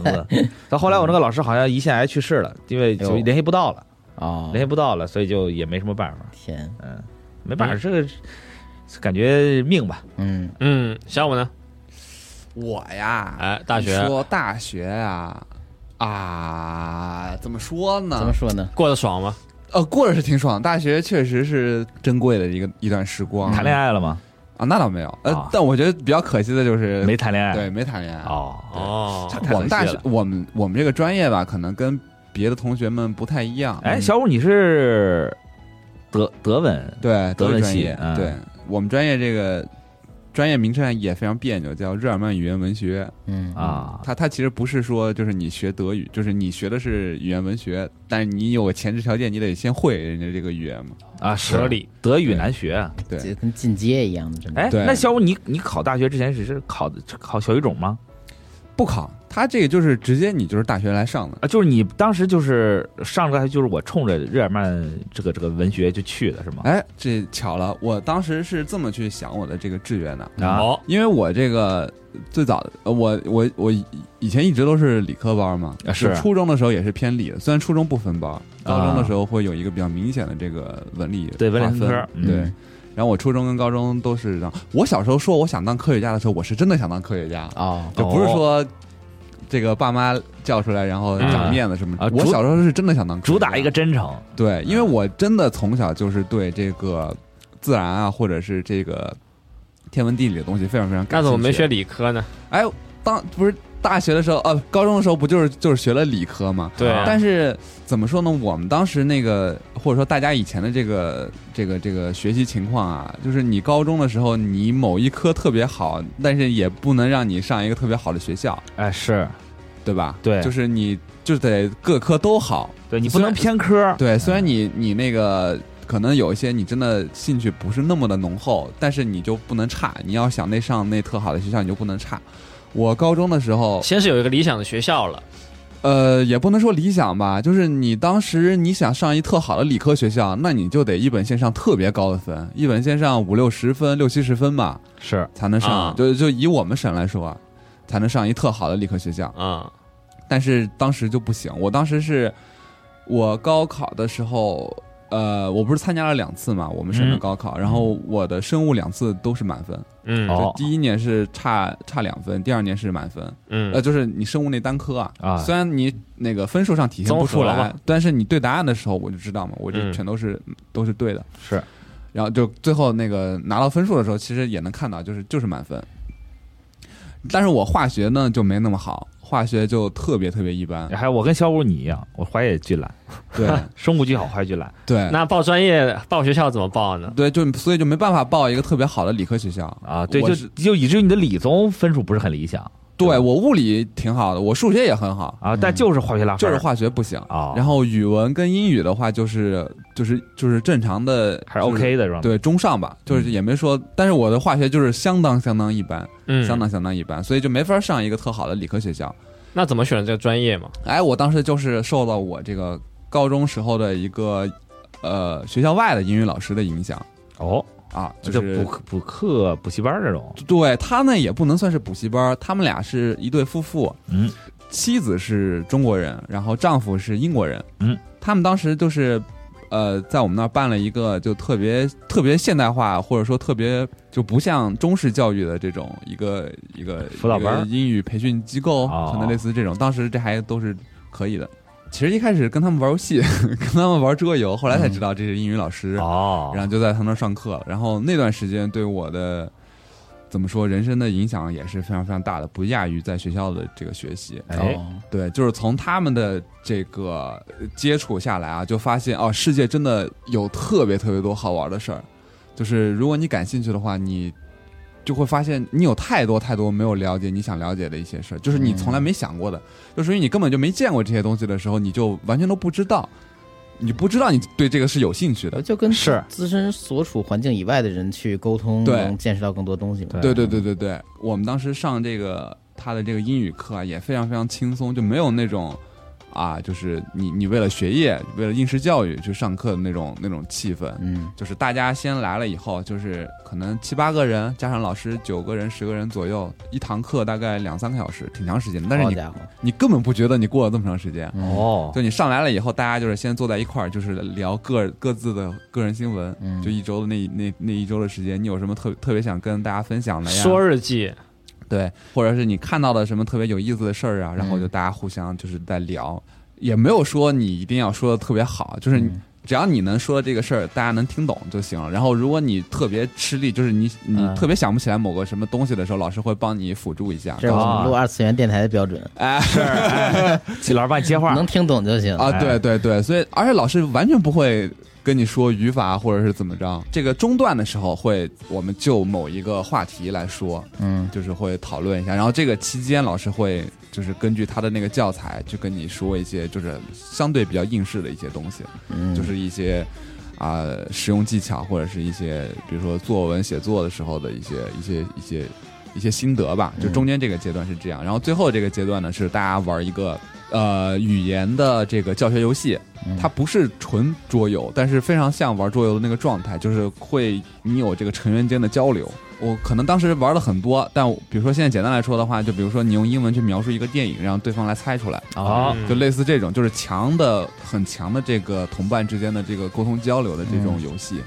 Speaker 4: 字。到后来我那个老师好像胰腺癌去世了，因为就
Speaker 1: 哎呦
Speaker 4: 联系不到了，
Speaker 1: 啊
Speaker 4: 联系不到了，所以就也没什么办法，
Speaker 1: 天，
Speaker 4: 没办法，这个感觉命吧。
Speaker 1: 嗯，
Speaker 2: 嗯，小五呢？
Speaker 3: 我呀，
Speaker 2: 哎，大学
Speaker 3: 你说大学啊啊，怎么说呢？
Speaker 1: 怎么说呢？
Speaker 2: 过得爽吗？
Speaker 3: 呃，过着是挺爽，大学确实是珍贵的一个一段时
Speaker 1: 嗯
Speaker 3: 光。
Speaker 4: 谈恋爱了吗？
Speaker 3: 啊，那倒没有，呃，
Speaker 4: 嗯啊
Speaker 3: 但我觉得比较可惜的就是
Speaker 4: 没谈恋爱。
Speaker 3: 对没谈恋爱。
Speaker 4: 哦
Speaker 2: 哦，
Speaker 4: 太可惜
Speaker 3: 我们大学
Speaker 4: 了，
Speaker 3: 我们我们这个专业吧，可能跟别的同学们不太一
Speaker 1: 嗯
Speaker 3: 样。嗯
Speaker 4: 哎，小五你是德德文
Speaker 3: 对德
Speaker 4: 德文
Speaker 3: 语
Speaker 4: 系
Speaker 3: 专业，
Speaker 4: 嗯
Speaker 3: 对我们专业这个专业名称也非常别扭，叫日耳曼语言文学。
Speaker 1: 嗯，
Speaker 4: 啊？
Speaker 3: 它它其实不是说就是你学德语，就是你学的是语言文学，但是你有个前置条件，你得先会人家这个语言嘛。
Speaker 4: 啊，是
Speaker 2: 合理
Speaker 4: 德语难学。啊
Speaker 3: 对
Speaker 1: 就跟进阶一样的，真的。
Speaker 4: 哎，
Speaker 3: 对
Speaker 4: 那小五你你考大学之前只是考的考小语种吗？
Speaker 3: 不考，它这个就是直接你就是大学来上的。
Speaker 4: 啊，就是你当时就是上大学，就是我冲着日耳曼这个这个文学就去的是吗？
Speaker 3: 哎，这巧了，我当时是这么去想我的这个志愿的，
Speaker 4: 啊
Speaker 2: 哦，
Speaker 3: 因为我这个最早的，呃我我我以以前一直都是理科班嘛，
Speaker 4: 啊是
Speaker 3: 就初中的时候也是偏理的，虽然初中不分班，高中
Speaker 4: 啊
Speaker 3: 的时候会有一个比较明显的这个文理
Speaker 4: 对文理
Speaker 3: 划
Speaker 4: 分
Speaker 3: 分
Speaker 4: 科嗯
Speaker 3: 对。然后我初中跟高中都是让我小时候说我想当科学家的时候，我是真的想当科学家，
Speaker 1: 哦，
Speaker 3: 就不是说这个爸妈叫出来然后长
Speaker 2: 嗯
Speaker 3: 面子什么
Speaker 4: 啊。
Speaker 3: 我
Speaker 4: 主
Speaker 3: 小时候是真的想当科
Speaker 4: 主
Speaker 3: 学
Speaker 4: 打
Speaker 3: 家
Speaker 4: 一个真诚，
Speaker 3: 对，因为我真的从小就是对这个自然啊，或者是这个天文地理的东西非常非常感兴趣。
Speaker 2: 那怎么没学？理科呢？
Speaker 3: 哎，当不是大学的时候，呃，高中的时候不就是就是学了理科吗？
Speaker 2: 对啊，
Speaker 3: 但是怎么说呢？我们当时那个，或者说大家以前的这个这个这个学习情况啊，就是你高中的时候，你某一科特别好，但是也不能让你上一个特别好的学校，
Speaker 4: 哎，是
Speaker 3: 对吧？
Speaker 4: 对
Speaker 3: 就是你就得各科都好，
Speaker 4: 对你不
Speaker 3: 虽
Speaker 4: 能
Speaker 3: 然
Speaker 4: 偏科，
Speaker 3: 对，虽然你你那个可能有一些你真的兴趣不是那么的浓厚，但是你就不能差。你要想那上那特好的学校，你就不能差。我高中的时候，
Speaker 2: 先是有一个理想的学校了，
Speaker 3: 呃，也不能说理想吧，就是你当时你想上一特好的理科学校，那你就得一本线上特别高的分，一本线上五六十分、六七十分吧，
Speaker 4: 是
Speaker 3: 才能上。
Speaker 2: 啊
Speaker 3: 就就以我们省来说啊，才能上一特好的理科学校。
Speaker 2: 嗯，
Speaker 3: 但是当时就不行，我当时是我高考的时候，呃，我不是参加了两次嘛，我们省的
Speaker 4: 嗯
Speaker 3: 高考，然后我的生物两次都是满分，
Speaker 2: 嗯，
Speaker 4: 哦
Speaker 3: 就第一年是差差两分，第二年是满分，呃，
Speaker 2: 嗯，
Speaker 3: 就是你生物那单科啊，
Speaker 4: 啊
Speaker 3: 虽然你那个分数上体现不出
Speaker 2: 综合
Speaker 3: 来
Speaker 2: 嘛，
Speaker 3: 但是你对答案的时候我就知道嘛，我就
Speaker 2: 嗯
Speaker 3: 全都是、都是对的，
Speaker 4: 是
Speaker 3: 然后就最后那个拿到分数的时候，其实也能看到，就是就是满分。但是我化学呢就没那么好，化学就特别特别一 般。
Speaker 4: 还有我跟小五你一样，我化学也巨烂，
Speaker 3: 对
Speaker 4: 生物巨好，化学巨烂。
Speaker 3: 对
Speaker 2: 那报专业、报学校怎么报呢？
Speaker 3: 对，就所以就没办法报一个特别好的理科学校
Speaker 4: 啊，对，
Speaker 3: 我
Speaker 4: 就是就以至于你的理综分数不是很理想
Speaker 3: 对我物理挺好的，我数学也很好，
Speaker 4: 啊，但就是化学拉分
Speaker 3: 嗯就
Speaker 4: 儿，
Speaker 3: 是化学不行。
Speaker 4: 啊，
Speaker 3: 然后语文跟英语的话，就是就是就是正常的，
Speaker 4: 还是
Speaker 3: 就是
Speaker 4: OK 的状态。
Speaker 3: 对中上吧，就是也没说，但是我的化学就是相当相当一般，
Speaker 2: 嗯，
Speaker 3: 相当相当一般，所以就没法上一个特好的理科学校。
Speaker 2: 那怎么选这个专业嘛？
Speaker 3: 哎，我当时就是受到我这个高中时候的一个呃学校外的英语老师的影响
Speaker 4: 哦，
Speaker 3: 啊，就
Speaker 4: 就是补课补课补习班儿这种，
Speaker 3: 对他那也不能算是补习班儿，他们俩是一对夫妇，
Speaker 4: 嗯，
Speaker 3: 妻子是中国人，然后丈夫是英国人，
Speaker 4: 嗯，
Speaker 3: 他们当时就是。呃，在我们那儿办了一个就特别特别现代化，或者说特别就不像中式教育的这种一个一个
Speaker 4: 辅导班儿
Speaker 3: 一个英语培训机构，
Speaker 4: 哦
Speaker 3: 可能类似这种。当时这还都是可以的。其实一开始跟他们玩游戏， 跟他们玩桌游，后来才知道这是英语老师。
Speaker 4: 哦，
Speaker 3: 然后就在他那儿上课了。然后那段时间对我的怎么说人生的影响也是非常非常大的，不亚于在学校的这个学习。
Speaker 4: 哎，
Speaker 1: 哦
Speaker 3: 对，就是从他们的这个接触下来啊，就发现哦，世界真的有特别特别多好玩的事儿。就是如果你感兴趣的话，你就会发现你有太多太多没有了解你想了解的一些事儿，就是你从来没想过的，就属于你根本就没见过这些东西的时候，你就完全都不知道，你不知道你对这个是有兴趣的。
Speaker 1: 就跟自
Speaker 4: 是
Speaker 1: 自身所处环境以外的人去沟通，
Speaker 3: 对
Speaker 1: 能见识到更多东西嘛。
Speaker 3: 对对对对对，我们当时上这个他的这个英语课啊，也非常非常轻松，就没有那种啊，就是你你为了学业、为了应试教育去上课的那种那种气氛。
Speaker 1: 嗯，
Speaker 3: 就是大家先来了以后，就是可能七八个人加上老师九个人十个人左右，一堂课大概两三个小时，挺长时间的。但是
Speaker 1: 好
Speaker 3: 你嗯
Speaker 1: 家伙，嗯
Speaker 3: 你根本不觉得你过了这么长时间，
Speaker 4: 哦，
Speaker 3: 就你上来了以后，大家就是先坐在一块儿，就是聊各各自的个人新闻，
Speaker 1: 嗯
Speaker 3: 就一周的那那那一周的时间，你有什么特特别想跟大家分享的呀？
Speaker 2: 说日记，
Speaker 3: 对，或者是你看到了什么特别有意思的事儿啊，然后
Speaker 1: 嗯
Speaker 3: 就大家互相就是在聊，也没有说你一定要说的特别好，就是你
Speaker 1: 嗯
Speaker 3: 只要你能说这个事儿，大家能听懂就行了。然后如果你特别吃力，就是你你
Speaker 2: 嗯
Speaker 3: 特别想不起来某个什么东西的时候，老师会帮你辅助一下。啊
Speaker 1: 这是我们录二次元电台的标准，
Speaker 3: 哎
Speaker 4: 季老师帮你接话，
Speaker 1: 能听懂就行。
Speaker 3: 啊，对对对，所以而且老师完全不会跟你说语法啊或者是怎么着。这个中断的时候会，我们就某一个话题来说，
Speaker 1: 嗯，
Speaker 3: 就是会讨论一下，然后这个期间老师会就是根据他的那个教材，就跟你说一些就是相对比较应试的一些东西，
Speaker 1: 嗯，
Speaker 3: 就是一些啊、实用技巧或者是一些比如说作文写作的时候的一些一些一些一些心得吧。就中间这个阶段是这样，然后最后这个阶段呢是大家玩一个呃语言的这个教学游戏，
Speaker 1: 嗯
Speaker 3: 它不是纯桌游，但是非常像玩桌游的那个状态，就是会你有这个成员间的交流。我可能当时玩了很多，但我比如说现在简单来说的话，就比如说你用英文去描述一个电影，让对方来猜出来，
Speaker 4: 哦
Speaker 2: 嗯
Speaker 3: 就类似这种，就是强的很强的这个同伴之间的这个沟通交流的这种游戏，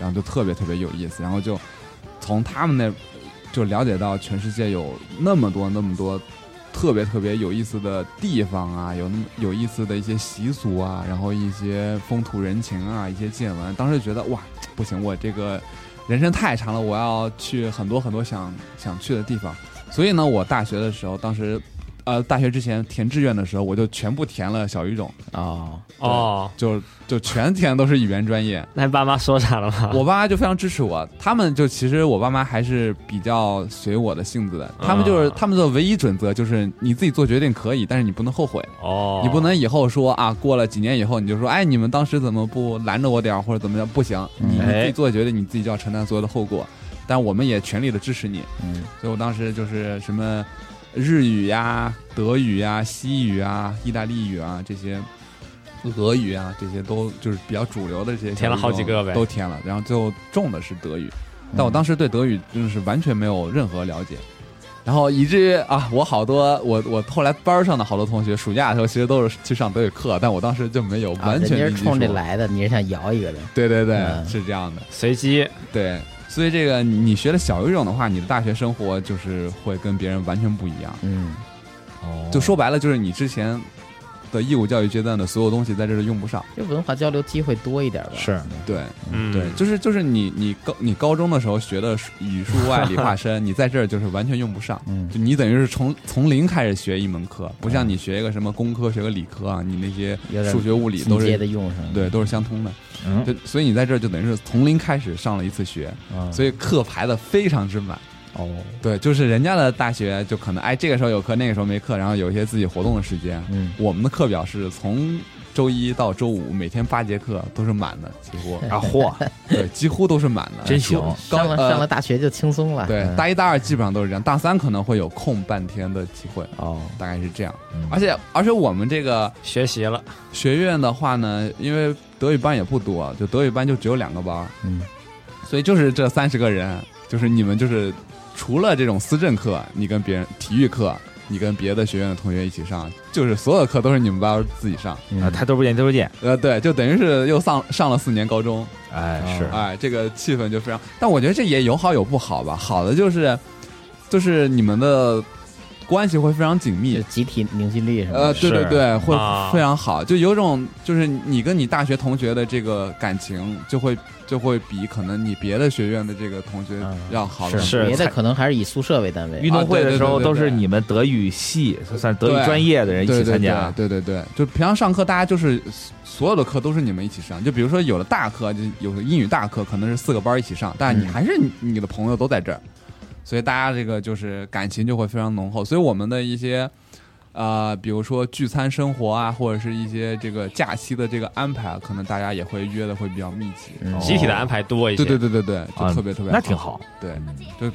Speaker 3: 然后就特别特别有意思，然后就从他们那就了解到全世界有那么多那么多特别特别有意思的地方啊，有那么有意思的一些习俗啊，然后一些风土人情啊，一些见闻。当时觉得哇，不行，我这个人生太长了，我要去很多很多想想去的地方。所以呢，我大学的时候，当时呃，大学之前填志愿的时候，我就全部填了小语种，
Speaker 1: 哦，
Speaker 2: 哦，
Speaker 3: 就就全填都是语言专业。
Speaker 2: 那爸妈说啥了吗？
Speaker 3: 我爸妈就非常支持我，他们就其实我爸妈还是比较随我的性子的，他们就是、
Speaker 2: 啊
Speaker 3: 他们的唯一准则就是你自己做决定可以，但是你不能后悔，
Speaker 2: 哦，
Speaker 3: 你不能以后说啊，过了几年以后你就说，哎，你们当时怎么不拦着我点儿或者怎么样？不行，你你
Speaker 2: 哎
Speaker 3: 自己做决定，你自己就要承担所有的后果，但我们也全力的支持你，
Speaker 1: 嗯，
Speaker 3: 所以我当时就是什么日语呀、德语呀、西语啊、意大利语啊这些，俄语啊这些都就是比较主流的这些，
Speaker 2: 填了好几个呗
Speaker 3: 都填了，然后最后中的是德语，但
Speaker 1: 嗯
Speaker 3: 我当时对德语就是完全没有任何了解。然后以至于啊，我好多我我后来班上的好多同学，暑假的时候其实都是去上德语课，但我当时就没有
Speaker 1: 啊
Speaker 3: 完全、
Speaker 1: 人家是冲这，来的，你是想摇一个的，
Speaker 3: 对对对，
Speaker 1: 嗯
Speaker 3: 是这样的。
Speaker 2: 随机，
Speaker 3: 对，所以这个你你学了小语种的话，你的大学生活就是会跟别人完全不一样。
Speaker 1: 嗯，
Speaker 4: 哦
Speaker 3: 就说白了，就是你之前的义务教育阶段的所有东西在这里用不上。
Speaker 1: 就文化交流机会多一点吧。
Speaker 4: 是啊
Speaker 3: 对
Speaker 2: 嗯，
Speaker 3: 对，就是就是你你高你高中的时候学的语数外理化生，你在这儿就是完全用不上。
Speaker 1: 嗯
Speaker 3: 就你等于是从从零开始学一门课，不像你学一个什么工科、学个理科啊，你那些
Speaker 1: 有点
Speaker 3: 数学、物理
Speaker 1: 进
Speaker 3: 都
Speaker 1: 阶的
Speaker 3: 是
Speaker 1: 用上，
Speaker 3: 对都是相通的。
Speaker 4: 嗯
Speaker 3: 就所以你在这儿就等于是从零开始上了一次学，
Speaker 1: 嗯，
Speaker 3: 所以课排的非常之满。
Speaker 1: 哦，
Speaker 3: 对，就是人家的大学就可能哎，这个时候有课，那个时候没课，然后有一些自己活动的时间。
Speaker 1: 嗯，
Speaker 3: 我们的课表是从周一到周五，每天八节课都是满的，几乎
Speaker 4: 啊嚯，
Speaker 3: 对，几乎都是满的。
Speaker 4: 真行，
Speaker 3: 高
Speaker 1: 上了
Speaker 3: 呃
Speaker 1: 上了大学就轻松了。
Speaker 3: 对，
Speaker 1: 嗯
Speaker 3: 大一、大二基本上都是这样，大三可能会有空半天的机会，
Speaker 1: 哦，
Speaker 3: 大概是这样
Speaker 4: 嗯。
Speaker 3: 而且而且我们这个
Speaker 2: 学习了，
Speaker 3: 学院的话呢，因为德语班也不多，就德语班就只有两个班儿，
Speaker 1: 嗯，
Speaker 3: 所以就是这三十个人，就是你们就是除了这种思政课，你跟别人体育课，你跟别的学院的同学一起上，就是所有课都是你们班自己上。
Speaker 1: 嗯
Speaker 4: 啊，抬头不见低头见，
Speaker 3: 呃，对，就等于是又上上了四年高中，
Speaker 4: 哎是
Speaker 3: 哎，这个气氛就非常。但我觉得这也有好有不好吧。好的就是，就是你们的关系会非常紧
Speaker 1: 就
Speaker 3: 密，
Speaker 1: 集体凝聚力什么
Speaker 3: 呃，
Speaker 1: 的，
Speaker 3: 对对
Speaker 4: 是
Speaker 3: 对，会
Speaker 2: 啊
Speaker 3: 非常好，就有种就是你跟你大学同学的这个感情，就会就会比可能你别的学院的这个同学
Speaker 1: 嗯
Speaker 3: 要好
Speaker 4: 是
Speaker 3: 得
Speaker 4: 是
Speaker 1: 别的
Speaker 4: 才
Speaker 1: 可能还是以宿舍为单位
Speaker 4: 运。动会
Speaker 3: 啊对
Speaker 4: 的
Speaker 3: 对
Speaker 4: 时候
Speaker 3: 对对
Speaker 4: 都是
Speaker 3: 对
Speaker 4: 你们德语系算德
Speaker 3: 对
Speaker 4: 语专业的人一
Speaker 3: 对
Speaker 4: 起
Speaker 3: 对
Speaker 4: 参加，
Speaker 3: 对对对，就平常上课，大家就是所有的课都是你们一起上。就比如说有的大课，就有的英语大课，可能是四个班一起上，但你
Speaker 1: 嗯
Speaker 3: 还是你你的朋友都在这儿，所以大家这个就是感情就会非常浓厚。所以我们的一些呃，比如说聚餐生活啊，或者是一些这个假期的这个安排啊，可能大家也会约的会比较密集。
Speaker 4: 哦
Speaker 1: 嗯
Speaker 2: 集体的安排多一些。
Speaker 3: 对对对对对，就
Speaker 4: 啊
Speaker 3: 特别特别、嗯
Speaker 4: 那挺。好。
Speaker 3: 对，就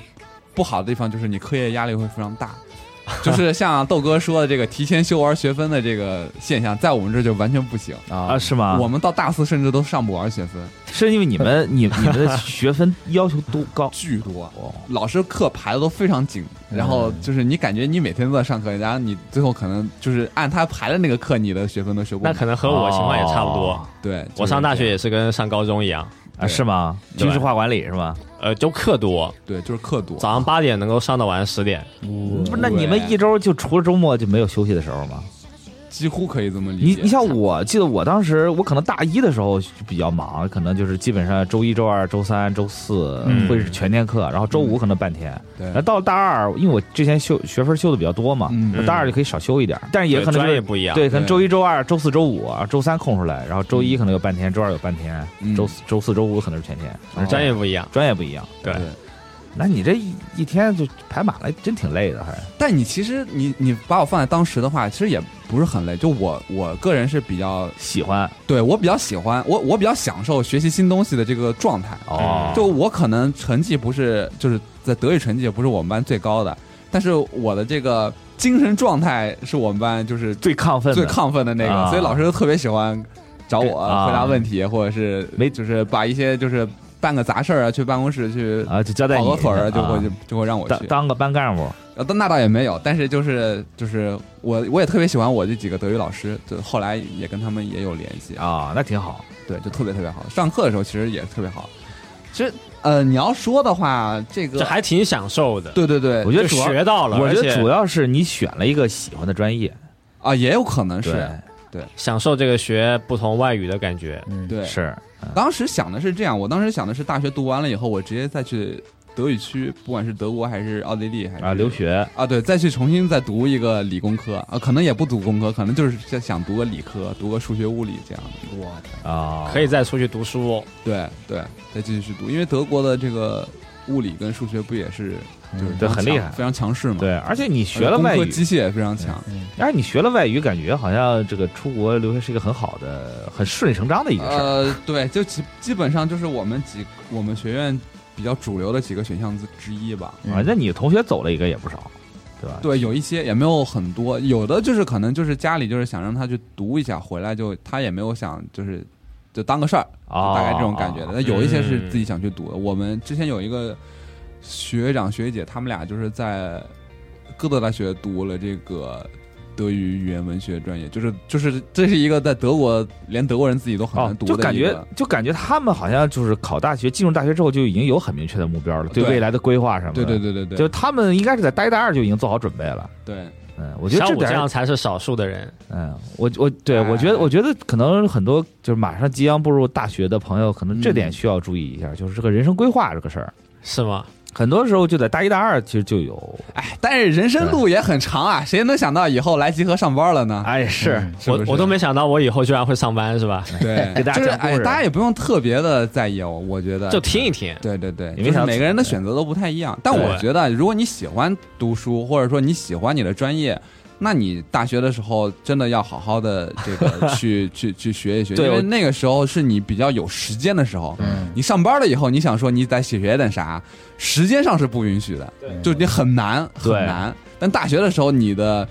Speaker 3: 不好的地方就是你课业压力会非常大， 就是像豆哥说的这个提前修完学分的这个现象，在我们这就完全不行。
Speaker 1: 啊
Speaker 4: 啊，是吗？
Speaker 3: 我们到大四甚至都上不完学分，，
Speaker 4: 是因为你们你你们的学分要求都高
Speaker 3: 巨多，老师课排的都非常紧，然后就是你感觉你每天都在上课，然后你最后可能就是按他排的那个课，你的学分都修不
Speaker 2: 那
Speaker 3: 满。
Speaker 2: 可能和我情况也差不多。
Speaker 4: 哦
Speaker 3: 对，
Speaker 2: 我上大学
Speaker 3: 也
Speaker 2: 也是跟上高中一样，
Speaker 4: 啊，是吗？军事化管理是吗？
Speaker 2: 呃，就课多，
Speaker 3: 对，就是课多。
Speaker 2: 早上八点能够上到晚上十点，
Speaker 4: 不是，那你们一周就除了周末就没有休息的时候吗？
Speaker 3: 几乎可以这么理
Speaker 4: 你
Speaker 3: 解。
Speaker 4: 你像我记得我当时我可能大一的时候就比较忙，可能就是基本上周一周二周三周四
Speaker 2: 嗯
Speaker 4: 会是全天课，然后周五可能半天。然
Speaker 3: 对，
Speaker 4: 后到了大二，因为我之前修学分修的比较多嘛，
Speaker 3: 嗯
Speaker 4: 我大二就可以少修一点，但是也
Speaker 2: 对嗯
Speaker 4: 可能
Speaker 2: 专
Speaker 4: 就
Speaker 2: 业
Speaker 4: 是
Speaker 2: 不一样。
Speaker 4: 对，可能
Speaker 3: 对
Speaker 4: 周一周二周四周五啊周三空出来，然后周一可能有半天，周二有半天，
Speaker 3: 嗯
Speaker 4: 周四周四周五可能是全天，反正
Speaker 2: 专业不一样，
Speaker 4: 专业不一样。
Speaker 2: 哦对
Speaker 3: 对
Speaker 4: 那你这一一天就排满了，真挺累的，还
Speaker 3: 但你其实你你把我放在当时的话，其实也不是很累。就我我个人是比较
Speaker 4: 喜欢
Speaker 3: 对我比较喜欢，我我比较享受学习新东西的这个状态。
Speaker 4: 哦。
Speaker 3: 就我可能成绩不是，就是在德语成绩也不是我们班最高的，但是我的这个精神状态是我们班就是
Speaker 4: 最亢奋的，
Speaker 3: 最亢奋的那个，
Speaker 4: 啊
Speaker 3: 所以老师都特别喜欢找我
Speaker 4: 啊
Speaker 3: 回答问题，或者是
Speaker 4: 没
Speaker 3: 就是把一些就是办个杂事儿啊，去办公室去
Speaker 4: 啊，就交代
Speaker 3: 跑
Speaker 4: 你
Speaker 3: 个腿儿啊，就
Speaker 4: 啊
Speaker 3: 会就就会让我
Speaker 4: 当
Speaker 3: 去。
Speaker 4: 当个班干部，
Speaker 3: 呃，但那倒也没有，但是就是就是我我也特别喜欢我这几个德语老师，就后来也跟他们也有联系啊，
Speaker 4: 啊、那挺好。
Speaker 3: 对，就特别特别好。上课的时候其实也特别好，其实呃你要说的话，这个
Speaker 2: 这还挺享受的。
Speaker 3: 对对对，
Speaker 4: 我觉得
Speaker 2: 就
Speaker 4: 主要，
Speaker 2: 学到了，
Speaker 4: 我觉得主
Speaker 2: 要
Speaker 4: 要是你选了一个喜欢的专业，
Speaker 3: 啊也有可能是
Speaker 4: 对，
Speaker 2: 享受这个学不同外语的感觉。
Speaker 1: 嗯，
Speaker 3: 对。
Speaker 4: 是
Speaker 3: 当时想的是这样，我当时想的是大学读完了以后，我直接再去德语区，不管是德国还是奥地利还是
Speaker 4: 啊，留学
Speaker 3: 啊，对，再去重新再读一个理工科啊，可能也不读工科，可能就是想想读个理科，读个数学物理这样的。
Speaker 1: 我天，
Speaker 4: 啊，
Speaker 2: 可以再出去读书，哦
Speaker 3: 对对，再继续去读，因为德国的这个物理跟数学不也是就是
Speaker 1: 嗯
Speaker 3: 非
Speaker 4: 对
Speaker 3: 常
Speaker 4: 很厉
Speaker 3: 强
Speaker 4: 害
Speaker 3: 非常强势嘛？，呃
Speaker 4: 对，而且你学了
Speaker 3: 工
Speaker 4: 外
Speaker 3: 科
Speaker 4: 语，
Speaker 3: 机械也非常强。
Speaker 4: 而且你学了外语，感觉好像这个出国留学是一个很好的、很顺理成章的一件事儿。啊
Speaker 3: 呃，对，就基基本上就是我们几我们学院比较主流的几个选项之之一吧。
Speaker 4: 啊，那你同学走了一个也不少，对吧？
Speaker 3: 嗯对，有一些也没有很多，有的就是可能就是家里就是想让他去读一下，回来就他也没有想就是就当个事儿，
Speaker 4: 啊，
Speaker 3: 大概这种感觉的。
Speaker 4: 啊。
Speaker 3: 那有一些是
Speaker 2: 嗯
Speaker 3: 自己想去读的。我们之前有一个学长学姐，他们俩就是在哥德大学读了这个德语语言文学专业，就是就是这是一个在德国连德国人自己都很
Speaker 4: 哦
Speaker 3: 难，读的
Speaker 4: 就
Speaker 3: 一个、
Speaker 4: 感觉就感觉他们好像就是考大学，进入大学之后就已经有很明确的目标了，对
Speaker 3: 对
Speaker 4: 未来的规划什么的。
Speaker 3: 对对对对对
Speaker 4: 就他们应该是在大一、大二就已经做好准备了。
Speaker 3: 对
Speaker 4: 嗯，我觉得
Speaker 2: 像
Speaker 4: 这
Speaker 2: 我
Speaker 4: 点
Speaker 2: 这
Speaker 4: 儿
Speaker 2: 样才是少数的人。
Speaker 4: 嗯，我我对
Speaker 3: 哎
Speaker 4: 我觉得，我觉得可能很多就是马上即将步入大学的朋友，可能这
Speaker 3: 嗯
Speaker 4: 点需要注意一下，就是这个人生规划这个事儿，
Speaker 2: 是吗？
Speaker 4: 很多时候就在大一、大二其实就有。
Speaker 3: 哎，但是人生路也很长啊，谁能想到以后来集合上班了呢？
Speaker 4: 哎，是
Speaker 1: 嗯
Speaker 3: 是不
Speaker 2: 我
Speaker 3: 是嗯
Speaker 2: 我都没想到，我以后居然会上班，是吧？
Speaker 3: 对，
Speaker 4: 给大家
Speaker 3: 就是
Speaker 4: 讲故
Speaker 3: 哎，
Speaker 4: 事
Speaker 3: 大家也不用特别的在意哦，我觉得
Speaker 2: 就听一听，
Speaker 3: 对对对，
Speaker 4: 你
Speaker 3: 就
Speaker 4: 为啥
Speaker 3: 是
Speaker 4: 要
Speaker 3: 每个人的选择都不太一样。但我
Speaker 2: 对
Speaker 3: 觉得，如果你喜欢读书，或者说你喜欢你的专业，那你大学的时候真的要好好的这 个去去去学一学，
Speaker 4: 对
Speaker 3: 因为
Speaker 4: 我
Speaker 3: 那个时候是你比较有时间的时候。
Speaker 1: 嗯，
Speaker 3: 你上班了以后，你想说你得学点啥，时间上是不允许的，就你很难很
Speaker 4: 对
Speaker 3: 难。但大学的时候，你的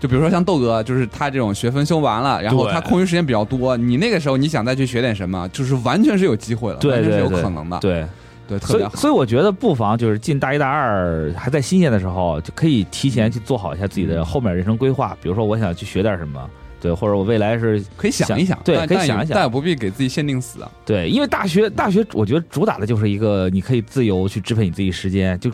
Speaker 3: 就比如说像豆哥，就是他这种学分修完了，然后
Speaker 2: 对
Speaker 3: 他空余时间比较多，你那个时候你想再去学点什么，就是完全是有机会的，
Speaker 4: 对
Speaker 3: 完全是
Speaker 4: 对
Speaker 3: 有
Speaker 4: 对
Speaker 3: 可能的，
Speaker 4: 对，
Speaker 3: 对，特
Speaker 4: 所
Speaker 3: 别
Speaker 4: 以
Speaker 3: 好。
Speaker 4: 所以我觉得不妨就是进大一、大二还在新鲜的时候，就可以提前去做好一下自己
Speaker 3: 嗯
Speaker 4: 的后面人生规划，比如说我想去学点什么。对，或者我未来是
Speaker 3: 可以想一想，
Speaker 4: 对
Speaker 3: 但
Speaker 4: 可以
Speaker 3: 但也
Speaker 4: 想一想
Speaker 3: 但也不必给自己限定死啊。
Speaker 4: 对，因为大学大学，我觉得主打的就是一个你可以自由去支配你自己时间，就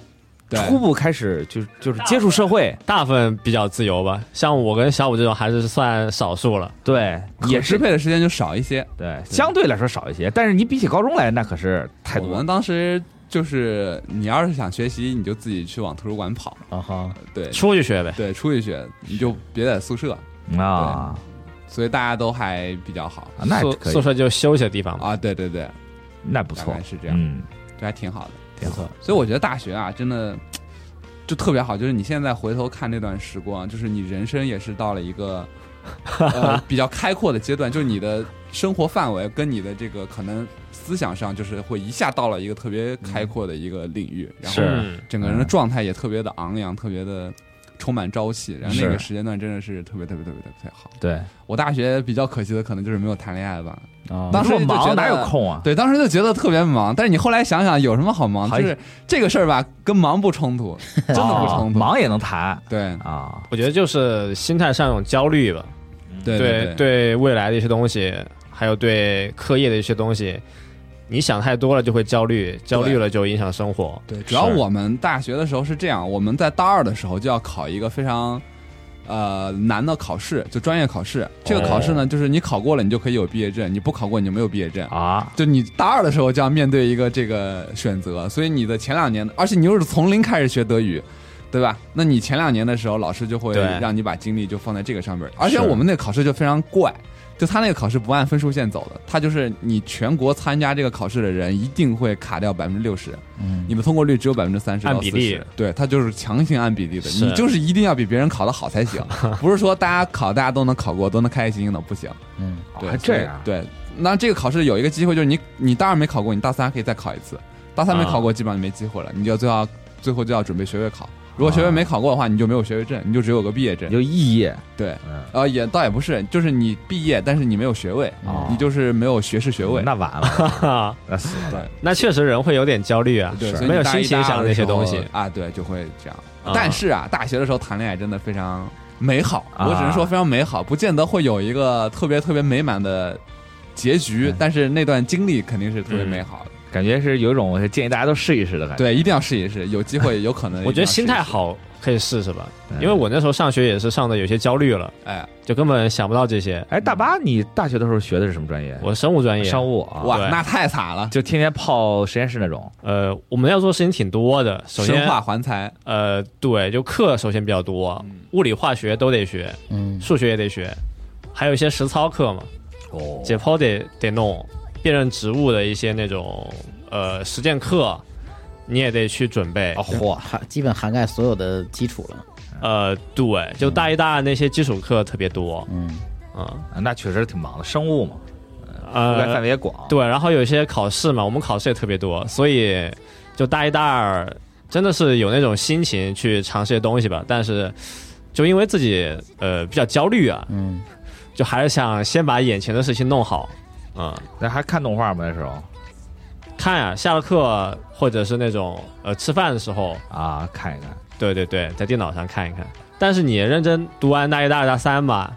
Speaker 3: 对
Speaker 4: 初步开始就就是接触社会，
Speaker 2: 大部分比较自由吧。像我跟小五这种还是算少数了。
Speaker 4: 对，也
Speaker 3: 可支
Speaker 4: 是
Speaker 3: 配的时间就少一些。
Speaker 4: 对，相对来说少一些，但是你比起高中来，那可是太
Speaker 3: 我
Speaker 4: 多
Speaker 3: 们
Speaker 4: 了
Speaker 3: 当时就是，你要是想学习，你就自己去往图书馆跑，
Speaker 1: 啊哈，
Speaker 3: 对
Speaker 2: 出去学呗，
Speaker 3: 对，出去学，你就别在宿舍。
Speaker 4: 啊，
Speaker 3: 所以大家都还比较好
Speaker 4: 啊那
Speaker 2: 宿
Speaker 4: 可
Speaker 2: 宿
Speaker 4: 以，
Speaker 2: 舍就休息的地方嘛。
Speaker 3: 啊，对对对，
Speaker 4: 那不错
Speaker 3: 大概，是这样，
Speaker 4: 嗯，
Speaker 3: 这还挺好的。
Speaker 4: 挺好，
Speaker 3: 所以我觉得大学啊，真的就特别好，就是你现在回头看那段时光，就是你人生也是到了一 个呃比较开阔的阶段，就是你的生活范围跟你的这个可能思想上，就是会一下到了一个特别开阔的一个领域，然后
Speaker 4: 是
Speaker 2: 嗯
Speaker 3: 整个人的状态也特别的昂扬，特别的充满朝气。然后那
Speaker 4: 是
Speaker 3: 个时间段真的是特别特别特别特别好。
Speaker 4: 对，
Speaker 3: 我大学比较可惜的可能就是没有谈恋爱吧。
Speaker 1: 啊
Speaker 3: 当时
Speaker 4: 那么
Speaker 3: 就觉得
Speaker 4: 忙哪有空啊？
Speaker 3: 对，当时就觉得特别忙，但是你后来想想有什么好忙？
Speaker 4: 好
Speaker 3: 就是这个事儿吧，跟忙不冲突， 真的不
Speaker 4: 哦
Speaker 3: 冲突。
Speaker 4: 忙也能谈
Speaker 3: 对
Speaker 4: 啊。
Speaker 2: 我觉得就是心态上一种焦虑吧，
Speaker 3: 对
Speaker 2: 对
Speaker 3: 嗯对，
Speaker 2: 对未来的一些东西，还有对课业的一些东西，你想太多了就会焦虑，焦虑了就影响生活。
Speaker 3: 对，主要
Speaker 2: 是
Speaker 3: 我们大学的时候是这样，我们在大二的时候就要考一个非常。呃，难的考试就专业考试，这个考试呢，就是你考过了，你就可以有毕业证；你不考过，你就没有毕业证。
Speaker 4: 啊，
Speaker 3: 就你大二的时候就要面对一个这个选择，所以你的前两年，而且你又是从零开始学德语，对吧？那你前两年的时候，老师就会
Speaker 2: 对
Speaker 3: 让你把精力就放在这个上面。而且我们那考试就非常怪，就他那个考试不按分数线走的，他就是你全国参加这个考试的人一定会卡掉百分之六十，
Speaker 1: 嗯
Speaker 3: 你的通过率只有百分之三十
Speaker 2: 按
Speaker 3: 到
Speaker 2: 比
Speaker 3: 四
Speaker 2: 例
Speaker 3: 十，对他就是强行按比例的，
Speaker 2: 是
Speaker 3: 你就是一定要比别人考得好才行，不是说大家考大家都能考过，都能开开心心的，不行。
Speaker 1: 嗯，
Speaker 3: 对，
Speaker 4: 哦还
Speaker 3: 所以
Speaker 4: 这样啊
Speaker 3: 对，那这个考试有一个机会，就是你你大二没考过，你大三还可以再考一次。大三没考
Speaker 4: 啊
Speaker 3: 过，基本上就没机会了，你就最后最后就要准备学位考。如果学
Speaker 4: 啊
Speaker 3: 位没考过的话，你就没有学位证，你就只有个毕业证
Speaker 4: 你。就肄业，
Speaker 3: 对，
Speaker 4: 嗯，
Speaker 3: 呃，也倒也不是，就是你毕业，但是你没有学位，
Speaker 4: 哦
Speaker 3: 你就是没有学士学位。
Speaker 4: 那完了，
Speaker 2: 哈，
Speaker 4: 那死了。
Speaker 2: 那确实人会有点焦虑啊，
Speaker 3: 对，所以
Speaker 2: 没有
Speaker 3: 你大
Speaker 2: 心
Speaker 3: 一
Speaker 2: 情
Speaker 3: 大
Speaker 2: 想
Speaker 3: 二的
Speaker 2: 那些
Speaker 3: 时候
Speaker 2: 东西。
Speaker 3: 啊，对，就会这样
Speaker 2: 啊。
Speaker 3: 但是啊，大学的时候谈恋爱真的非常美好，
Speaker 4: 啊
Speaker 3: 我只能说非常美好，不见得会有一个特别特别美满的结局，但是那段经历肯定是特别美好的。
Speaker 4: 感觉是有一种建议大家都试一试的感觉。
Speaker 3: 对，一定要试一试，有机会有可能。
Speaker 2: 我觉得
Speaker 3: 一定要试一
Speaker 2: 心
Speaker 3: 试
Speaker 2: 态，好可以试试吧，
Speaker 4: 嗯
Speaker 2: 因为我那时候上学也是上的有些焦虑了，
Speaker 3: 哎，
Speaker 2: 就根本想不到这些。
Speaker 4: 哎，大巴，你大学的时候学的是什么专业？
Speaker 2: 我生物专业，
Speaker 4: 商务啊，
Speaker 3: 哇，
Speaker 2: 对
Speaker 3: 那太惨了，
Speaker 4: 就天天泡实验室那种。
Speaker 2: 呃，我们要做的事情挺多的。首
Speaker 3: 生
Speaker 2: 先，
Speaker 3: 化嗯环材，
Speaker 2: 呃，对，就课首先比较多，物理、化学都得学，
Speaker 1: 嗯
Speaker 2: 数学也得学，还有一些实操课嘛，
Speaker 3: 嗯
Speaker 4: 哦
Speaker 2: 解剖得得弄，辨认植物的一些那种呃实践课，你也得去准备。
Speaker 4: 啊
Speaker 3: 哦
Speaker 4: 嚯，
Speaker 1: 涵基本涵盖所有的基础了，
Speaker 2: 呃，对，就大一、大二那些基础课特别多，
Speaker 1: 嗯
Speaker 2: 嗯，
Speaker 4: 那确实挺忙的，生物嘛，覆盖范
Speaker 2: 呃，
Speaker 4: 围也广。
Speaker 2: 对，然后有一些考试嘛，我们考试也特别多，所以就大一、大二真的是有那种心情去尝试些东西吧，但是就因为自己呃比较焦虑啊，
Speaker 1: 嗯，
Speaker 2: 就还是想先把眼前的事情弄好，嗯。
Speaker 4: 那还看动画吗？那时候
Speaker 2: 看呀、下了课或者是那种呃吃饭的时候，
Speaker 4: 啊，看一看。
Speaker 2: 对对对，在电脑上看一看。但是你也认真读完大一、大二、大三吧，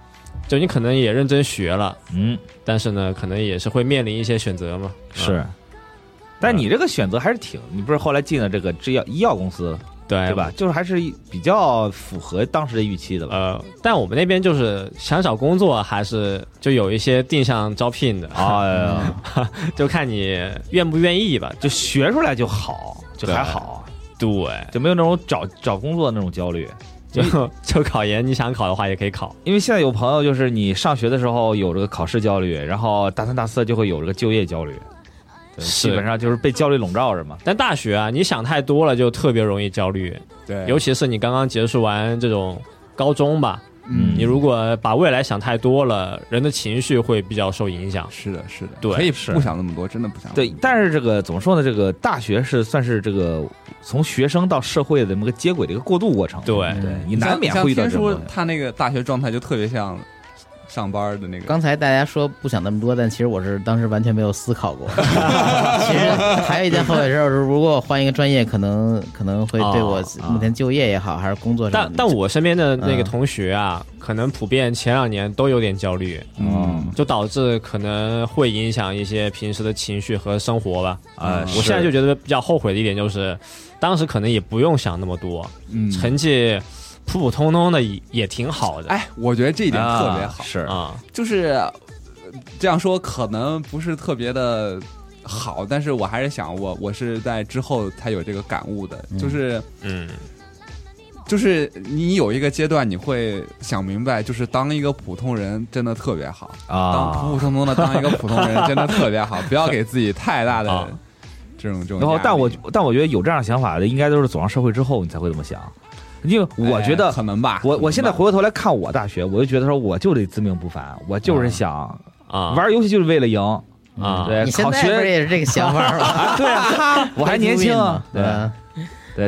Speaker 2: 就你可能也认真学了，
Speaker 4: 嗯，
Speaker 2: 但是呢，可能也是会面临一些选择嘛。嗯
Speaker 4: 是。但你这个选择还是挺，你不是后来进了这个制药医药公司，
Speaker 2: 对
Speaker 4: 对吧？？就是还是比较符合当时的预期的吧？
Speaker 2: 呃，但我们那边就是想找工作，还是就有一些定向招聘的，
Speaker 4: 哎呀，
Speaker 2: 就看你愿不愿意吧。
Speaker 4: 就学出来就好，就还好，
Speaker 2: 对，
Speaker 4: 就没有那种找找工作的那种焦虑。
Speaker 2: 就 就考研，你想考的话也可以考。
Speaker 4: 因为现在有朋友就是你上学的时候有这个考试焦虑，然后大三大四就会有这个就业焦虑，对
Speaker 2: 是
Speaker 4: 基本上就是被焦虑笼罩着嘛。
Speaker 2: 但大学啊，你想太多了就特别容易焦虑，
Speaker 3: 对，
Speaker 2: 尤其是你刚刚结束完这种高中吧，
Speaker 4: 嗯
Speaker 2: 你如果把未来想太多了，人的情绪会比较受影响。
Speaker 3: 是的，是的，
Speaker 2: 对
Speaker 3: 可以
Speaker 4: 是
Speaker 3: 不想那么多，真的不想。
Speaker 4: 对，但
Speaker 3: 是
Speaker 4: 是这个怎么说呢？这个大学是算是这个从学生到社会的这么个接轨的一个过渡过程。
Speaker 2: 对，
Speaker 4: 对
Speaker 1: 嗯
Speaker 4: 你难免会遇到
Speaker 3: 天
Speaker 4: 这
Speaker 3: 叔
Speaker 4: 种东西。
Speaker 3: 他那个大学状态就特别像上班的那个，
Speaker 1: 刚才大家说不想那么多，但其实我是当时完全没有思考过。 其实还有一件后悔事儿，如果我换一个专业，可能可能会对我
Speaker 4: 啊啊
Speaker 1: 目前就业也好，还是工作上
Speaker 4: 嗯
Speaker 2: 但
Speaker 1: 的，
Speaker 2: 但我身边的那
Speaker 1: 嗯
Speaker 2: 个同学啊，可能普遍前两年都有点焦虑，
Speaker 3: 嗯，
Speaker 2: 就导致可能会影响一些平时的情绪和生活吧。
Speaker 4: 啊
Speaker 2: 我
Speaker 3: 嗯
Speaker 4: 是
Speaker 2: 现在就觉得比较后悔的一点就是，当时可能也不用想那么多，
Speaker 3: 嗯，
Speaker 2: 成绩普普通通的也也挺好的
Speaker 3: 哎，我觉得这一点特别
Speaker 4: 啊
Speaker 3: 好，
Speaker 4: 是
Speaker 2: 啊。
Speaker 3: 就是呃这样说可能不是特别的好，但是我还是想我我是在之后才有这个感悟的，就是。
Speaker 2: 嗯，
Speaker 3: 就是你有一个阶段，你会想明白，就是当一个普通人真的特别好，当普
Speaker 4: 啊
Speaker 3: 普。通通的当一个普通人真的特别好，不要给自己太大
Speaker 2: 啊
Speaker 3: 的这种这种压力。
Speaker 4: 然后，但我但我觉得有这样想法的，应该都是走上社会之后你才会这么想。因为我觉
Speaker 3: 哎
Speaker 4: 得
Speaker 3: 可能吧。
Speaker 4: 我
Speaker 3: 可能
Speaker 4: 我现在
Speaker 3: 吧
Speaker 4: 回过头来看我大学，我就觉得说我就得自命不凡，我就是想
Speaker 2: 啊
Speaker 4: 玩游戏就是为了赢，
Speaker 2: 啊
Speaker 4: 对
Speaker 1: 你现
Speaker 4: 考
Speaker 1: 在
Speaker 4: 学
Speaker 1: 不是也是这个想法吗？
Speaker 4: 对啊， 我还年轻，对
Speaker 1: 对，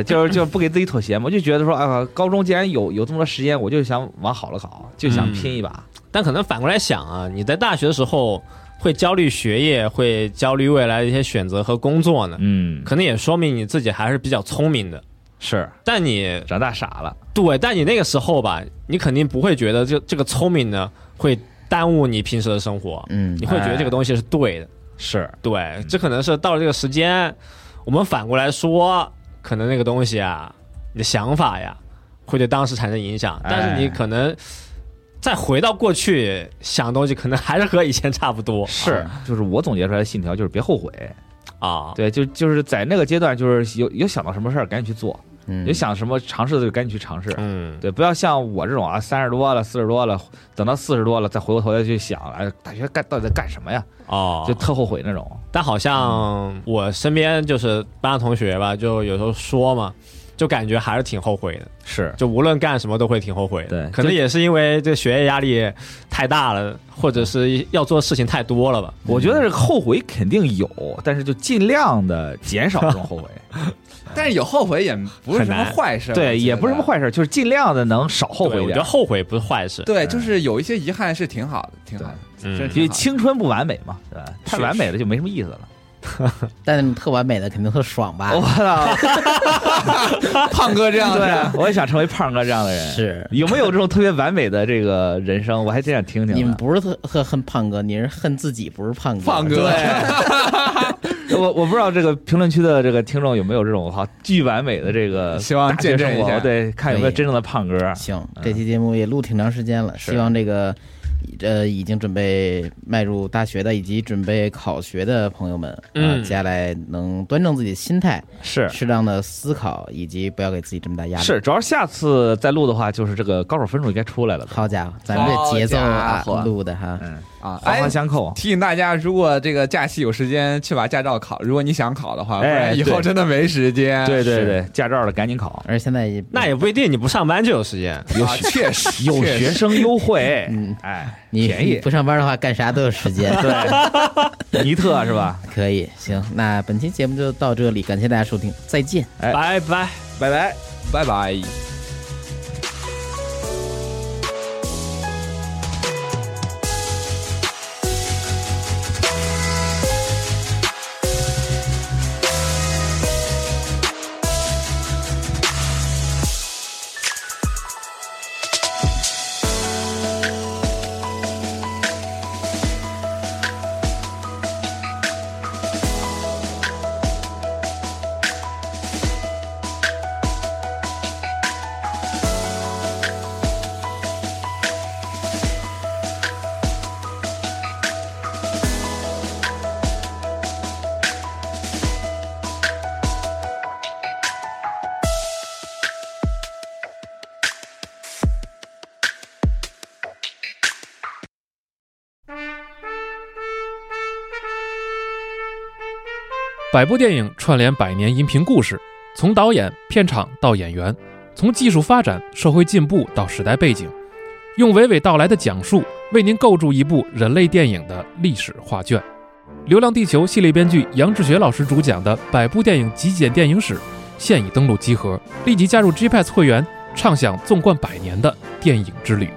Speaker 4: 对，就是就是不给自己妥协嘛，就觉得说啊，高中既然有有这么多时间，我就想往好了搞，就想拼一把。
Speaker 2: 但可能反过来想啊，你在大学的时候会焦虑学业，会焦虑未来的一些选择和工作呢，
Speaker 4: 嗯，
Speaker 2: 可能也说明你自己还是比较聪明的。
Speaker 4: 是
Speaker 2: 但你
Speaker 4: 长大傻了，
Speaker 2: 对，但你那个时候吧，你肯定不会觉得这这个聪明呢会耽误你平时的生活，
Speaker 1: 嗯
Speaker 2: 你会
Speaker 4: 哎
Speaker 2: 觉得这个东西是对的。
Speaker 4: 是
Speaker 2: 对，
Speaker 4: 嗯
Speaker 2: 这可能是到了这个时间，我们反过来说，可能那个东西啊，你的想法呀，会对当时产生影响，
Speaker 4: 哎
Speaker 2: 但是你可能再回到过去想东西，可能还是和以前差不多
Speaker 4: 是，啊就是我总结出来的信条就是别后悔。
Speaker 2: 啊。
Speaker 4: 对，就就是在那个阶段，就是有有想到什么事儿赶紧去做，
Speaker 1: 嗯
Speaker 4: 有想什么尝试的就赶紧去尝试。
Speaker 2: 嗯，
Speaker 4: 对，不要像我这种啊，三十多了、四十多了，等到四十多了再回过头来去想，哎，大学干到底在干什么呀？
Speaker 2: 哦，
Speaker 4: 就特后悔那种。
Speaker 2: 但好像我身边就是班上同学吧，就有时候说嘛，就感觉还是挺后悔的，
Speaker 4: 是，
Speaker 2: 就无论干什么都会挺后悔的。
Speaker 4: 对
Speaker 2: 可能也是因为这学业压力太大了，或者是要做的事情太多了吧。
Speaker 4: 我觉得是后悔肯定有，但是就尽量的减少这种后悔。
Speaker 3: 但是有后悔也不是
Speaker 2: 很
Speaker 3: 什么
Speaker 2: 难
Speaker 3: 坏事，我觉
Speaker 4: 对，也不是什么
Speaker 3: 得。
Speaker 4: 坏事，就是尽量的能少后
Speaker 2: 对
Speaker 4: 悔一
Speaker 2: 我觉得
Speaker 4: 点。
Speaker 2: 后悔不是坏事。
Speaker 3: 对，就是有一些遗憾是挺好的，挺好的，
Speaker 2: 嗯
Speaker 3: 真是
Speaker 4: 因
Speaker 3: 挺好
Speaker 4: 为
Speaker 3: 的。
Speaker 4: 青春不完美嘛，对吧？太
Speaker 2: 是
Speaker 4: 完美了就没什么意思了。
Speaker 1: 但特完美的肯定特爽吧
Speaker 4: 我？ 操！
Speaker 3: 胖哥这样
Speaker 4: 对
Speaker 3: 的，
Speaker 4: 啊，我也想成为胖哥这样的人。
Speaker 1: 是
Speaker 4: 有没有这种特别完美的这个人生？我还真想听啊
Speaker 1: 你
Speaker 4: 听
Speaker 1: 们
Speaker 4: 呢。
Speaker 1: 不是特特恨胖哥，你是恨自己不是胖哥。
Speaker 3: 胖哥，
Speaker 4: 啊我我不知道这个评论区的这个听众有没有这种哈巨完美的这个
Speaker 3: 嗯希望
Speaker 4: 大学
Speaker 3: 见证
Speaker 4: 生
Speaker 3: 一
Speaker 4: 活，
Speaker 3: 下
Speaker 4: 对，看有没有
Speaker 1: 可以
Speaker 4: 真正的胖哥。
Speaker 1: 行，这期节目也录挺长时间了，
Speaker 4: 啊是
Speaker 1: 希望这个呃已经准备迈入大学的以及准备考学的朋友们啊，
Speaker 2: 嗯
Speaker 1: 接下来能端正自己的心态，
Speaker 4: 是
Speaker 1: 适当的思考，以及不要给自己这么大压力。
Speaker 4: 是，主要下次再录的话，就是这个高手分数应该出来了吧。
Speaker 1: 好家伙，咱们这节奏啊
Speaker 3: 好家伙
Speaker 1: 录的哈，
Speaker 4: 嗯，
Speaker 3: 啊，
Speaker 4: 环
Speaker 3: 哎
Speaker 4: 环，相扣。
Speaker 3: 提醒大家，如果这个假期有时间去把驾照考，如果你想考的话，不
Speaker 4: 哎
Speaker 3: 然以后
Speaker 4: 对
Speaker 3: 真的没时间。
Speaker 1: 哎
Speaker 3: 啊
Speaker 4: 对对对，驾照的赶紧考。
Speaker 1: 而现在也
Speaker 2: 那也不一定，你不上班就有时间。
Speaker 3: 啊，确实
Speaker 4: 有
Speaker 3: 确实
Speaker 4: 学生 优惠，
Speaker 1: 嗯
Speaker 4: 哎，
Speaker 1: 你
Speaker 4: 便宜
Speaker 1: 不上班的话，干啥都有时间。
Speaker 4: 对，尼特是吧？
Speaker 1: 可以，行，那本期节目就到这里，感谢大家收听，再见。
Speaker 4: 哎
Speaker 2: 拜拜。
Speaker 4: 拜拜。
Speaker 3: 拜拜。
Speaker 5: 百部电影串联百年音频故事，从导演、片场到演员，从技术发展、社会进步到时代背景，用娓娓道来的讲述，为您构筑一部人类电影的历史画卷。《流浪地球》系列编剧杨志学老师主讲的《百部电影极简电影史》现已登陆集合，立即加入 GPS 会员，畅享纵贯百年的电影之旅。